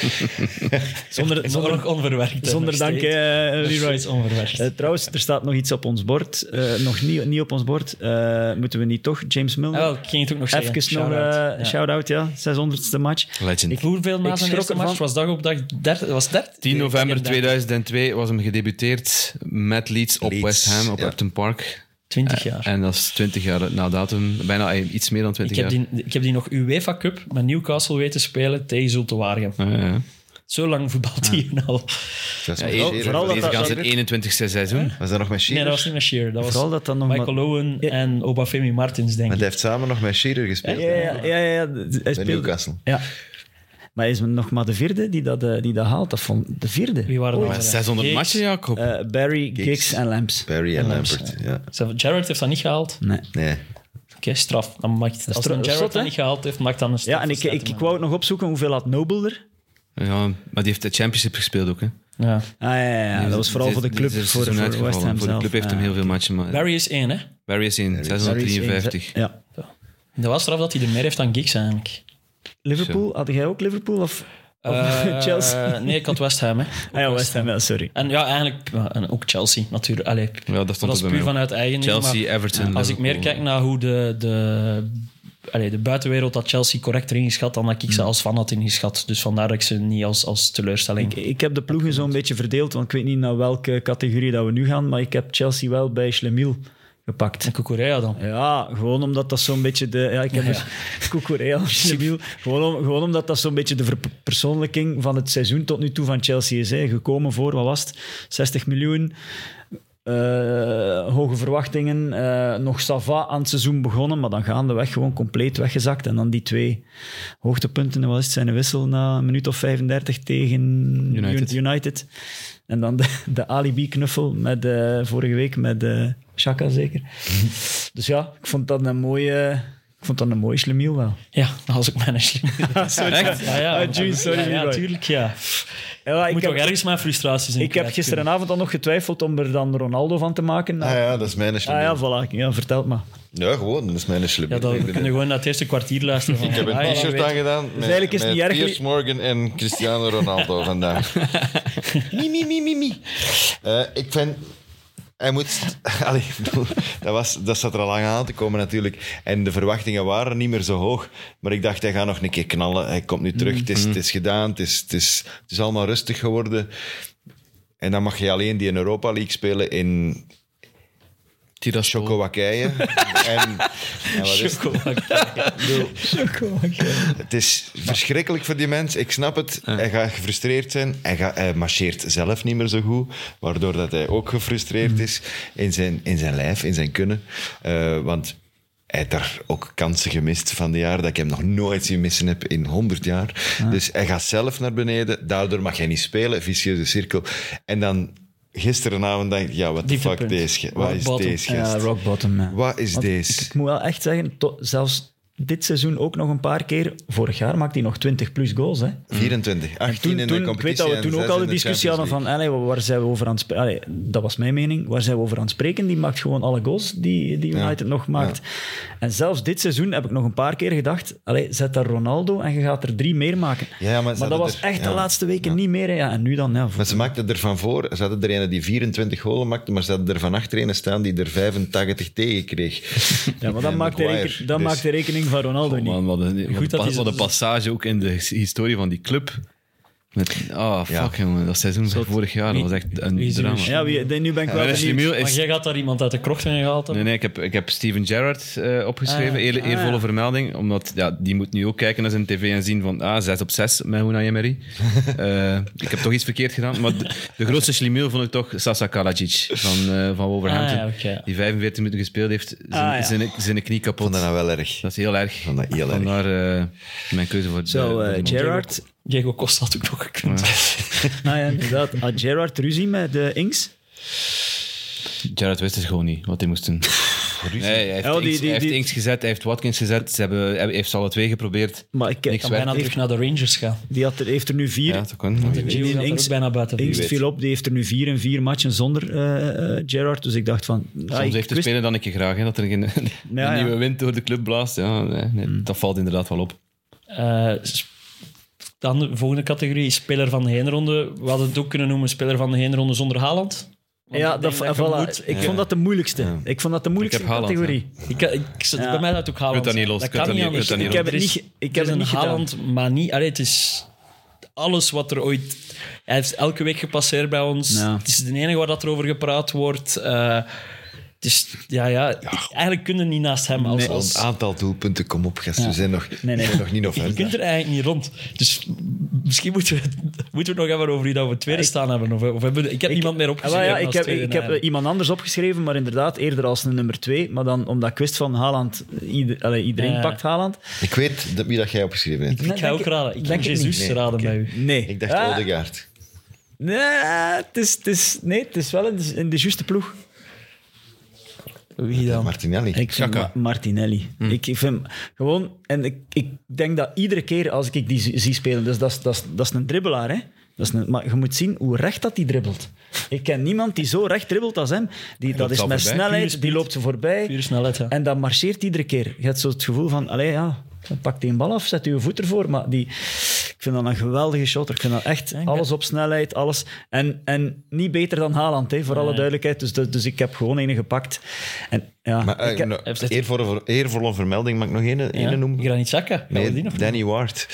[SPEAKER 5] Zonder,
[SPEAKER 4] Zonder
[SPEAKER 5] zonder,
[SPEAKER 4] onverwerkt.
[SPEAKER 5] zonder dank, eh,
[SPEAKER 4] Leroy
[SPEAKER 5] Leroy.
[SPEAKER 4] is onverwerkt.
[SPEAKER 5] Eh, trouwens, er staat nog iets op ons bord. Eh, nog niet, niet op ons bord. Eh, moeten we niet toch, James Milner?
[SPEAKER 4] Ah, wel, ik ging het ook nog zeggen.
[SPEAKER 5] Even nog
[SPEAKER 4] Shout-out.
[SPEAKER 5] een
[SPEAKER 4] Ja.
[SPEAKER 5] shout-out, ja. 600ste match.
[SPEAKER 3] Legend.
[SPEAKER 5] Ik-
[SPEAKER 4] Hoeveel na zijn
[SPEAKER 5] schrok
[SPEAKER 4] eerste
[SPEAKER 5] ervan.
[SPEAKER 4] match was dat op dag 30? Was 30?
[SPEAKER 3] 10 november
[SPEAKER 4] Ik denk
[SPEAKER 3] 2002 was hem gedebuteerd met Leeds op
[SPEAKER 2] Leeds,
[SPEAKER 3] West Ham, op
[SPEAKER 2] ja.
[SPEAKER 3] Upton Park.
[SPEAKER 4] 20 jaar.
[SPEAKER 3] En dat is 20 jaar na datum, bijna eh, iets meer dan 20
[SPEAKER 4] Ik heb,
[SPEAKER 3] jaar.
[SPEAKER 4] die, ik heb die nog UEFA Cup met Newcastle weten spelen tegen Zulte Waregem.
[SPEAKER 3] Ja, ja.
[SPEAKER 4] Zo lang
[SPEAKER 5] Ah.
[SPEAKER 4] voetbalt hij al.
[SPEAKER 2] Dat is
[SPEAKER 3] Ja,
[SPEAKER 2] met
[SPEAKER 3] deze-
[SPEAKER 2] Shearer.
[SPEAKER 5] vooral dat
[SPEAKER 3] Deze
[SPEAKER 5] dat-
[SPEAKER 3] gaan zijn 21ste seizoen.
[SPEAKER 2] Was dat nog met Shearer?
[SPEAKER 4] Nee, dat was niet met Shearer. Dat
[SPEAKER 5] Vooral
[SPEAKER 4] was
[SPEAKER 5] dat dan nog
[SPEAKER 4] Michael
[SPEAKER 5] maar-
[SPEAKER 4] Owen en Obafemi Martins, denk
[SPEAKER 2] Maar
[SPEAKER 4] ik.
[SPEAKER 2] hij heeft samen nog met Shearer gespeeld.
[SPEAKER 5] Ja, ja, ja. ja, ja. Hij
[SPEAKER 2] Bij
[SPEAKER 5] speelde-
[SPEAKER 2] Newcastle.
[SPEAKER 5] Ja. Maar hij is nog maar de vierde die dat, eh, die dat haalt. Dat vond de vierde.
[SPEAKER 4] Wie waren dat?
[SPEAKER 3] Maar 600
[SPEAKER 4] Giggs.
[SPEAKER 3] matchen, Jacob.
[SPEAKER 5] Eh, Barry, Giggs. en Lamps.
[SPEAKER 2] Barry en Lampert. Ja.
[SPEAKER 4] Ze- Gerrard heeft dat niet gehaald.
[SPEAKER 5] Nee.
[SPEAKER 2] Nee.
[SPEAKER 4] Oké, straf. Dan maakt, als
[SPEAKER 5] tro-
[SPEAKER 4] een
[SPEAKER 5] zot,
[SPEAKER 4] Gerrard
[SPEAKER 5] hè?
[SPEAKER 4] dat niet gehaald heeft, maakt dan een straf.
[SPEAKER 5] Ja, en ik,
[SPEAKER 4] voor
[SPEAKER 5] ik, ik
[SPEAKER 4] Statham.
[SPEAKER 5] wou het nog opzoeken hoeveel had Noble er.
[SPEAKER 3] Ja, maar die heeft de Championship gespeeld ook. Hè.
[SPEAKER 4] Ja.
[SPEAKER 5] Ah, ja, ja, ja. dat was vooral voor de club,
[SPEAKER 3] Dit is
[SPEAKER 5] voor,
[SPEAKER 3] seizoen
[SPEAKER 5] voor
[SPEAKER 3] uitgevallen.
[SPEAKER 5] West Ham
[SPEAKER 3] Voor de
[SPEAKER 5] zelf. Ah,
[SPEAKER 3] club heeft hem
[SPEAKER 5] Ja.
[SPEAKER 3] heel veel matchen. Maar
[SPEAKER 4] Barry is één, hè.
[SPEAKER 3] Barry is in,
[SPEAKER 5] Barry is één,
[SPEAKER 3] 653.
[SPEAKER 5] ze- Ja.
[SPEAKER 4] Dat was straf dat hij er meer heeft dan Giggs, eigenlijk.
[SPEAKER 5] Liverpool, had jij ook Liverpool of, of
[SPEAKER 4] Eh,
[SPEAKER 5] Oh, Chelsea?
[SPEAKER 4] Nee, ik had West Ham, hè.
[SPEAKER 5] Ah ja, West Ham, ja, sorry.
[SPEAKER 4] En ja, eigenlijk ja, en ook Chelsea, natuurlijk. Allee,
[SPEAKER 3] Ja, dat stond
[SPEAKER 4] dat
[SPEAKER 3] ook
[SPEAKER 4] is
[SPEAKER 3] bij
[SPEAKER 4] puur
[SPEAKER 3] mij ook.
[SPEAKER 4] vanuit eigen... ding,
[SPEAKER 2] eh, oh.
[SPEAKER 3] Chelsea,
[SPEAKER 4] maar
[SPEAKER 3] Everton,
[SPEAKER 4] Als ik meer
[SPEAKER 3] Liverpool.
[SPEAKER 4] kijk naar hoe de, de allee, de buitenwereld had Chelsea correcter ingeschat dan dat ik
[SPEAKER 2] Hmm.
[SPEAKER 4] ze als fan had ingeschat. Dus vandaar dat ik ze niet als, als teleurstelling...
[SPEAKER 2] Hmm.
[SPEAKER 5] Ik, ik heb de ploegen zo'n beetje verdeeld, want ik weet niet naar welke categorie dat we nu gaan, maar ik heb Chelsea wel bij Schlemiel gepakt.
[SPEAKER 4] En Cucurella dan?
[SPEAKER 5] Ja, gewoon omdat dat zo'n beetje de... Ja, ik heb dus Cucurella, Schlemiel. Gewoon, om- gewoon omdat dat zo'n beetje de verpersoonlijking van het seizoen tot nu toe van Chelsea is. Hè. Gekomen voor, wat was het? 60 miljoen. eh, hoge verwachtingen. eh, nog Sava aan het seizoen begonnen, maar dan gaandeweg gewoon compleet weggezakt. En dan die twee hoogtepunten. Wat is het? Zijn een wissel na een minuut of 35 tegen
[SPEAKER 3] United.
[SPEAKER 5] Un- United. En dan de, de alibi-knuffel met, eh, vorige week met eh Chaka zeker. Dus ja, ik vond dat een mooie... Ik vond dat een mooie slemiel wel.
[SPEAKER 4] Ja, dat was ook mijn slimme.
[SPEAKER 3] Echt?
[SPEAKER 4] Ja, ja.
[SPEAKER 5] Ah, Jules, sorry,
[SPEAKER 4] Ja, ja,
[SPEAKER 5] Leroy.
[SPEAKER 4] tuurlijk, ja.
[SPEAKER 5] Ja,
[SPEAKER 4] Ik
[SPEAKER 5] ik
[SPEAKER 4] moet ook
[SPEAKER 5] heb,
[SPEAKER 4] ergens mijn frustraties in
[SPEAKER 5] ik heb
[SPEAKER 4] kwijt kunnen.
[SPEAKER 5] gisteravond al nog getwijfeld om er dan Ronaldo van te maken.
[SPEAKER 2] Ah
[SPEAKER 5] Ah
[SPEAKER 2] ja, dat is mijn slim.
[SPEAKER 5] ja,
[SPEAKER 2] ja.
[SPEAKER 5] voilà. Ja, vertel het maar.
[SPEAKER 2] gewoon, dat is mijn slim.
[SPEAKER 4] Ja, dat, we
[SPEAKER 2] Ik ben-
[SPEAKER 4] kunnen gewoon naar het eerste kwartier luisteren. Van,
[SPEAKER 2] Ik heb
[SPEAKER 4] Ah, ja,
[SPEAKER 2] een t-shirt
[SPEAKER 4] weet-
[SPEAKER 2] aangedaan met,
[SPEAKER 5] Dus eigenlijk is het
[SPEAKER 2] met
[SPEAKER 5] niet erg-
[SPEAKER 2] Piers Morgan en Cristiano Ronaldo vandaag. Mie, mie, mie, mie, mie. Eh, ik vind... Hij moet... Allee, ik bedoel, dat, was, dat zat er al lang aan te komen natuurlijk. En de verwachtingen waren niet meer zo hoog. Maar ik dacht, hij gaat nog een keer knallen. Hij komt nu terug. Het,
[SPEAKER 5] Mhm.
[SPEAKER 2] is, het is gedaan. Het is, het, is, het is allemaal rustig geworden. En dan mag je alleen die in Europa League spelen in
[SPEAKER 3] Tiraspol.
[SPEAKER 2] Chokowakije. en, en wat is het? Het is verschrikkelijk voor die mens. Ik snap het. Hij gaat gefrustreerd zijn. Hij, gaat, hij marcheert zelf niet meer zo goed. Waardoor dat hij ook gefrustreerd is in zijn, in zijn lijf, in zijn kunnen. Eh, want hij heeft daar ook kansen gemist van de jaren dat ik hem nog nooit zien missen heb in 100 jaar. Dus hij gaat zelf naar beneden. Daardoor mag hij niet spelen. Vicieuze cirkel. En dan gisterenavond dacht ik, ja, wat de fuck
[SPEAKER 4] Dieptepunt.
[SPEAKER 2] deze? ge- Wat
[SPEAKER 4] Rock
[SPEAKER 2] is
[SPEAKER 4] bottom.
[SPEAKER 2] deze
[SPEAKER 5] Ja,
[SPEAKER 2] gast?
[SPEAKER 5] rock bottom, man.
[SPEAKER 2] Wat is
[SPEAKER 5] Want
[SPEAKER 2] deze?
[SPEAKER 5] Ik moet wel echt zeggen, to- zelfs dit seizoen ook nog een paar keer. Vorig jaar maakte hij nog 20 plus goals. Hè.
[SPEAKER 2] Hm. 24, 18
[SPEAKER 5] Toen,
[SPEAKER 2] in de
[SPEAKER 5] toen, ik weet
[SPEAKER 2] competitie
[SPEAKER 5] dat we
[SPEAKER 2] en
[SPEAKER 5] toen ook
[SPEAKER 2] zes
[SPEAKER 5] al
[SPEAKER 2] in
[SPEAKER 5] de discussie hadden
[SPEAKER 2] Champions
[SPEAKER 5] van allee, waar zijn we over aan het spreken? dat was mijn mening. Waar zijn we over aan het spreken? Die maakt gewoon alle goals die, die United nog maakt. En zelfs dit seizoen heb ik nog een paar keer gedacht allee, zet daar Ronaldo en je gaat er drie meer maken.
[SPEAKER 2] Ja, maar ze
[SPEAKER 5] dat
[SPEAKER 2] hadden
[SPEAKER 5] was
[SPEAKER 2] er-
[SPEAKER 5] echt
[SPEAKER 2] ja.
[SPEAKER 5] de laatste weken niet meer. hè. Ja, en nu dan, ja,
[SPEAKER 2] Maar ze maakten er van voor. Ze hadden er een die 24 golen maakte, maar ze hadden er van achter een staan die er 85 tegen kreeg.
[SPEAKER 5] ja, maar dat,
[SPEAKER 2] En
[SPEAKER 5] maakt de,
[SPEAKER 2] Maguire.
[SPEAKER 5] reken- dat
[SPEAKER 2] Dus Oh,
[SPEAKER 5] maakt de rekening van Ronaldo niet.
[SPEAKER 3] Man, wat een, wat,
[SPEAKER 4] Goed
[SPEAKER 3] een
[SPEAKER 4] dat
[SPEAKER 3] pas-
[SPEAKER 4] hij-
[SPEAKER 3] wat een passage ook in de his- historie van die club. Met, ah, fuck jongen, dat seizoen van vorig jaar dat was echt een
[SPEAKER 4] wie is uw
[SPEAKER 3] drama.
[SPEAKER 4] sch-
[SPEAKER 5] Ja, wie, de- nu ben ik wel
[SPEAKER 3] Maar Ashley
[SPEAKER 5] benieuwd.
[SPEAKER 3] Muir
[SPEAKER 4] Maar
[SPEAKER 3] is
[SPEAKER 4] jij gaat daar iemand uit de krochten gehaald
[SPEAKER 3] Nee,
[SPEAKER 4] hebben?
[SPEAKER 3] nee, ik heb, ik heb Steven Gerrard eh, opgeschreven.
[SPEAKER 5] Ah,
[SPEAKER 3] Eer- eervolle vermelding. Omdat ja, die moet nu ook kijken naar zijn tv en zien van ah, 6 op 6 met Unai Emery. Eh, ik heb toch iets verkeerd gedaan. Maar de, de grootste slimiel vond ik toch Sasa Kalajic van, eh, van Wolverhampton.
[SPEAKER 4] Ah, ja, oké.
[SPEAKER 3] Die 45 minuten gespeeld heeft, zijn,
[SPEAKER 5] Ah, ja.
[SPEAKER 3] zijn, zijn knie kapot.
[SPEAKER 2] vond dat
[SPEAKER 3] Dat
[SPEAKER 2] nou wel erg.
[SPEAKER 3] is heel erg.
[SPEAKER 2] vond dat heel erg.
[SPEAKER 3] Vandaar eh, mijn keuze voor de-
[SPEAKER 5] Zo,
[SPEAKER 3] voor de
[SPEAKER 5] eh,
[SPEAKER 3] man.
[SPEAKER 5] Gerrard.
[SPEAKER 4] Diego Costa had ook nog gekund.
[SPEAKER 5] Ah ja, inderdaad. Had Gerard ruzie met de Inks?
[SPEAKER 3] Gerrard wist het gewoon niet wat hij moest doen. Nee, hij heeft,
[SPEAKER 5] Oh, die-
[SPEAKER 3] Inks,
[SPEAKER 5] die-
[SPEAKER 3] hij heeft
[SPEAKER 5] die-
[SPEAKER 3] Inks gezet, hij heeft Watkins gezet. Ze hebben, hij heeft ze alle twee geprobeerd.
[SPEAKER 5] Maar ik,
[SPEAKER 3] Niks
[SPEAKER 5] kan
[SPEAKER 3] weg.
[SPEAKER 5] bijna
[SPEAKER 4] Bijna terug naar de Rangers gaan.
[SPEAKER 5] Die had er, heeft er nu vier.
[SPEAKER 3] Ja, dat kan.
[SPEAKER 4] De
[SPEAKER 5] Die
[SPEAKER 4] Gio gaat er
[SPEAKER 5] links-
[SPEAKER 4] ook bijna buiten.
[SPEAKER 5] Ingst
[SPEAKER 4] Wie weet.
[SPEAKER 5] viel op, die heeft er nu vier en vier matchen zonder eh, eh, Gerrard. Dus ik dacht van... ah,
[SPEAKER 3] Soms
[SPEAKER 5] ik
[SPEAKER 3] heeft de
[SPEAKER 5] wist-
[SPEAKER 3] speler dan een keer graag hè, dat er geen, een
[SPEAKER 5] Ja, Hmm. ja.
[SPEAKER 3] nieuwe wind door de club blaast. Ja, nee, nee, Dat valt inderdaad wel op.
[SPEAKER 4] Eh, s- dan de volgende categorie, speler van de heenronde. We hadden het ook kunnen noemen speler van de heenronde zonder Haaland. Want
[SPEAKER 5] ja,
[SPEAKER 4] ik
[SPEAKER 5] dat,
[SPEAKER 4] denk
[SPEAKER 5] voilà.
[SPEAKER 4] je
[SPEAKER 5] ik
[SPEAKER 4] moet-
[SPEAKER 5] vond dat de moeilijkste. Ik vond dat de moeilijkste
[SPEAKER 3] heb Haaland,
[SPEAKER 5] categorie.
[SPEAKER 4] Ik, eh, ik, ik-
[SPEAKER 5] Ja.
[SPEAKER 4] Bij mij dat ook Haaland.
[SPEAKER 3] Kunt dat niet los, kunt dat niet- kunt dat niet
[SPEAKER 5] Ik heb het niet, ge- ik
[SPEAKER 4] het
[SPEAKER 5] heb het niet
[SPEAKER 4] een
[SPEAKER 5] gedaan.
[SPEAKER 4] Haaland, maar niet... Allee, het is alles wat er ooit... Hij heeft elke week gepasseerd bij ons.
[SPEAKER 5] Ja.
[SPEAKER 4] Het is de enige waar dat er over gepraat wordt. Eh, het is... Ja, ja. Eigenlijk kunnen we niet naast hem. Als, als,
[SPEAKER 2] Een aantal doelpunten, kom op, gast. We zijn nog, we
[SPEAKER 5] nee.
[SPEAKER 2] zijn nog niet
[SPEAKER 4] je
[SPEAKER 2] november.
[SPEAKER 4] kunt er eigenlijk niet rond. Dus misschien moeten we, moeten we het nog even over wie dat we tweede staan hebben. Of, of hebben we- ik heb niemand meer
[SPEAKER 5] Ah,
[SPEAKER 4] opgeschreven
[SPEAKER 5] wel, ja, ik
[SPEAKER 4] als
[SPEAKER 5] heb,
[SPEAKER 4] tweede
[SPEAKER 5] ik heb eh,
[SPEAKER 4] eigenlijk.
[SPEAKER 5] iemand anders opgeschreven, maar inderdaad eerder als een nummer twee. Maar dan, omdat ik wist van Haaland... ieder- allee, iedereen
[SPEAKER 4] Ja.
[SPEAKER 5] pakt Haaland.
[SPEAKER 2] Ik weet dat, wie dat jij opgeschreven hebt.
[SPEAKER 4] ik ga ook raden. Ik
[SPEAKER 5] denk
[SPEAKER 4] denk
[SPEAKER 5] het
[SPEAKER 4] Jezus
[SPEAKER 2] niet. Nee,
[SPEAKER 4] raden bij u.
[SPEAKER 5] Nee.
[SPEAKER 2] Ik dacht
[SPEAKER 5] Ah,
[SPEAKER 2] Odegaard.
[SPEAKER 5] nee, het is, het is, nee, het is wel in de, in de juiste ploeg.
[SPEAKER 4] Wie dan?
[SPEAKER 2] Martinelli.
[SPEAKER 5] Ik vind
[SPEAKER 3] Xhaka.
[SPEAKER 5] Ma- Martinelli. Ik, ik vind gewoon, en ik, ik denk dat iedere keer als ik die zie- zie spelen, dus dat is, dat is, dat is een dribbelaar, hè? Dat is een, maar je moet zien hoe recht dat hij dribbelt. Ik ken niemand die zo recht dribbelt als hem. Die, dat
[SPEAKER 3] loopt
[SPEAKER 5] is
[SPEAKER 3] al
[SPEAKER 5] met
[SPEAKER 3] voorbij.
[SPEAKER 4] Pure
[SPEAKER 5] snelheid,
[SPEAKER 4] speed.
[SPEAKER 5] die loopt ze
[SPEAKER 4] Pure
[SPEAKER 5] voorbij.
[SPEAKER 4] snelheid, hè.
[SPEAKER 5] En dat marcheert iedere keer. Je hebt zo het gevoel van, allee, ja, pak die een bal af, zet je voet ervoor. Maar die, ik vind dat een geweldige shotter. Ik vind dat echt alles op snelheid, alles. En, en niet beter dan Haaland, hè, voor alle duidelijkheid. Dus, dat- dus ik heb gewoon een gepakt. En Ja.
[SPEAKER 2] Maar, eh,
[SPEAKER 5] Ik heb-
[SPEAKER 2] nou,
[SPEAKER 4] heeft het-
[SPEAKER 2] eervolle, ver- eervolle vermelding, mag ik nog één
[SPEAKER 4] Ja.
[SPEAKER 2] ene noemen?
[SPEAKER 4] Granit Xhaka. Gaan we die
[SPEAKER 2] Nee,
[SPEAKER 4] nog
[SPEAKER 2] Danny Ward.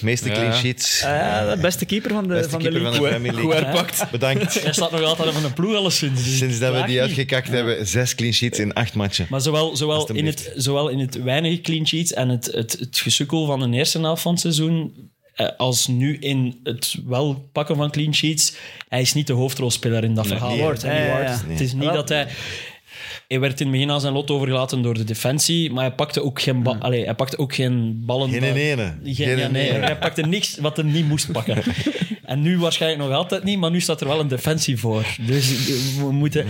[SPEAKER 2] Meeste
[SPEAKER 3] Ja.
[SPEAKER 2] clean sheets.
[SPEAKER 5] Ah, de beste keeper van de,
[SPEAKER 2] Beste
[SPEAKER 5] van de
[SPEAKER 2] keeper van
[SPEAKER 5] league.
[SPEAKER 2] de Premier
[SPEAKER 3] Goed
[SPEAKER 2] League.
[SPEAKER 3] herpakt.
[SPEAKER 2] Bedankt.
[SPEAKER 4] Hij staat nog altijd van een ploeg alleszins. Dus
[SPEAKER 2] Sinds dat we
[SPEAKER 4] klaag
[SPEAKER 2] die
[SPEAKER 4] niet.
[SPEAKER 2] uitgekakt hebben, zes clean sheets in acht matchen.
[SPEAKER 4] Maar zowel, zowel, in
[SPEAKER 2] Alsjeblieft.
[SPEAKER 4] het, zowel in het weinige clean sheets en het, het, het gesukkel van de eerste helft van het seizoen, eh, als nu in het wel pakken van clean sheets, hij is niet de hoofdrolspeler in dat verhaal.
[SPEAKER 2] nee,
[SPEAKER 4] Ward,
[SPEAKER 5] nee,
[SPEAKER 4] Danny
[SPEAKER 5] ja, ja,
[SPEAKER 4] Ward.
[SPEAKER 5] ja.
[SPEAKER 4] Het is niet
[SPEAKER 5] Wel-
[SPEAKER 4] dat hij... Hij werd in het begin aan zijn lot overgelaten door de defensie, maar hij pakte ook geen, ba- Allee, hij pakte ook geen ballen.
[SPEAKER 2] Geen
[SPEAKER 4] dat-
[SPEAKER 2] in ene.
[SPEAKER 4] Geen, ja,
[SPEAKER 2] in
[SPEAKER 4] nee,
[SPEAKER 2] ene.
[SPEAKER 4] hij pakte niks wat hij niet moest pakken. en nu waarschijnlijk nog altijd niet, maar nu staat er wel een defensie voor. Dus we moeten...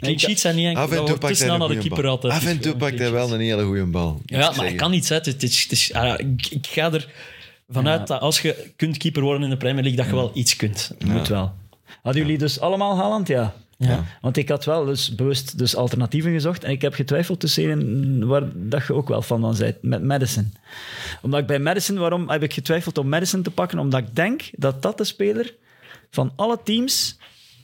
[SPEAKER 4] Clean sheets zijn niet enkel...
[SPEAKER 2] Hmm. Af en
[SPEAKER 4] dat
[SPEAKER 2] toe
[SPEAKER 4] wordt
[SPEAKER 2] pakt hij
[SPEAKER 4] te snel
[SPEAKER 2] een
[SPEAKER 4] naar de
[SPEAKER 2] goeie
[SPEAKER 4] keeper
[SPEAKER 2] bal.
[SPEAKER 4] altijd.
[SPEAKER 2] Af en toe pakt hij wel een hele goede bal. moet ik
[SPEAKER 4] Ja, maar hij
[SPEAKER 2] zeggen.
[SPEAKER 4] kan niet zetten. Het is, het is, ah, ja, ik, ik ga er vanuit dat als je kunt keeper worden in de Premier League,
[SPEAKER 2] Hmm.
[SPEAKER 4] dat je wel iets kunt.
[SPEAKER 5] Moet wel. Hadden jullie dus allemaal Haaland, ja?
[SPEAKER 4] Ja.
[SPEAKER 5] Want ik had wel dus bewust dus alternatieven gezocht en ik heb getwijfeld tussen een waar dat je ook wel van dan bent, met Madison. Omdat ik bij Madison, waarom heb ik getwijfeld om Madison te pakken? Omdat ik denk dat dat de speler van alle teams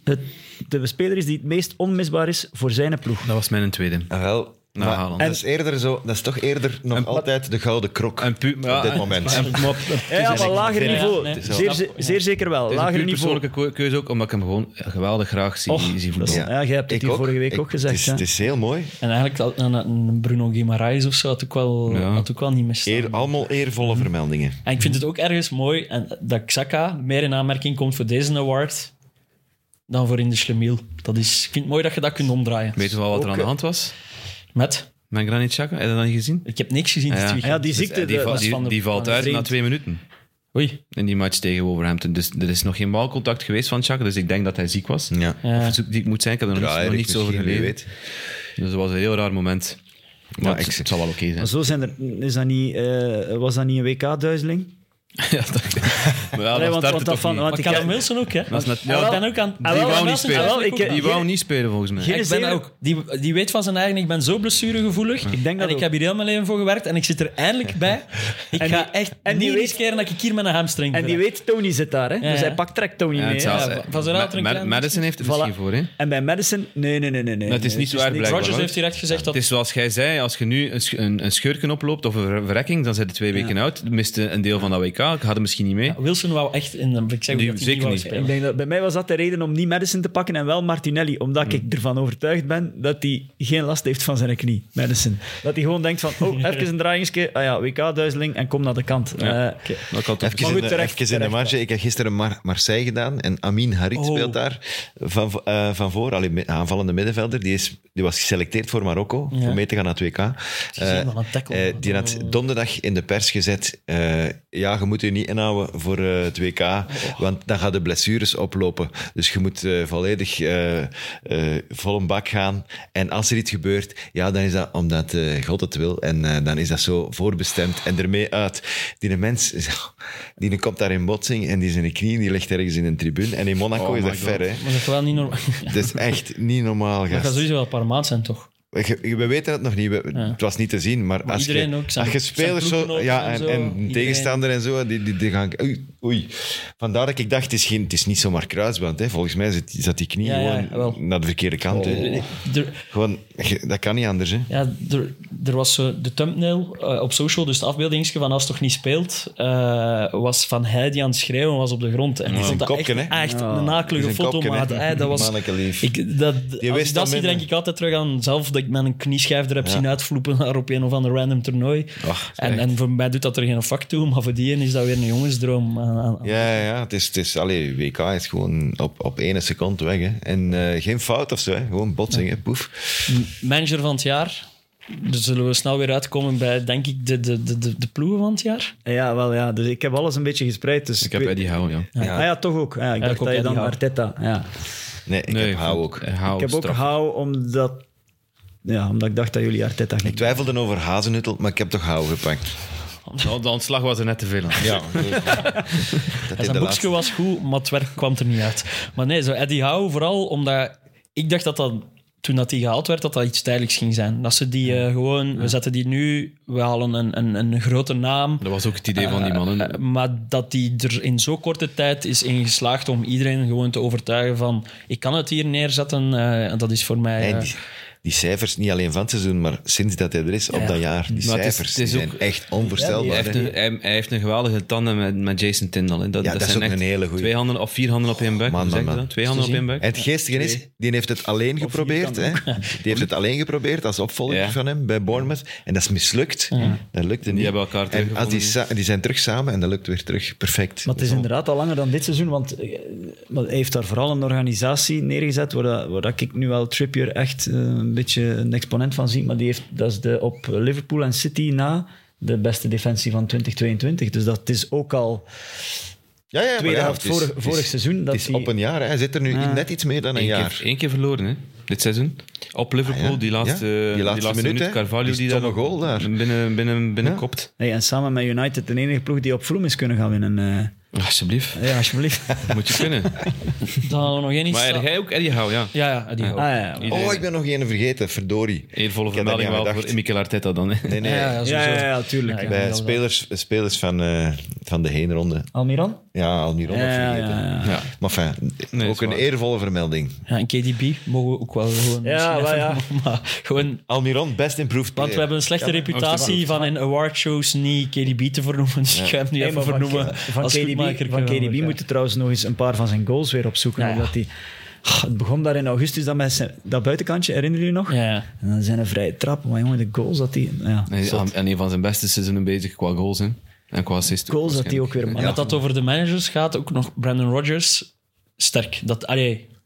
[SPEAKER 5] het, de speler is die het meest onmisbaar is voor zijn ploeg.
[SPEAKER 3] Dat was mijn tweede.
[SPEAKER 2] Ah, wel.
[SPEAKER 3] Nou,
[SPEAKER 2] maar
[SPEAKER 3] Haaland.
[SPEAKER 2] dat, is eerder zo, dat is toch eerder nog altijd de gouden krok
[SPEAKER 3] En pu- maar-
[SPEAKER 2] op dit moment.
[SPEAKER 3] en-
[SPEAKER 4] Maar,
[SPEAKER 5] Ja, ja, maar lager
[SPEAKER 4] vind-
[SPEAKER 5] niveau.
[SPEAKER 4] Ja, nee.
[SPEAKER 5] zeer,
[SPEAKER 4] Snap-
[SPEAKER 5] zeer zeker wel.
[SPEAKER 3] Het is een
[SPEAKER 5] Lager
[SPEAKER 3] puur
[SPEAKER 5] niveau.
[SPEAKER 3] persoonlijke keu- keuze ook, omdat ik hem gewoon geweldig graag zie,
[SPEAKER 5] Och,
[SPEAKER 3] zie
[SPEAKER 5] dat is-
[SPEAKER 3] voetballen.
[SPEAKER 5] Ja. jij hebt het
[SPEAKER 2] Ik
[SPEAKER 5] hier vorige week ook gezegd,
[SPEAKER 2] Het is,
[SPEAKER 5] hè.
[SPEAKER 2] het is heel mooi.
[SPEAKER 4] En eigenlijk had een, een Bruno Guimaraes of zo had ook wel,
[SPEAKER 3] Ja.
[SPEAKER 4] had ook wel niet meer
[SPEAKER 2] Eer, allemaal eervolle vermeldingen.
[SPEAKER 4] En ik vind het ook ergens mooi en, dat Xhaka meer in aanmerking komt voor deze award dan voor in de Schlemiel. Dat is, ik vind het mooi dat je dat kunt omdraaien.
[SPEAKER 3] Weet je wel wat er aan de
[SPEAKER 5] eh,
[SPEAKER 3] hand was?
[SPEAKER 4] Met,
[SPEAKER 3] Mijn Granit Xhaka, heb je dat niet gezien?
[SPEAKER 4] ik heb niks gezien
[SPEAKER 3] Ja.
[SPEAKER 4] dit weekend.
[SPEAKER 5] Ja, die ziekte.
[SPEAKER 3] Dus, eh, die,
[SPEAKER 5] dat-
[SPEAKER 3] va-
[SPEAKER 5] dat is
[SPEAKER 3] die-
[SPEAKER 5] van de-
[SPEAKER 3] die valt
[SPEAKER 5] van de
[SPEAKER 3] uit na
[SPEAKER 5] vreemd.
[SPEAKER 3] twee minuten
[SPEAKER 4] Oei.
[SPEAKER 3] in die match tegen Wolverhampton. Dus er is nog geen balcontact geweest van Xhaka, dus ik denk dat hij ziek was.
[SPEAKER 2] Ja.
[SPEAKER 4] Ja.
[SPEAKER 3] Of ziek moet zijn, ik heb er nog, niets- nog
[SPEAKER 2] Erik,
[SPEAKER 3] niets over
[SPEAKER 2] misschien, wie
[SPEAKER 3] gelezen.
[SPEAKER 2] weet.
[SPEAKER 3] Dus dat was een heel raar moment. Maar
[SPEAKER 2] ik-
[SPEAKER 3] het, het zal wel oké
[SPEAKER 5] Maar
[SPEAKER 3] zijn.
[SPEAKER 5] zo zijn er, is dat niet, eh, was dat niet een WK-duizeling?
[SPEAKER 3] ja, dat, maar ja, dat
[SPEAKER 5] Nee, want-
[SPEAKER 3] start
[SPEAKER 5] want
[SPEAKER 3] het
[SPEAKER 5] dat
[SPEAKER 3] toch
[SPEAKER 5] van-
[SPEAKER 3] niet.
[SPEAKER 5] want-
[SPEAKER 4] Maar
[SPEAKER 5] ik
[SPEAKER 4] Callum
[SPEAKER 5] heb-
[SPEAKER 4] Wilson ook, hè?
[SPEAKER 3] Dat is net-
[SPEAKER 4] ik
[SPEAKER 3] ja,
[SPEAKER 4] ben ook aan...
[SPEAKER 5] Ah,
[SPEAKER 3] die wou
[SPEAKER 5] wel, maar
[SPEAKER 3] niet
[SPEAKER 5] dat is-
[SPEAKER 3] spelen.
[SPEAKER 5] ah, wel, ik-
[SPEAKER 3] die wou niet spelen volgens mij.
[SPEAKER 5] Geen-
[SPEAKER 4] Ik ben
[SPEAKER 5] zeer-
[SPEAKER 4] dat ook. Die, die weet van zijn eigen, ik ben zo blessuregevoelig.
[SPEAKER 5] Ik denk dat
[SPEAKER 4] en ik
[SPEAKER 5] ook.
[SPEAKER 4] heb hier heel mijn leven voor gewerkt en ik zit er eindelijk bij. Ik
[SPEAKER 5] En
[SPEAKER 4] ga
[SPEAKER 5] die-
[SPEAKER 4] echt
[SPEAKER 5] en die
[SPEAKER 4] niet
[SPEAKER 5] weet-
[SPEAKER 4] riskeren dat ik hier met een hamstring
[SPEAKER 5] En die
[SPEAKER 4] verrek.
[SPEAKER 5] weet, Tony zit daar, hè?
[SPEAKER 4] Ja,
[SPEAKER 5] dus
[SPEAKER 4] ja.
[SPEAKER 5] hij pakt trek Tony
[SPEAKER 3] Ja,
[SPEAKER 5] mee.
[SPEAKER 3] het
[SPEAKER 5] hè.
[SPEAKER 3] zal-
[SPEAKER 4] Ja,
[SPEAKER 3] eh,
[SPEAKER 4] van zijn
[SPEAKER 3] Ma-
[SPEAKER 4] ouder een
[SPEAKER 3] Ma-
[SPEAKER 4] klein-
[SPEAKER 3] Madison heeft het
[SPEAKER 5] Voilà.
[SPEAKER 3] misschien voor, hè?
[SPEAKER 5] En bij Madison, nee, nee, nee, nee. nee
[SPEAKER 3] Dat is
[SPEAKER 5] nee,
[SPEAKER 3] niet
[SPEAKER 5] het
[SPEAKER 3] waar,
[SPEAKER 5] niks.
[SPEAKER 3] blijkbaar.
[SPEAKER 4] Rodgers
[SPEAKER 3] wel.
[SPEAKER 4] heeft direct gezegd dat...
[SPEAKER 3] Het is zoals jij zei, als je nu een, sch- een, een schurken oploopt of een ver- verrekking, dan zit het twee weken uit. Miste een deel van dat WK, ik had hem misschien niet mee.
[SPEAKER 4] Wilson wou echt... In, de- ik zeg ook
[SPEAKER 3] Die-
[SPEAKER 4] dat hij
[SPEAKER 3] zeker
[SPEAKER 4] niet wou
[SPEAKER 3] niet.
[SPEAKER 5] Ik
[SPEAKER 4] spelen.
[SPEAKER 5] denk dat, bij mij was dat de reden om niet Madison te pakken en wel Martinelli. Omdat ik ervan overtuigd ben dat hij geen last heeft van zijn knie, Madison. Dat hij gewoon denkt van, oh, even een draaiingske, ah ja, WK-duizeling en kom naar de kant.
[SPEAKER 3] Ja.
[SPEAKER 5] Eh,
[SPEAKER 3] Dat kan toch
[SPEAKER 2] Even,
[SPEAKER 5] Maar goed,
[SPEAKER 2] in, de-
[SPEAKER 5] terecht,
[SPEAKER 2] eh, even in
[SPEAKER 5] terecht,
[SPEAKER 2] de marge. Ik heb gisteren Mar- Marseille gedaan en Amin Harit
[SPEAKER 4] Oh.
[SPEAKER 2] speelt daar van, vo- eh, van voor. Allee, mi- aanvallende middenvelder. Die, is, die was geselecteerd voor Marokko,
[SPEAKER 4] Ja.
[SPEAKER 2] om mee te gaan naar het WK.
[SPEAKER 4] gezien,
[SPEAKER 2] Eh,
[SPEAKER 4] wat een tackle.
[SPEAKER 2] eh, die had donderdag in de pers gezet, eh, ja, je moet je niet inhouden voor eh, het WK, want dan gaan de blessures oplopen. Dus je moet eh, volledig eh, eh, vol een bak gaan. En als er iets gebeurt, ja, dan is dat omdat eh, God het wil. En eh, dan is dat zo voorbestemd en ermee uit. Die mens, is- die komt daar in botsing en die zijn knie die ligt ergens in een tribune. En in Monaco
[SPEAKER 3] Oh
[SPEAKER 2] is
[SPEAKER 3] my
[SPEAKER 2] dat ver,
[SPEAKER 3] God.
[SPEAKER 2] hè.
[SPEAKER 4] Maar dat is wel niet normaal.
[SPEAKER 2] Dat is echt niet normaal,
[SPEAKER 4] Dat gaat
[SPEAKER 2] gast.
[SPEAKER 4] sowieso wel een paar maanden zijn, toch?
[SPEAKER 2] Je- je- We weten het nog niet, we-
[SPEAKER 4] Ja.
[SPEAKER 2] het was niet te zien, maar,
[SPEAKER 4] Maar
[SPEAKER 2] als,
[SPEAKER 4] iedereen
[SPEAKER 2] je,
[SPEAKER 4] ook, zijn-
[SPEAKER 2] als je
[SPEAKER 4] zijn
[SPEAKER 2] spelers zo,
[SPEAKER 4] ploeggenoten
[SPEAKER 2] ja,
[SPEAKER 4] en
[SPEAKER 2] en,
[SPEAKER 4] zo,
[SPEAKER 2] en
[SPEAKER 4] iedereen.
[SPEAKER 2] tegenstander en zo, die, die, die gaan. Oei, oei. Vandaar dat ik dacht, het is, geen, het is niet zomaar kruisband. Hè. Volgens mij zit, zat die knie
[SPEAKER 4] Ja, ja,
[SPEAKER 2] gewoon
[SPEAKER 4] wel.
[SPEAKER 2] naar de verkeerde kant. hè.
[SPEAKER 4] Eh, Er-
[SPEAKER 2] Gewoon, je- dat kan niet anders. Hè.
[SPEAKER 4] Ja, er, er was zo de thumbnail eh, op social, dus het afbeeldingsje van als het toch niet speelt, eh, was van hij die aan het schreeuwen was op de grond. En die vond dat
[SPEAKER 2] kopje,
[SPEAKER 4] echt,
[SPEAKER 2] hè?
[SPEAKER 4] echt een
[SPEAKER 2] Dat
[SPEAKER 4] nakelige
[SPEAKER 2] is een
[SPEAKER 4] foto,
[SPEAKER 2] kopje, hè?
[SPEAKER 4] maar hij- dat was...
[SPEAKER 2] Manneke lief.
[SPEAKER 4] Ik, dat, als
[SPEAKER 2] wist al
[SPEAKER 4] ik dat zie,
[SPEAKER 2] minder.
[SPEAKER 4] denk ik altijd terug aan zelf dat ik mijn knieschijf er heb zien uitvloepen daar op een of ander random toernooi. en, en voor mij doet dat er geen vak toe, maar voor die een is dat weer een jongensdroom. Aan- aan-
[SPEAKER 2] Ja, ja, ja, het is, het is, allee, WK is gewoon op, op ene seconde weg. Hè. En eh, geen fout of zo, hè. gewoon botsing, hè. poef.
[SPEAKER 4] Manager van het jaar, daar zullen we snel weer uitkomen bij, denk ik, de, de, de, de, de ploegen van het jaar.
[SPEAKER 5] ja, wel ja. Dus ik heb alles een beetje gespreid. Dus
[SPEAKER 3] Ik heb
[SPEAKER 5] weet-
[SPEAKER 3] Eddie Howe, ja.
[SPEAKER 5] Ah ja, toch ook. Ja, ik dacht
[SPEAKER 4] ook
[SPEAKER 5] dat je
[SPEAKER 4] Eddie
[SPEAKER 5] dan
[SPEAKER 4] Howe.
[SPEAKER 5] Arteta... Ja.
[SPEAKER 2] Nee, ik heb hou ook.
[SPEAKER 3] Eh,
[SPEAKER 5] Ik heb ook hou omdat, ja, omdat ik dacht dat jullie Arteta
[SPEAKER 2] Ik
[SPEAKER 5] gingen.
[SPEAKER 2] twijfelde over Hazenhuttel, maar ik heb toch hou gepakt.
[SPEAKER 3] Nou, De ontslag was er net te veel aan.
[SPEAKER 2] Ja, dat
[SPEAKER 4] Ja,
[SPEAKER 2] is de
[SPEAKER 4] zijn
[SPEAKER 2] laatste.
[SPEAKER 4] boekje was goed, maar het werk kwam er niet uit. Maar nee, zo Eddie Howe vooral omdat... Ik dacht dat dat, toen dat die gehaald werd, dat dat iets tijdelijks ging zijn. Dat ze die eh, gewoon... We zetten die nu, we halen een, een, een grote naam.
[SPEAKER 3] Dat was ook het idee van die
[SPEAKER 4] Eh,
[SPEAKER 3] mannen.
[SPEAKER 4] Maar dat die er in zo korte tijd is ingeslaagd om iedereen gewoon te overtuigen van... Ik kan het hier neerzetten, eh, en dat is voor mij...
[SPEAKER 2] Hey,
[SPEAKER 4] eh,
[SPEAKER 2] die- die cijfers, niet alleen van het seizoen, maar sinds dat hij er is, op
[SPEAKER 4] Ja.
[SPEAKER 2] dat jaar, die
[SPEAKER 3] Maar het is-
[SPEAKER 2] cijfers
[SPEAKER 3] het is
[SPEAKER 2] die
[SPEAKER 3] ook-
[SPEAKER 2] zijn echt
[SPEAKER 3] Hij
[SPEAKER 2] onvoorstelbaar.
[SPEAKER 3] heeft,
[SPEAKER 2] eh, hè.
[SPEAKER 3] een, hij, hij heeft een geweldige tanden met, met Jason Tindall. Hè. Dat,
[SPEAKER 2] Ja, dat is
[SPEAKER 3] zijn
[SPEAKER 2] ook
[SPEAKER 3] echt
[SPEAKER 2] een hele goeie. Oh,
[SPEAKER 3] Twee handen of vier handen op één buik.
[SPEAKER 2] Man,
[SPEAKER 3] hoe zeg
[SPEAKER 2] man,
[SPEAKER 3] je
[SPEAKER 2] man.
[SPEAKER 3] dat? Twee handen op één buik.
[SPEAKER 2] En het geestige is, die heeft het alleen geprobeerd.
[SPEAKER 5] kan
[SPEAKER 2] Hè? Die heeft het alleen geprobeerd als opvolger
[SPEAKER 3] Ja.
[SPEAKER 2] van hem bij Bournemouth. En dat is mislukt. Dat lukte niet.
[SPEAKER 3] hebben elkaar
[SPEAKER 2] en als die,
[SPEAKER 3] teruggevonden,
[SPEAKER 2] sa- die zijn terug samen en dat lukt weer terug. Perfect.
[SPEAKER 5] Maar het is
[SPEAKER 2] Dat
[SPEAKER 5] inderdaad al langer dan dit seizoen, want eh, maar hij heeft daar vooral een organisatie neergezet waar, dat, waar dat ik nu wel Trippier echt eh, een beetje een exponent van zie. Maar die heeft, dat is de, op Liverpool en City na de beste defensie van 2022. Dus dat is ook al
[SPEAKER 2] Ja, ja, maar
[SPEAKER 5] tweede
[SPEAKER 2] ja,
[SPEAKER 5] helft
[SPEAKER 2] het is-
[SPEAKER 5] vorig,
[SPEAKER 2] het is-
[SPEAKER 5] vorig seizoen. Dat
[SPEAKER 2] het is
[SPEAKER 5] die-
[SPEAKER 2] op een jaar. hè. Hij zit er nu net iets meer dan een
[SPEAKER 3] Eén
[SPEAKER 2] jaar.
[SPEAKER 3] keer, één keer verloren, hè? dit seizoen. Op Liverpool,
[SPEAKER 2] Ah, ja.
[SPEAKER 3] die, laatste,
[SPEAKER 2] Ja, die
[SPEAKER 3] die
[SPEAKER 2] laatste
[SPEAKER 3] laatste
[SPEAKER 2] minuut,
[SPEAKER 3] minuut,
[SPEAKER 2] hè.
[SPEAKER 3] Carvalho
[SPEAKER 2] Die
[SPEAKER 3] die daar
[SPEAKER 2] stomme goal daar.
[SPEAKER 3] binnen, binnen, binnen kopt.
[SPEAKER 5] Hey, en samen met United de enige ploeg die op Vroom is kunnen gaan winnen. eh. Ah,
[SPEAKER 3] Alsjeblieft,
[SPEAKER 5] ja, alsjeblieft.
[SPEAKER 3] moet je kunnen.
[SPEAKER 4] Dan hadden we nog één iets.
[SPEAKER 3] maar er jij ook Eddie Howe, ja.
[SPEAKER 4] Ja, ja, die
[SPEAKER 3] Ja.
[SPEAKER 4] ook.
[SPEAKER 5] Ah, ja.
[SPEAKER 3] Iedereen-
[SPEAKER 2] Oh, ik ben nog één vergeten. Verdorie.
[SPEAKER 3] Eervolle
[SPEAKER 2] Ik heb dat
[SPEAKER 3] vermelding
[SPEAKER 2] niet aan
[SPEAKER 3] wel
[SPEAKER 2] gedacht.
[SPEAKER 3] voor Mikel Arteta dan. Hè.
[SPEAKER 2] Nee, nee.
[SPEAKER 4] Ja, ja,
[SPEAKER 5] Ja,
[SPEAKER 4] sowieso.
[SPEAKER 5] ja, ja, tuurlijk.
[SPEAKER 4] Ja,
[SPEAKER 5] ja.
[SPEAKER 4] ja.
[SPEAKER 2] Bij spelers, spelers van, eh, van de heenronde.
[SPEAKER 5] Almiron?
[SPEAKER 2] Ja, al niet
[SPEAKER 5] Ja, ja,
[SPEAKER 2] vergeten.
[SPEAKER 5] ja.
[SPEAKER 3] Ja.
[SPEAKER 2] Maar enfin,
[SPEAKER 3] Nee,
[SPEAKER 2] ook
[SPEAKER 3] is
[SPEAKER 2] een
[SPEAKER 3] waar.
[SPEAKER 2] eervolle vermelding.
[SPEAKER 4] Ja, en KDB mogen we ook wel gewoon...
[SPEAKER 5] Ja,
[SPEAKER 4] misschien
[SPEAKER 5] wel,
[SPEAKER 4] even
[SPEAKER 5] ja.
[SPEAKER 4] noemen, Maar gewoon...
[SPEAKER 2] Almiron, best improved
[SPEAKER 4] Want we
[SPEAKER 2] player.
[SPEAKER 4] hebben een slechte reputatie van in awardshows niet KDB te vernoemen. Dus ik ga hem nu
[SPEAKER 5] Nee,
[SPEAKER 4] even
[SPEAKER 5] maar van
[SPEAKER 4] vernoemen
[SPEAKER 5] K- Van
[SPEAKER 4] als
[SPEAKER 5] KDB,
[SPEAKER 4] goedmaker.
[SPEAKER 5] van
[SPEAKER 4] Ja.
[SPEAKER 5] KDB moeten trouwens nog eens een paar van zijn goals weer opzoeken.
[SPEAKER 4] Ja, ja.
[SPEAKER 5] Omdat die, Ah, het begon daar in augustus dan met zijn, dat buitenkantje, herinneren jullie nog?
[SPEAKER 4] Ja,
[SPEAKER 5] En dan zijn er vrije trappen, maar jongen, de goals dat hij... Ja,
[SPEAKER 3] Nee,
[SPEAKER 5] zot.
[SPEAKER 3] aan, aan een van zijn beste seizoenen bezig qua goals hè. en qua assists. ook
[SPEAKER 5] Goals dat hij ook
[SPEAKER 3] waarschijnlijk.
[SPEAKER 5] weer
[SPEAKER 4] maar
[SPEAKER 5] maakt.
[SPEAKER 4] dat dat over de managers gaat, ook nog Brandon Rodgers, sterk. Dat, allee,
[SPEAKER 5] dat die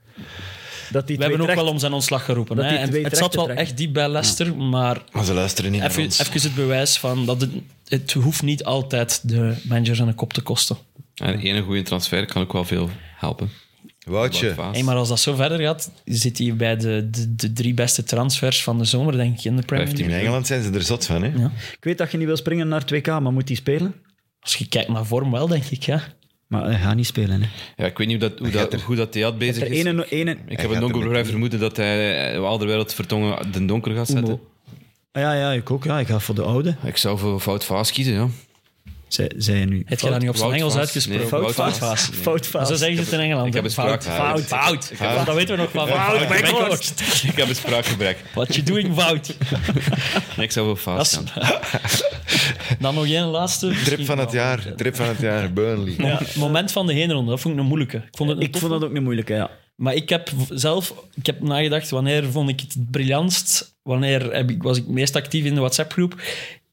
[SPEAKER 4] we
[SPEAKER 5] twee
[SPEAKER 4] hebben ook
[SPEAKER 5] terecht-
[SPEAKER 4] wel om zijn ontslag geroepen.
[SPEAKER 5] dat
[SPEAKER 4] Hè?
[SPEAKER 5] die
[SPEAKER 4] En
[SPEAKER 5] twee
[SPEAKER 4] het
[SPEAKER 5] terecht
[SPEAKER 4] zat wel
[SPEAKER 5] trekken.
[SPEAKER 4] echt diep bij Leicester, maar
[SPEAKER 2] Maar ze luisteren niet
[SPEAKER 4] even,
[SPEAKER 2] naar ons.
[SPEAKER 4] even het bewijs van dat het, het hoeft niet altijd de managers aan de kop te kosten.
[SPEAKER 3] En één goede transfer kan ook wel veel helpen.
[SPEAKER 2] Woutje.
[SPEAKER 3] Vaas.
[SPEAKER 4] Hey, maar als dat zo verder gaat, zit hij bij de, de, de drie beste transfers van de zomer, denk ik, in de Premier
[SPEAKER 3] Heeft hij
[SPEAKER 4] League.
[SPEAKER 2] In Engeland zijn ze er zot van, hè?
[SPEAKER 4] Ja.
[SPEAKER 5] Ik weet dat je niet wil springen naar 2K, maar moet hij spelen?
[SPEAKER 4] Als je kijkt naar vorm wel, denk ik. Ja.
[SPEAKER 5] Maar hij gaat niet spelen, hè.
[SPEAKER 3] Ja, ik weet niet hoe, dat, hoe, dat, hoe goed dat theat bezig
[SPEAKER 5] Er
[SPEAKER 3] is.
[SPEAKER 5] ene, ene,
[SPEAKER 3] Ik
[SPEAKER 2] Hij
[SPEAKER 3] heb een
[SPEAKER 2] gaat er
[SPEAKER 3] donkerblauw vermoeden dat hij eh, Alderwereld Vertongen den donker gaat zetten.
[SPEAKER 5] Ah, ja, ja, ik ook. Ja, ik ga voor de oude.
[SPEAKER 3] Ik zou voor Fout Vaas kiezen, ja.
[SPEAKER 5] Zij, zij je nu.
[SPEAKER 4] Het je dat nu op zijn
[SPEAKER 3] Wout
[SPEAKER 4] Engels
[SPEAKER 3] Vaas.
[SPEAKER 4] uitgesproken?
[SPEAKER 3] Nee,
[SPEAKER 5] Fout,
[SPEAKER 3] Wout
[SPEAKER 5] fout,
[SPEAKER 3] Vaas.
[SPEAKER 5] fout.
[SPEAKER 3] Nee.
[SPEAKER 5] Fout,
[SPEAKER 4] Maar Zo
[SPEAKER 5] fout.
[SPEAKER 4] zeggen ze het in Engeland.
[SPEAKER 3] ik heb
[SPEAKER 4] hè.
[SPEAKER 3] een
[SPEAKER 4] fout,
[SPEAKER 3] spraak.
[SPEAKER 4] fout,
[SPEAKER 3] Ja,
[SPEAKER 4] fout.
[SPEAKER 3] ik heb-
[SPEAKER 4] Dat weten we nog van fout.
[SPEAKER 5] ben
[SPEAKER 4] Fout,
[SPEAKER 5] gehoord.
[SPEAKER 3] ik heb een spraakgebrek.
[SPEAKER 4] What you doing fout?
[SPEAKER 3] Nee, ik zou voor
[SPEAKER 4] Dat
[SPEAKER 3] Vaas
[SPEAKER 4] is-
[SPEAKER 3] gaan.
[SPEAKER 4] Dan nog één laatste.
[SPEAKER 2] Trip van het jaar, trip van het jaar, Burnley.
[SPEAKER 4] Ja, het moment van de heenronde, dat vond ik een moeilijke. Ik vond het een
[SPEAKER 5] Ik vond dat ook een moeilijke, ja.
[SPEAKER 4] Maar ik heb v- zelf ik heb nagedacht, wanneer vond ik het het briljantst? Wanneer heb ik, was ik het meest actief in de WhatsApp-groep?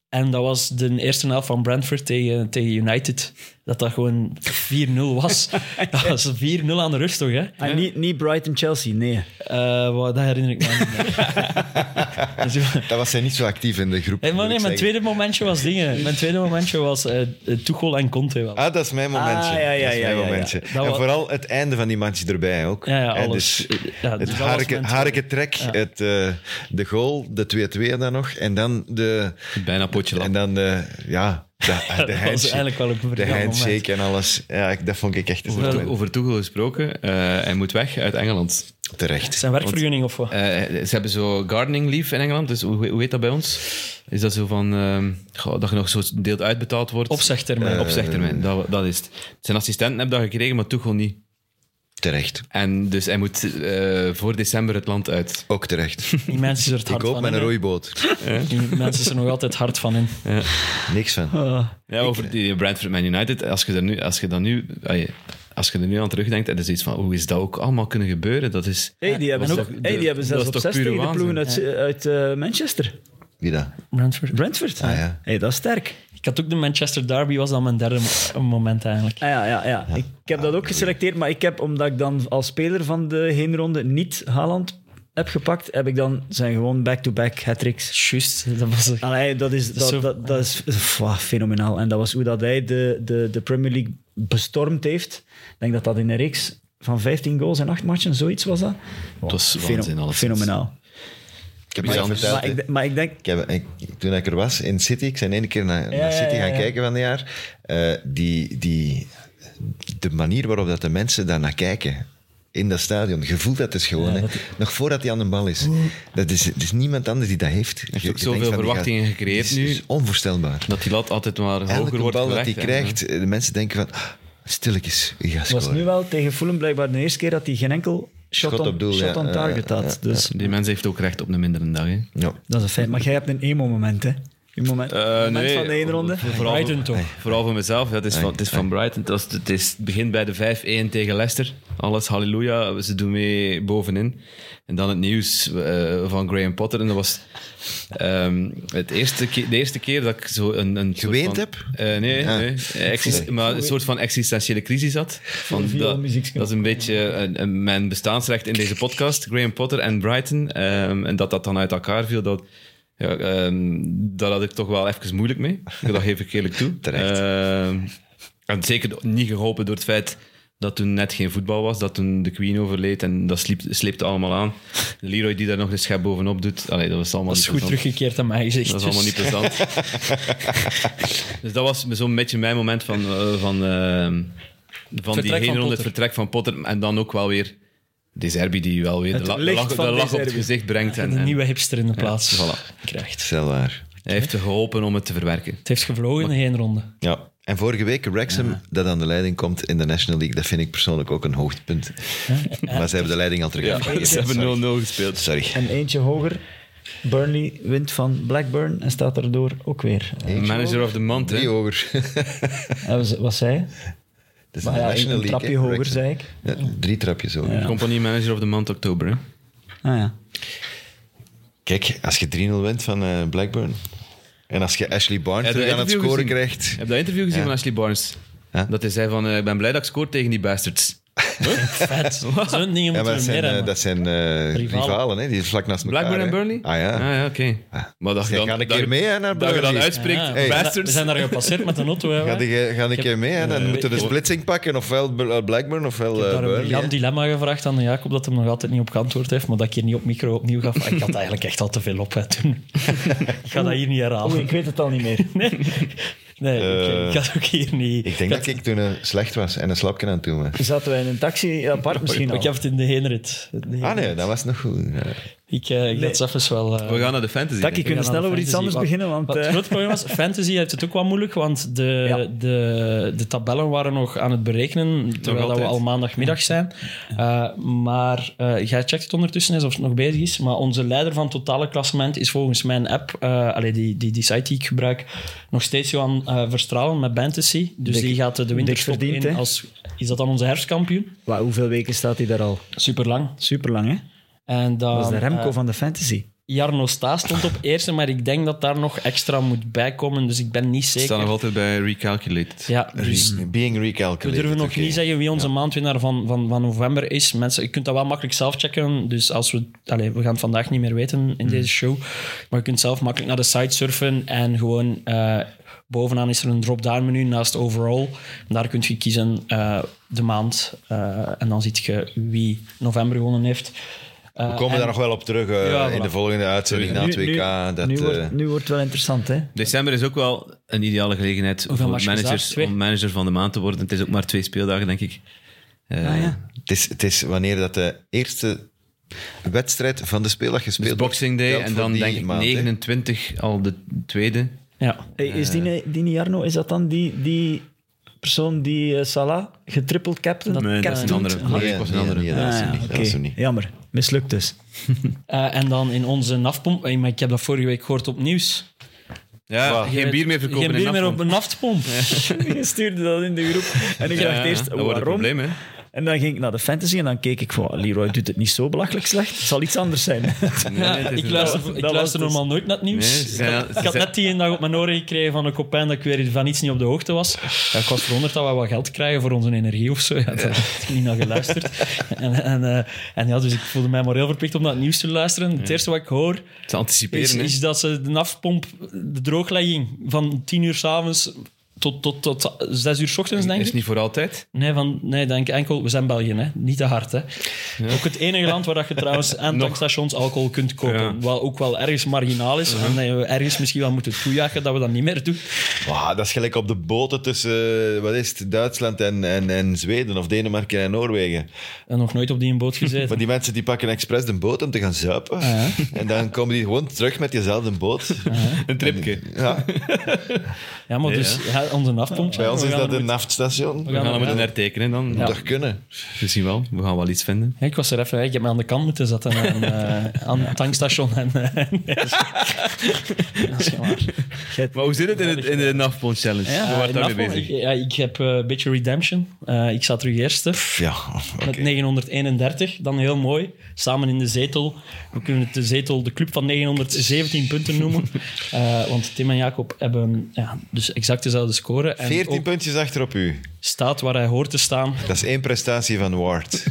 [SPEAKER 4] En dat was de eerste helft van Brentford tegen, tegen United. Dat dat gewoon 4-0 was. Dat was 4-0 aan de rust, toch? Hè?
[SPEAKER 5] En Ah, niet, niet Brighton-Chelsea, nee.
[SPEAKER 4] Eh, wat- dat herinner ik me niet meer. Dus-
[SPEAKER 2] Dat was hij niet zo actief in de groep.
[SPEAKER 4] Hey, maar
[SPEAKER 2] moet
[SPEAKER 4] nee,
[SPEAKER 2] ik
[SPEAKER 4] mijn
[SPEAKER 2] zeggen.
[SPEAKER 4] tweede momentje was dingen. Mijn tweede momentje was eh Tuchel en Conte wel.
[SPEAKER 2] Ah, dat is mijn momentje.
[SPEAKER 5] Ah, ja, ja,
[SPEAKER 2] dat is
[SPEAKER 5] ja,
[SPEAKER 2] mijn
[SPEAKER 5] ja, ja.
[SPEAKER 2] momentje.
[SPEAKER 4] Dat
[SPEAKER 2] En
[SPEAKER 4] was-
[SPEAKER 2] vooral het einde van die match erbij ook.
[SPEAKER 4] Ja, ja,
[SPEAKER 2] Hè,
[SPEAKER 4] alles.
[SPEAKER 2] dus
[SPEAKER 4] Ja, dus
[SPEAKER 2] het
[SPEAKER 4] dat was
[SPEAKER 2] harke,
[SPEAKER 4] mijn
[SPEAKER 2] harketrek, het, eh, de goal, de 2-2 dan nog. En dan de...
[SPEAKER 3] Bijna potje
[SPEAKER 2] En
[SPEAKER 3] lap.
[SPEAKER 2] dan, eh, ja, de, de
[SPEAKER 4] was
[SPEAKER 2] handshake.
[SPEAKER 4] eigenlijk wel een
[SPEAKER 2] De
[SPEAKER 4] briljant moment.
[SPEAKER 2] handshake en alles. Ja, ik- dat vond ik echt een
[SPEAKER 3] Over,
[SPEAKER 2] moment.
[SPEAKER 3] over Toegel gesproken, eh, hij moet weg uit Engeland.
[SPEAKER 2] terecht.
[SPEAKER 4] Zijn werkvergunning of wat?
[SPEAKER 3] Eh, ze hebben zo gardening leave in Engeland, dus hoe, hoe heet dat bij ons? Is dat zo van ehm, goh, dat je nog zo deelt uitbetaald wordt?
[SPEAKER 4] Opzegtermijn.
[SPEAKER 3] Eh, Opzegtermijn, dat, dat is het. Zijn assistenten hebben dat gekregen, maar Tuchel niet.
[SPEAKER 2] Terecht.
[SPEAKER 3] En dus hij moet eh, voor december het land uit.
[SPEAKER 2] Ook terecht.
[SPEAKER 4] Die mensen zijn er
[SPEAKER 2] Ik
[SPEAKER 4] het hard
[SPEAKER 2] hoop
[SPEAKER 4] van
[SPEAKER 2] met een
[SPEAKER 4] in, hè.
[SPEAKER 2] roeiboot.
[SPEAKER 4] Die mensen zijn er nog altijd hard van in.
[SPEAKER 2] Niks van.
[SPEAKER 3] Ja, over die Brentford Man United, als je, er nu, als je dat nu... ai, Als je er nu aan terugdenkt, het is iets van, hoe is dat ook allemaal kunnen gebeuren? Dat is...
[SPEAKER 5] Hey, die hebben,
[SPEAKER 3] En
[SPEAKER 5] ze-
[SPEAKER 3] ook
[SPEAKER 5] hey,
[SPEAKER 3] de-
[SPEAKER 5] die hebben zelfs
[SPEAKER 3] dat
[SPEAKER 5] op
[SPEAKER 3] is toch
[SPEAKER 5] 60
[SPEAKER 3] pure
[SPEAKER 5] de ploegen uit, uit eh, Manchester.
[SPEAKER 2] Wie dat?
[SPEAKER 4] Brentford.
[SPEAKER 5] Brentford.
[SPEAKER 2] Ah, ja.
[SPEAKER 5] hey, dat is sterk.
[SPEAKER 4] Ik had ook de Manchester Derby, was dan mijn derde mo- moment eigenlijk.
[SPEAKER 5] Ah, ja, ja, ja. Ik heb dat ook geselecteerd, maar ik heb, omdat ik dan als speler van de heenronde niet Haaland heb gepakt, heb ik dan zijn gewoon back-to-back hat-tricks.
[SPEAKER 4] Juist, dat was het.
[SPEAKER 5] Allee, dat is,
[SPEAKER 4] is
[SPEAKER 5] dat,
[SPEAKER 4] zo-
[SPEAKER 5] dat, dat is wauw, fenomenaal. En dat was hoe dat hij de, de, de Premier League bestormd heeft. Ik denk dat dat in een reeks van 15 goals en 8 matchen, zoiets was dat.
[SPEAKER 3] Het was
[SPEAKER 5] Feno-
[SPEAKER 3] waanzin alles.
[SPEAKER 5] fenomenaal.
[SPEAKER 2] Ik heb
[SPEAKER 3] Iets
[SPEAKER 2] je
[SPEAKER 3] anders.
[SPEAKER 2] verteld,
[SPEAKER 5] Maar
[SPEAKER 2] hè.
[SPEAKER 5] ik, maar ik denk,
[SPEAKER 2] Ik heb, ik, toen ik er was in City, ik ben één keer naar, naar
[SPEAKER 5] ja,
[SPEAKER 2] City
[SPEAKER 5] ja,
[SPEAKER 2] gaan
[SPEAKER 5] ja.
[SPEAKER 2] kijken van het jaar. eh, die, die, de manier waarop dat de mensen daar naar kijken in dat stadion, je voelt dat dus gewoon. hè. Nog voordat hij aan de bal is. Dat is, het is niemand anders die dat heeft. Je-
[SPEAKER 3] ook
[SPEAKER 2] je denkt
[SPEAKER 3] zoveel
[SPEAKER 2] van, die
[SPEAKER 3] verwachtingen
[SPEAKER 2] gaat-
[SPEAKER 3] gecreëerd
[SPEAKER 2] het is-
[SPEAKER 3] nu.
[SPEAKER 2] Het is onvoorstelbaar.
[SPEAKER 3] Dat die lat altijd maar hoger
[SPEAKER 2] Elke bal
[SPEAKER 3] wordt
[SPEAKER 2] dat
[SPEAKER 3] gelegd,
[SPEAKER 2] hij
[SPEAKER 3] hè.
[SPEAKER 2] krijgt, eh, de mensen denken van, ah, stilletjes, je gaat
[SPEAKER 5] Het was
[SPEAKER 2] scoren.
[SPEAKER 5] nu wel tegen Fulham blijkbaar de eerste keer dat hij geen enkel shot,
[SPEAKER 2] Schot
[SPEAKER 5] on,
[SPEAKER 2] op doel,
[SPEAKER 5] shot
[SPEAKER 2] ja.
[SPEAKER 5] on
[SPEAKER 2] Ja,
[SPEAKER 5] target
[SPEAKER 2] ja,
[SPEAKER 5] had. dus
[SPEAKER 3] Die mens heeft ook recht op een mindere dag. Hè.
[SPEAKER 2] Ja.
[SPEAKER 5] dat is een feit. Maar jij hebt een emo-moment, hè? Je
[SPEAKER 3] Eh,
[SPEAKER 5] moment, moment van de ene ronde.
[SPEAKER 3] Vooral
[SPEAKER 4] Brighton
[SPEAKER 3] voor,
[SPEAKER 4] toch?
[SPEAKER 3] Vooral voor mezelf. Ja, het is van, het is van Brighton. Het, is, het, is, het begint bij de 5-1 tegen Leicester. Alles halleluja. Ze doen mee bovenin. En dan het nieuws eh, van Graham Potter. En dat was ehm, het eerste ke- de eerste keer dat ik zo een... een soort
[SPEAKER 2] Geweend
[SPEAKER 3] van-
[SPEAKER 2] heb?
[SPEAKER 3] Eh, nee,
[SPEAKER 2] Ah.
[SPEAKER 3] nee. Eh, exis- maar een soort van existentiële crisis had. Van
[SPEAKER 5] een
[SPEAKER 3] dat,
[SPEAKER 5] vioolmuziekje.
[SPEAKER 3] dat is een beetje een- een- mijn bestaansrecht in deze podcast. Graham Potter en Brighton. Ehm, en dat dat dan uit elkaar viel, dat... Ja, ehm, daar had ik toch wel even moeilijk mee. Dat geef ik eerlijk toe.
[SPEAKER 2] Terecht.
[SPEAKER 3] Ehm, en zeker niet geholpen door het feit dat toen net geen voetbal was, dat toen de Queen overleed en dat sliep, sleepte allemaal aan. Leroy die daar nog een schep bovenop doet, allee, dat was allemaal
[SPEAKER 4] Dat is
[SPEAKER 3] niet
[SPEAKER 4] goed
[SPEAKER 3] plezant.
[SPEAKER 4] teruggekeerd aan mij gezegd.
[SPEAKER 3] Dat is
[SPEAKER 4] dus.
[SPEAKER 3] allemaal niet plezant. dus dat was zo'n beetje mijn moment van, eh, van, ehm, van die
[SPEAKER 4] Vertrek
[SPEAKER 3] heen rond
[SPEAKER 4] van
[SPEAKER 3] het
[SPEAKER 4] Potter.
[SPEAKER 3] vertrek van Potter. En dan ook wel weer Deserbi die wel weer
[SPEAKER 5] Het
[SPEAKER 3] de, la- de
[SPEAKER 5] licht
[SPEAKER 3] lach, de
[SPEAKER 5] van
[SPEAKER 3] lach op het
[SPEAKER 5] Deserbi.
[SPEAKER 3] gezicht brengt. En,
[SPEAKER 4] Een
[SPEAKER 3] en
[SPEAKER 4] nieuwe hipster in de plaats
[SPEAKER 3] voilà.
[SPEAKER 4] krijgt.
[SPEAKER 2] Stel waar.
[SPEAKER 3] hij heeft geholpen om het te verwerken.
[SPEAKER 4] Het heeft gevlogen in geen ronde.
[SPEAKER 2] Ja. En vorige week Wrexham, dat aan de leiding komt in de National League, dat vind ik persoonlijk ook een hoogtepunt. Maar ze hebben de leiding al teruggegeven.
[SPEAKER 3] Ze hebben 0-0 gespeeld.
[SPEAKER 2] Sorry.
[SPEAKER 5] En eentje hoger. Burnley wint van Blackburn en staat daardoor ook weer. eh,
[SPEAKER 3] Manager of the month, hè?
[SPEAKER 2] Drie hoger.
[SPEAKER 5] en was- wat zei je?
[SPEAKER 2] Dat is
[SPEAKER 5] Maar
[SPEAKER 2] de
[SPEAKER 5] ja, een,
[SPEAKER 2] National
[SPEAKER 5] een
[SPEAKER 2] League,
[SPEAKER 5] trapje
[SPEAKER 2] hè,
[SPEAKER 5] hoger,
[SPEAKER 2] Wrexham.
[SPEAKER 5] zei ik.
[SPEAKER 2] Ja, drie trapjes hoger.
[SPEAKER 3] Compagnie manager of the month oktober. Hè?
[SPEAKER 5] Ah ja.
[SPEAKER 2] Kijk, als je 3-0 wint van eh, Blackburn. En als je Ashley Barnes
[SPEAKER 3] Heb je
[SPEAKER 2] terug
[SPEAKER 3] dat
[SPEAKER 2] aan het
[SPEAKER 3] interview
[SPEAKER 2] scoren
[SPEAKER 3] gezien?
[SPEAKER 2] krijgt.
[SPEAKER 3] Heb je dat interview gezien van Ashley Barnes?
[SPEAKER 2] Ja.
[SPEAKER 3] Dat hij zei van, eh, ik ben blij dat ik scoor tegen die bastards.
[SPEAKER 4] Vet. Zo'n dingen
[SPEAKER 2] Ja, maar
[SPEAKER 4] moeten
[SPEAKER 2] dat
[SPEAKER 4] we meer
[SPEAKER 2] zijn, eh,
[SPEAKER 4] hebben.
[SPEAKER 2] dat zijn eh,
[SPEAKER 4] Rivalen.
[SPEAKER 2] rivalen, hè? die vlak naast elkaar.
[SPEAKER 3] Blackburn en
[SPEAKER 2] hè.
[SPEAKER 3] Burnley?
[SPEAKER 2] Ah ja.
[SPEAKER 3] Ah, oké. Maar dat je
[SPEAKER 2] Zij
[SPEAKER 3] dan-
[SPEAKER 2] gaan een
[SPEAKER 3] dat
[SPEAKER 2] keer
[SPEAKER 3] je-
[SPEAKER 2] mee, hè, naar
[SPEAKER 3] Dat je dan
[SPEAKER 2] Burnley.
[SPEAKER 3] uitspreekt,
[SPEAKER 4] Ja,
[SPEAKER 2] Hey.
[SPEAKER 4] We
[SPEAKER 3] bastards.
[SPEAKER 4] zijn daar gepasseerd met een auto. Hè,
[SPEAKER 2] Ga
[SPEAKER 4] wij.
[SPEAKER 2] die- Ga een keer mee, hè? dan
[SPEAKER 4] eh,
[SPEAKER 2] moeten we de
[SPEAKER 4] ik-
[SPEAKER 2] splitsing pakken. Ofwel Bur- eh, Blackburn ofwel eh,
[SPEAKER 4] Ik heb daar een
[SPEAKER 2] Burnley. hè.
[SPEAKER 4] briljant dilemma gevraagd aan Jacob, dat hem nog altijd niet op geantwoord heeft, maar dat ik hier niet op micro opnieuw gaf. Ik had eigenlijk echt al te veel op hè, toen. ik ga dat hier niet
[SPEAKER 5] Oeh,
[SPEAKER 4] herhalen.
[SPEAKER 5] ik weet het al niet meer.
[SPEAKER 4] Nee, nee
[SPEAKER 2] Eh,
[SPEAKER 4] ik, ik had ook hier niet...
[SPEAKER 2] Ik denk dat ik toen eh, slecht was en een slapje aan het doen was.
[SPEAKER 5] Zaten wij in een taxi apart misschien al?
[SPEAKER 4] Ik heb het in de heenrit. De
[SPEAKER 2] Ah
[SPEAKER 4] heenrit.
[SPEAKER 2] nee, dat was nog goed. Ja.
[SPEAKER 4] Ik, eh, ik dat zelfs wel... eh,
[SPEAKER 3] We gaan naar de fantasy.
[SPEAKER 5] Tak,
[SPEAKER 3] denk
[SPEAKER 5] je
[SPEAKER 3] ik.
[SPEAKER 5] kunt
[SPEAKER 4] We gaan
[SPEAKER 5] snel
[SPEAKER 4] aan
[SPEAKER 5] over iets
[SPEAKER 4] fantasy.
[SPEAKER 5] anders
[SPEAKER 4] Wat-
[SPEAKER 5] beginnen, want...
[SPEAKER 4] wat het
[SPEAKER 5] eh,
[SPEAKER 4] grote probleem was, fantasy heeft het ook wel moeilijk, want de,
[SPEAKER 5] Ja.
[SPEAKER 4] de, de tabellen waren nog aan het berekenen, terwijl dat we
[SPEAKER 3] altijd.
[SPEAKER 4] al maandagmiddag zijn. Eh, maar eh jij checkt het ondertussen eens of het nog bezig is, maar onze leider van totale klassement is volgens mijn app, eh allee, die, die, die site die ik gebruik, nog steeds Johan eh, Verstralen met Fantasy. Dus
[SPEAKER 5] Dik-
[SPEAKER 4] die gaat eh, de winterstop
[SPEAKER 5] verdiend,
[SPEAKER 4] in
[SPEAKER 5] hè?
[SPEAKER 4] als... Is dat dan onze herfstkampioen?
[SPEAKER 5] wa- hoeveel weken staat hij daar al?
[SPEAKER 4] Super lang.
[SPEAKER 5] Super lang, hè?
[SPEAKER 4] En dan,
[SPEAKER 5] Dat is de Remco
[SPEAKER 4] eh,
[SPEAKER 5] van de fantasy.
[SPEAKER 4] Jarno Sta stond op eerste, maar ik denk dat daar nog extra moet bij komen. Dus ik ben niet
[SPEAKER 3] We
[SPEAKER 4] zeker.
[SPEAKER 3] staan nog altijd bij recalculated.
[SPEAKER 4] Ja, dus
[SPEAKER 2] Re- Being recalculated.
[SPEAKER 4] we durven nog
[SPEAKER 2] oké.
[SPEAKER 4] niet zeggen wie onze maandwinnaar van, van, van november is. Mensen, je kunt dat wel makkelijk zelf checken. Dus als we, allez, we gaan het vandaag niet meer weten
[SPEAKER 2] Hmm.
[SPEAKER 4] in deze show. Maar je kunt zelf makkelijk naar de site surfen en gewoon. eh, Bovenaan is er een drop-down menu naast overall. Daar kun je kiezen eh, de maand. eh, en dan ziet je wie november gewonnen heeft. Eh,
[SPEAKER 2] We komen
[SPEAKER 4] en-
[SPEAKER 2] daar nog wel op terug eh,
[SPEAKER 4] Ja,
[SPEAKER 2] in
[SPEAKER 4] voilà.
[SPEAKER 2] de volgende uitzending na het
[SPEAKER 5] nu,
[SPEAKER 2] WK. Dat,
[SPEAKER 5] nu,
[SPEAKER 2] eh,
[SPEAKER 5] wordt, nu wordt het wel interessant, hè?
[SPEAKER 3] December is ook wel een ideale gelegenheid
[SPEAKER 4] Hoeveel
[SPEAKER 3] voor
[SPEAKER 4] matchen is
[SPEAKER 3] managers
[SPEAKER 4] daar? Twee?
[SPEAKER 3] om manager van de maand te worden. Het is ook maar twee speeldagen, denk ik. Eh,
[SPEAKER 5] Ah, ja.
[SPEAKER 2] het, is, het is wanneer dat de eerste wedstrijd van de speeldag gespeeld
[SPEAKER 3] Dus
[SPEAKER 2] wordt.
[SPEAKER 3] Boxing Day
[SPEAKER 2] Geldt
[SPEAKER 3] en
[SPEAKER 2] voor
[SPEAKER 3] dan
[SPEAKER 2] die
[SPEAKER 3] denk ik
[SPEAKER 2] maand, hè.
[SPEAKER 3] 29 al de tweede.
[SPEAKER 4] Ja.
[SPEAKER 5] Hey, is die, die Jarno, is dat dan die, die persoon die eh, Salah getrippeld captain?
[SPEAKER 3] Nee, dat is een
[SPEAKER 5] captaint?
[SPEAKER 3] andere.
[SPEAKER 5] Ah,
[SPEAKER 3] Nee, ik was een
[SPEAKER 2] nee,
[SPEAKER 3] andere.
[SPEAKER 2] nee, dat is
[SPEAKER 5] ja,
[SPEAKER 2] hem niet, dat
[SPEAKER 5] oké.
[SPEAKER 2] is hem niet.
[SPEAKER 5] Jammer, mislukt dus.
[SPEAKER 4] Eh, en dan in onze nafpomp. eh, maar ik heb dat vorige week gehoord op nieuws. Ah,
[SPEAKER 3] Ja,
[SPEAKER 4] Je
[SPEAKER 3] geen bier
[SPEAKER 4] weet-
[SPEAKER 3] meer verkopen
[SPEAKER 4] Geen
[SPEAKER 3] in
[SPEAKER 4] bier meer
[SPEAKER 3] Afrond.
[SPEAKER 4] op een naftpomp.
[SPEAKER 5] Je stuurde dat in de groep en ik
[SPEAKER 3] Ja,
[SPEAKER 5] dacht eerst,
[SPEAKER 3] dat wordt een
[SPEAKER 5] waarom?
[SPEAKER 3] probleem, hè.
[SPEAKER 5] En dan ging ik naar de fantasy en dan keek ik van, Leroy doet het niet zo belachelijk slecht. Het zal iets anders zijn.
[SPEAKER 3] Nee,
[SPEAKER 4] Ja,
[SPEAKER 3] nee, het is
[SPEAKER 4] ik
[SPEAKER 3] een-
[SPEAKER 4] luister,
[SPEAKER 5] dat
[SPEAKER 4] ik
[SPEAKER 5] was
[SPEAKER 4] luister
[SPEAKER 5] dus-
[SPEAKER 4] normaal nooit naar het nieuws.
[SPEAKER 3] Nee, ze zijn-
[SPEAKER 4] ik had,
[SPEAKER 3] ze
[SPEAKER 4] ik had
[SPEAKER 3] zijn-
[SPEAKER 4] net die een dag op mijn oren gekregen van een kopijn dat ik weer van iets niet op de hoogte was. Ja, ik was verwonderd dat we wat geld krijgen voor onze energie of zo. Ja, daar heb ik niet naar geluisterd. en, en, eh, en ja, dus ik voelde mij moreel verplicht om naar het nieuws te luisteren. Het eerste wat ik hoor
[SPEAKER 3] te anticiperen.
[SPEAKER 4] is,
[SPEAKER 3] hè.
[SPEAKER 4] is dat ze de nafpomp, de drooglegging van 10 uur s'avonds tot, tot, tot 6 uur s ochtends, denk ik.
[SPEAKER 3] is niet voor altijd.
[SPEAKER 4] Nee, van, nee, denk enkel, we zijn België, hè? niet te hard. Hè? Ook het enige land waar dat je trouwens aan tankstations alcohol kunt kopen.
[SPEAKER 3] Ja.
[SPEAKER 4] Wat ook wel ergens marginaal is. En dat we ergens misschien wel moeten toejagen dat we dat niet meer doen.
[SPEAKER 2] Wauw, dat is gelijk op de boten tussen eh, wat is het, Duitsland en, en, en Zweden of Denemarken en Noorwegen.
[SPEAKER 4] En nog nooit op die boot
[SPEAKER 2] Maar
[SPEAKER 4] gezeten.
[SPEAKER 2] die mensen die pakken expres de boot om te gaan zuipen. En dan komen die gewoon terug met diezelfde boot.
[SPEAKER 3] Een tripje.
[SPEAKER 2] Ja,
[SPEAKER 4] Ja, maar dus ja, onze afpomp.
[SPEAKER 2] bij ons
[SPEAKER 4] we
[SPEAKER 2] is
[SPEAKER 4] gaan
[SPEAKER 2] dat
[SPEAKER 4] er
[SPEAKER 2] een
[SPEAKER 4] met-
[SPEAKER 2] naftstation.
[SPEAKER 3] We
[SPEAKER 2] Dat
[SPEAKER 3] gaan hem moeten hertekenen dan.
[SPEAKER 4] Ja.
[SPEAKER 2] Dat kunnen.
[SPEAKER 3] Misschien wel. We gaan wel iets vinden.
[SPEAKER 4] Ja, ik was er even, ik heb me aan de kant moeten zetten en, eh, aan het tankstation. En, eh, dat is jammer.
[SPEAKER 3] Maar hoe zit het in, het, in de NAFPON Challenge? we waren
[SPEAKER 4] in
[SPEAKER 3] daarmee
[SPEAKER 4] afval-
[SPEAKER 3] bezig.
[SPEAKER 4] Ik, Eh, ja, ik heb eh, een beetje redemption. Eh, ik zat terug eerste
[SPEAKER 2] Ja, oké.
[SPEAKER 4] met 931. Dan heel mooi. Samen in de zetel. We kunnen het de zetel de club van 917 punten noemen. Eh, want Tim en Jacob hebben ja, dus exact dezelfde score. En
[SPEAKER 2] 14
[SPEAKER 4] ook
[SPEAKER 2] puntjes achter op u.
[SPEAKER 4] staat waar hij hoort te staan.
[SPEAKER 2] Dat is één prestatie van Ward.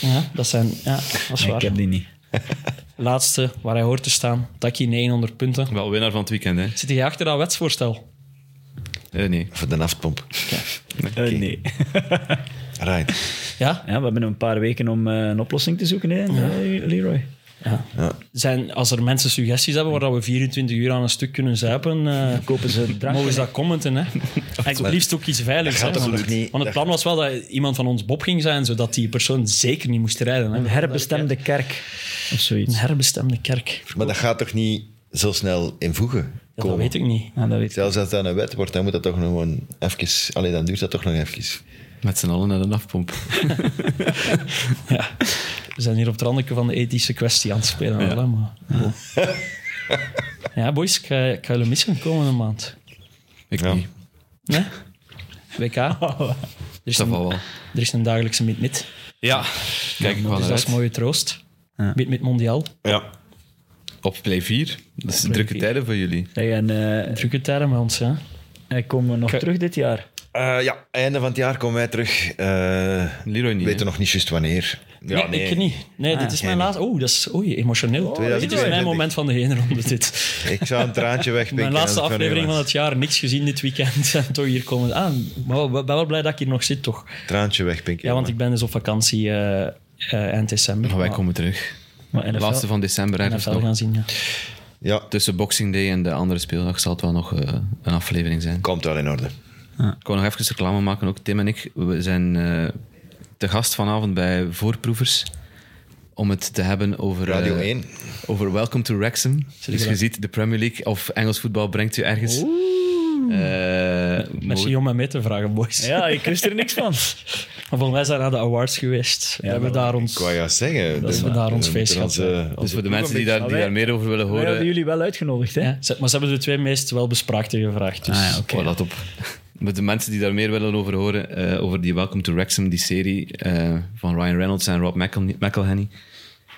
[SPEAKER 4] Ja, dat, zijn, ja, dat is
[SPEAKER 5] Nee,
[SPEAKER 4] waar.
[SPEAKER 5] ik heb die niet.
[SPEAKER 4] Laatste waar hij hoort te staan. Taki 900 punten.
[SPEAKER 3] Wel winnaar van het weekend, hè?
[SPEAKER 4] Zit hij achter dat wetsvoorstel?
[SPEAKER 3] Eh, nee.
[SPEAKER 2] Voor de naftpomp.
[SPEAKER 5] Eh, nee.
[SPEAKER 2] Right.
[SPEAKER 4] Ja?
[SPEAKER 5] Ja, we hebben een paar weken om eh, een oplossing te zoeken,
[SPEAKER 3] Oh.
[SPEAKER 5] hè, eh, Leroy.
[SPEAKER 4] Zijn, als er mensen suggesties hebben waar dat we 24 uur aan een stuk kunnen zuipen, eh,
[SPEAKER 5] Kopen ze drank.
[SPEAKER 4] mogen ze dat commenten. Hè? En het liefst ook iets veiligs.
[SPEAKER 2] Dat gaat
[SPEAKER 4] hè, want,
[SPEAKER 2] absoluut niet.
[SPEAKER 4] want het plan was wel dat iemand van ons Bob ging zijn, zodat die persoon zeker niet moest rijden. Hè?
[SPEAKER 5] Een herbestemde kerk of
[SPEAKER 4] Een
[SPEAKER 5] zoiets.
[SPEAKER 4] herbestemde kerk.
[SPEAKER 2] Maar dat gaat toch niet zo snel invoegen?
[SPEAKER 4] Ja, dat weet ik niet.
[SPEAKER 5] Ja, dat weet ik.
[SPEAKER 2] Zelfs als dat een wet wordt, dan moet dat toch nog gewoon even... Alleen dan duurt dat toch nog even.
[SPEAKER 3] Met z'n allen naar de NAFPOMP.
[SPEAKER 4] Ja. We zijn hier op het randje van de ethische kwestie aan het spelen. wel, hè, maar, ja. ja, boys, ik ga, ik ga jullie missen komende maand.
[SPEAKER 3] Ik
[SPEAKER 2] Ja.
[SPEAKER 3] niet.
[SPEAKER 4] Nee? WK? Er is,
[SPEAKER 3] Dat
[SPEAKER 4] een,
[SPEAKER 3] valt wel.
[SPEAKER 4] er is een dagelijkse mid-mid.
[SPEAKER 3] Ja. Kijk, ik wel
[SPEAKER 4] Dus
[SPEAKER 3] naar
[SPEAKER 4] dat is
[SPEAKER 3] uit.
[SPEAKER 4] mooie troost. Mid-mid mondiaal.
[SPEAKER 2] Ja.
[SPEAKER 3] Op Play 4. Dat is drukke
[SPEAKER 5] vier.
[SPEAKER 3] tijden voor jullie.
[SPEAKER 5] Hey, en eh,
[SPEAKER 4] Drukke tijden met ons, hè.
[SPEAKER 5] eh, komen we nog
[SPEAKER 4] Ke-
[SPEAKER 5] terug dit jaar?
[SPEAKER 2] Eh, ja, einde van het jaar komen wij terug. Eh
[SPEAKER 3] Leroy niet.
[SPEAKER 2] weten
[SPEAKER 3] hè?
[SPEAKER 2] nog niet juist wanneer. Ja,
[SPEAKER 4] nee, ik niet. Nee, dit is
[SPEAKER 2] jij
[SPEAKER 4] mijn
[SPEAKER 2] niet.
[SPEAKER 4] laatste... Oeh, dat is oei, emotioneel. dit is
[SPEAKER 2] 2022.
[SPEAKER 4] mijn moment van de heenronde, dit.
[SPEAKER 2] Ik zou een traantje wegpikken.
[SPEAKER 4] Mijn laatste
[SPEAKER 2] als het
[SPEAKER 4] aflevering van
[SPEAKER 2] was.
[SPEAKER 4] het jaar. Niks gezien dit weekend. En toch hier komen... Ah, maar ik ben wel blij dat ik hier nog zit, toch.
[SPEAKER 2] Traantje wegpinken.
[SPEAKER 4] Ja, want ik ben dus op vakantie eh, eh, eind december.
[SPEAKER 3] Maar wij
[SPEAKER 4] Maar
[SPEAKER 3] komen terug.
[SPEAKER 5] Maar
[SPEAKER 3] De
[SPEAKER 5] NFL
[SPEAKER 3] laatste van december ergens
[SPEAKER 4] NFL
[SPEAKER 3] nog.
[SPEAKER 4] gaan zien, ja.
[SPEAKER 2] Ja,
[SPEAKER 3] Tussen Boxing Day en de andere speeldag zal het wel nog eh, een aflevering zijn.
[SPEAKER 2] komt wel in orde.
[SPEAKER 3] Ik wou nog even reclame maken, ook Tim en ik. We zijn eh, te gast vanavond bij Voorproevers. Om het te hebben over...
[SPEAKER 2] Radio
[SPEAKER 3] eh,
[SPEAKER 2] 1.
[SPEAKER 3] Over Welcome to Wrexham. Dus je ziet, de Premier League of Engels voetbal brengt u ergens. Eh,
[SPEAKER 4] Merci om mij mee te vragen, boys.
[SPEAKER 5] Ja, ik wist er niks van.
[SPEAKER 4] Maar volgens mij zijn we naar de awards geweest. we hebben daar ons...
[SPEAKER 2] Ik wou juist zeggen.
[SPEAKER 4] Dat
[SPEAKER 2] de-
[SPEAKER 4] we daar ons
[SPEAKER 2] de-
[SPEAKER 4] feest
[SPEAKER 2] onze-
[SPEAKER 4] gaan
[SPEAKER 2] onze
[SPEAKER 3] dus voor de
[SPEAKER 2] ploeg
[SPEAKER 3] mensen
[SPEAKER 2] een
[SPEAKER 3] die daar,
[SPEAKER 5] Maar
[SPEAKER 3] die
[SPEAKER 5] wij-
[SPEAKER 3] daar meer over willen
[SPEAKER 5] We
[SPEAKER 4] eh,
[SPEAKER 5] hadden
[SPEAKER 3] horen,
[SPEAKER 5] jullie wel uitgenodigd, hè?
[SPEAKER 4] Ja, ze- maar ze hebben de twee meest wel bespraakte gevraagd. Dus.
[SPEAKER 5] Ah, ja, oké.
[SPEAKER 3] Oh, laat op. Met de mensen die daar meer willen over horen, eh, over die Welcome to Wrexham, die serie eh, van Ryan Reynolds en Rob McEl- McElhenney.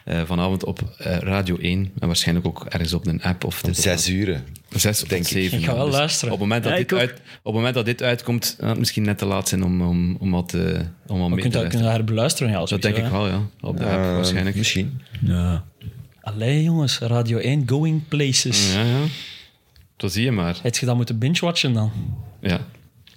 [SPEAKER 3] eh, vanavond op eh, Radio 1 en waarschijnlijk ook ergens op een app of
[SPEAKER 2] beetje-
[SPEAKER 3] dit of
[SPEAKER 2] Zes uren.
[SPEAKER 3] Zes of
[SPEAKER 2] Denk ik.
[SPEAKER 3] zeven.
[SPEAKER 4] Ik ga wel
[SPEAKER 3] Dus
[SPEAKER 4] luisteren.
[SPEAKER 3] Op het moment dat,
[SPEAKER 5] Ja, ik
[SPEAKER 3] dit,
[SPEAKER 5] ook.
[SPEAKER 3] uit, op het moment dat dit uitkomt, gaat het misschien net te laat zijn om, om, om wat, eh, om wat mee
[SPEAKER 4] We
[SPEAKER 3] te
[SPEAKER 4] kunnen dat
[SPEAKER 3] luisteren.
[SPEAKER 4] kunnen daar beluisteren. Ja,
[SPEAKER 3] Dat denk ik wel, ja. Op de app
[SPEAKER 2] Eh,
[SPEAKER 3] waarschijnlijk.
[SPEAKER 2] Misschien.
[SPEAKER 4] Allee jongens, Radio 1, Going Places.
[SPEAKER 3] Ja, ja. Zo zie je maar.
[SPEAKER 4] Heb je dat moeten binge-watchen dan?
[SPEAKER 3] Ja.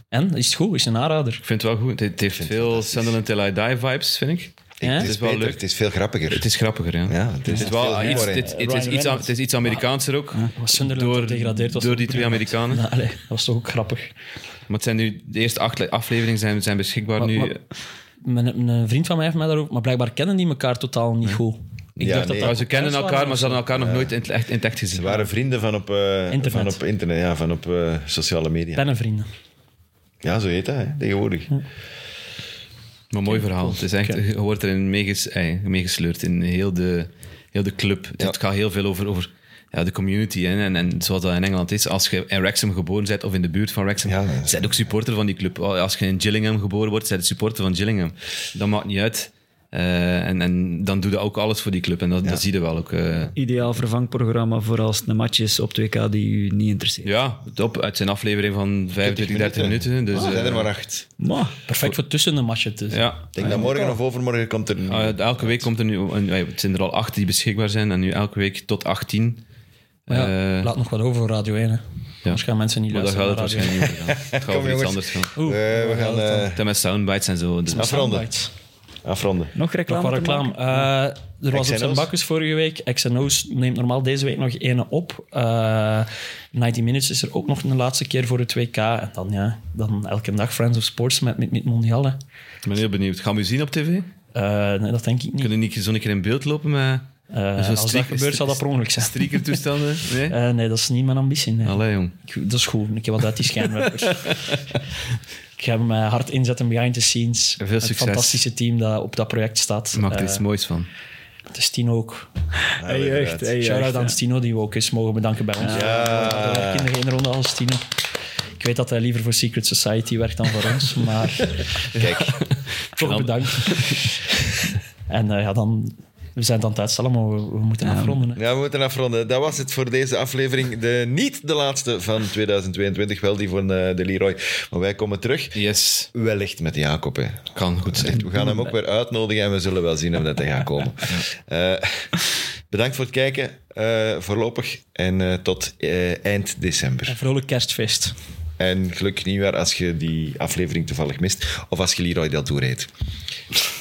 [SPEAKER 4] En? Is het goed? Is het een aanrader?
[SPEAKER 3] Ik vind het wel goed. Het, het heeft veel Sunderland Till I Die vibes, vind ik.
[SPEAKER 2] Ik-
[SPEAKER 4] Ja?
[SPEAKER 2] Het
[SPEAKER 4] Het
[SPEAKER 2] is
[SPEAKER 3] is wel
[SPEAKER 2] beter,
[SPEAKER 3] leuk.
[SPEAKER 2] het is veel grappiger.
[SPEAKER 3] Het is grappiger, ja.
[SPEAKER 2] Ja, het is
[SPEAKER 3] Dus Het is, wel ah,
[SPEAKER 2] veel
[SPEAKER 3] iets,
[SPEAKER 2] humor in.
[SPEAKER 3] dit- het, is
[SPEAKER 5] Ryan
[SPEAKER 3] iets,
[SPEAKER 5] Reynolds.
[SPEAKER 3] het is iets Amerikaanser ook.
[SPEAKER 4] Was Sunderland
[SPEAKER 3] Door,
[SPEAKER 4] dat gedegradeerd was
[SPEAKER 3] door die twee Amerikanen.
[SPEAKER 4] Nou, allee, dat was toch ook grappig.
[SPEAKER 3] Maar het zijn nu, de eerste acht le- afleveringen zijn, zijn beschikbaar
[SPEAKER 4] Maar-
[SPEAKER 3] nu.
[SPEAKER 4] maar- Mijn, een vriend van mij heeft mij daarover... Maar blijkbaar kennen die elkaar totaal niet goed. Ik
[SPEAKER 2] Ja,
[SPEAKER 4] dacht
[SPEAKER 2] nee.
[SPEAKER 4] dat
[SPEAKER 3] Ja,
[SPEAKER 4] dat
[SPEAKER 3] ze kennen
[SPEAKER 4] thuis
[SPEAKER 3] elkaar,
[SPEAKER 4] waren.
[SPEAKER 3] maar ze hadden elkaar nog nooit in het echt, in het echt
[SPEAKER 2] Ze
[SPEAKER 3] gezien.
[SPEAKER 2] waren vrienden van op, eh,
[SPEAKER 4] Internet.
[SPEAKER 2] Van op internet, ja, van op eh, sociale media.
[SPEAKER 4] Pennenvrienden.
[SPEAKER 2] Ja, zo heet dat, hè, tegenwoordig. Dus,
[SPEAKER 3] Maar mooi verhaal. Het is echt, je wordt erin meeges, eh, meegesleurd in heel de, heel de club. Het- Het gaat heel veel over, over ja, de community. Hè. En, en zoals dat in Engeland is, als je in Wrexham geboren bent of in de buurt van Wrexham,
[SPEAKER 2] Ja, ja.
[SPEAKER 3] zijn ook supporter van die club. Als je in Gillingham geboren wordt, zijn je supporter van Gillingham. Dat maakt niet uit. Eh, en, en dan doe je ook alles voor die club. En dat, dat zie je wel ook. eh.
[SPEAKER 5] Ideaal vervangprogramma voor als het een match is op 2K die u niet interesseert.
[SPEAKER 3] ja, top. Het zijn afleveringen van 25, 30 minuten. dus,
[SPEAKER 2] Er Ah, zijn er
[SPEAKER 3] eh,
[SPEAKER 2] maar acht.
[SPEAKER 5] Maar,
[SPEAKER 4] Perfect voor tussen de matchen. Dus.
[SPEAKER 3] ja.
[SPEAKER 2] Ik denk dat morgen of overmorgen komt er... Eh,
[SPEAKER 3] Ah, ja, elke week komt er nu, een- ja, het zijn er al acht die beschikbaar zijn en nu elke week tot 18.
[SPEAKER 4] Maar ja,
[SPEAKER 3] Eh,
[SPEAKER 4] laat nog wat over voor Radio 1. Hè. Anders gaan mensen niet
[SPEAKER 3] maar daar gaat
[SPEAKER 4] luisteren
[SPEAKER 3] het
[SPEAKER 4] naar Radio
[SPEAKER 3] waarschijnlijk niet over gaan. Het gaat over iets
[SPEAKER 2] jongens.
[SPEAKER 3] anders gaan.
[SPEAKER 4] Oeh,
[SPEAKER 2] Eh, we gaan... eh,
[SPEAKER 3] Het zijn met soundbites en zo. Dus
[SPEAKER 2] afronden.
[SPEAKER 4] soundbites.
[SPEAKER 2] afronden.
[SPEAKER 5] Nog
[SPEAKER 4] Nog
[SPEAKER 5] reclame?
[SPEAKER 4] wat
[SPEAKER 5] te maken?
[SPEAKER 4] reclame. Eh, er was op zijn
[SPEAKER 2] Xenos?
[SPEAKER 4] bakkes vorige week. Xenos neemt normaal deze week nog ene op. Eh 90 Minutes is er ook nog een laatste keer voor het WK. En dan, ja, dan elke dag Friends of Sports met met, met Mondial. hè.
[SPEAKER 3] Ik ben heel benieuwd. Gaan we u zien op tv?
[SPEAKER 4] Eh, nee, dat denk ik niet.
[SPEAKER 3] Kunnen we niet zo'n keer in beeld lopen met
[SPEAKER 4] Eh,
[SPEAKER 3] met zo'n
[SPEAKER 4] als dat
[SPEAKER 3] streak-
[SPEAKER 4] gebeurt, zal dat per ongeluk zijn.
[SPEAKER 3] streakertoestanden? Nee?
[SPEAKER 4] Eh, nee, dat is niet mijn ambitie. nee.
[SPEAKER 3] Allee, jong.
[SPEAKER 4] Ik- Dat is goed. Ik heb wat uit die schijnwerpers. ik ga me hard inzetten behind the scenes.
[SPEAKER 3] Veel
[SPEAKER 4] het
[SPEAKER 3] succes.
[SPEAKER 4] fantastische team dat op dat project staat.
[SPEAKER 3] Maak er
[SPEAKER 4] Eh,
[SPEAKER 3] iets moois van.
[SPEAKER 4] het is Tino ook.
[SPEAKER 5] Hey, jeugd, hey,
[SPEAKER 4] Shout-out
[SPEAKER 5] jeugd,
[SPEAKER 4] aan
[SPEAKER 5] ja.
[SPEAKER 4] Stino, die we ook eens mogen bedanken bij ons.
[SPEAKER 2] Ja.
[SPEAKER 4] We werken in geen ronde als Stino. Ik weet dat hij liever voor Secret Society werkt dan voor ons, maar
[SPEAKER 2] Kijk,
[SPEAKER 4] toch bedankt. en eh, ja, dan, we zijn het aan het uitstellen, maar we, we moeten afronden. hè.
[SPEAKER 2] ja, we moeten afronden. Dat was het voor deze aflevering. De, niet de laatste van 2022, wel die van eh, de Leroy. Maar wij komen terug.
[SPEAKER 3] Yes,
[SPEAKER 2] Wellicht met Jacob. Hè.
[SPEAKER 3] kan goed zijn.
[SPEAKER 2] We gaan hem ook weer uitnodigen en we zullen wel zien of dat hij gaat komen. Eh, bedankt voor het kijken eh, voorlopig en eh, tot eh, eind december.
[SPEAKER 4] Een vrolijk kerstfeest.
[SPEAKER 2] En gelukkig nieuwjaar als je die aflevering toevallig mist. Of als je Leroy Del Tour heet.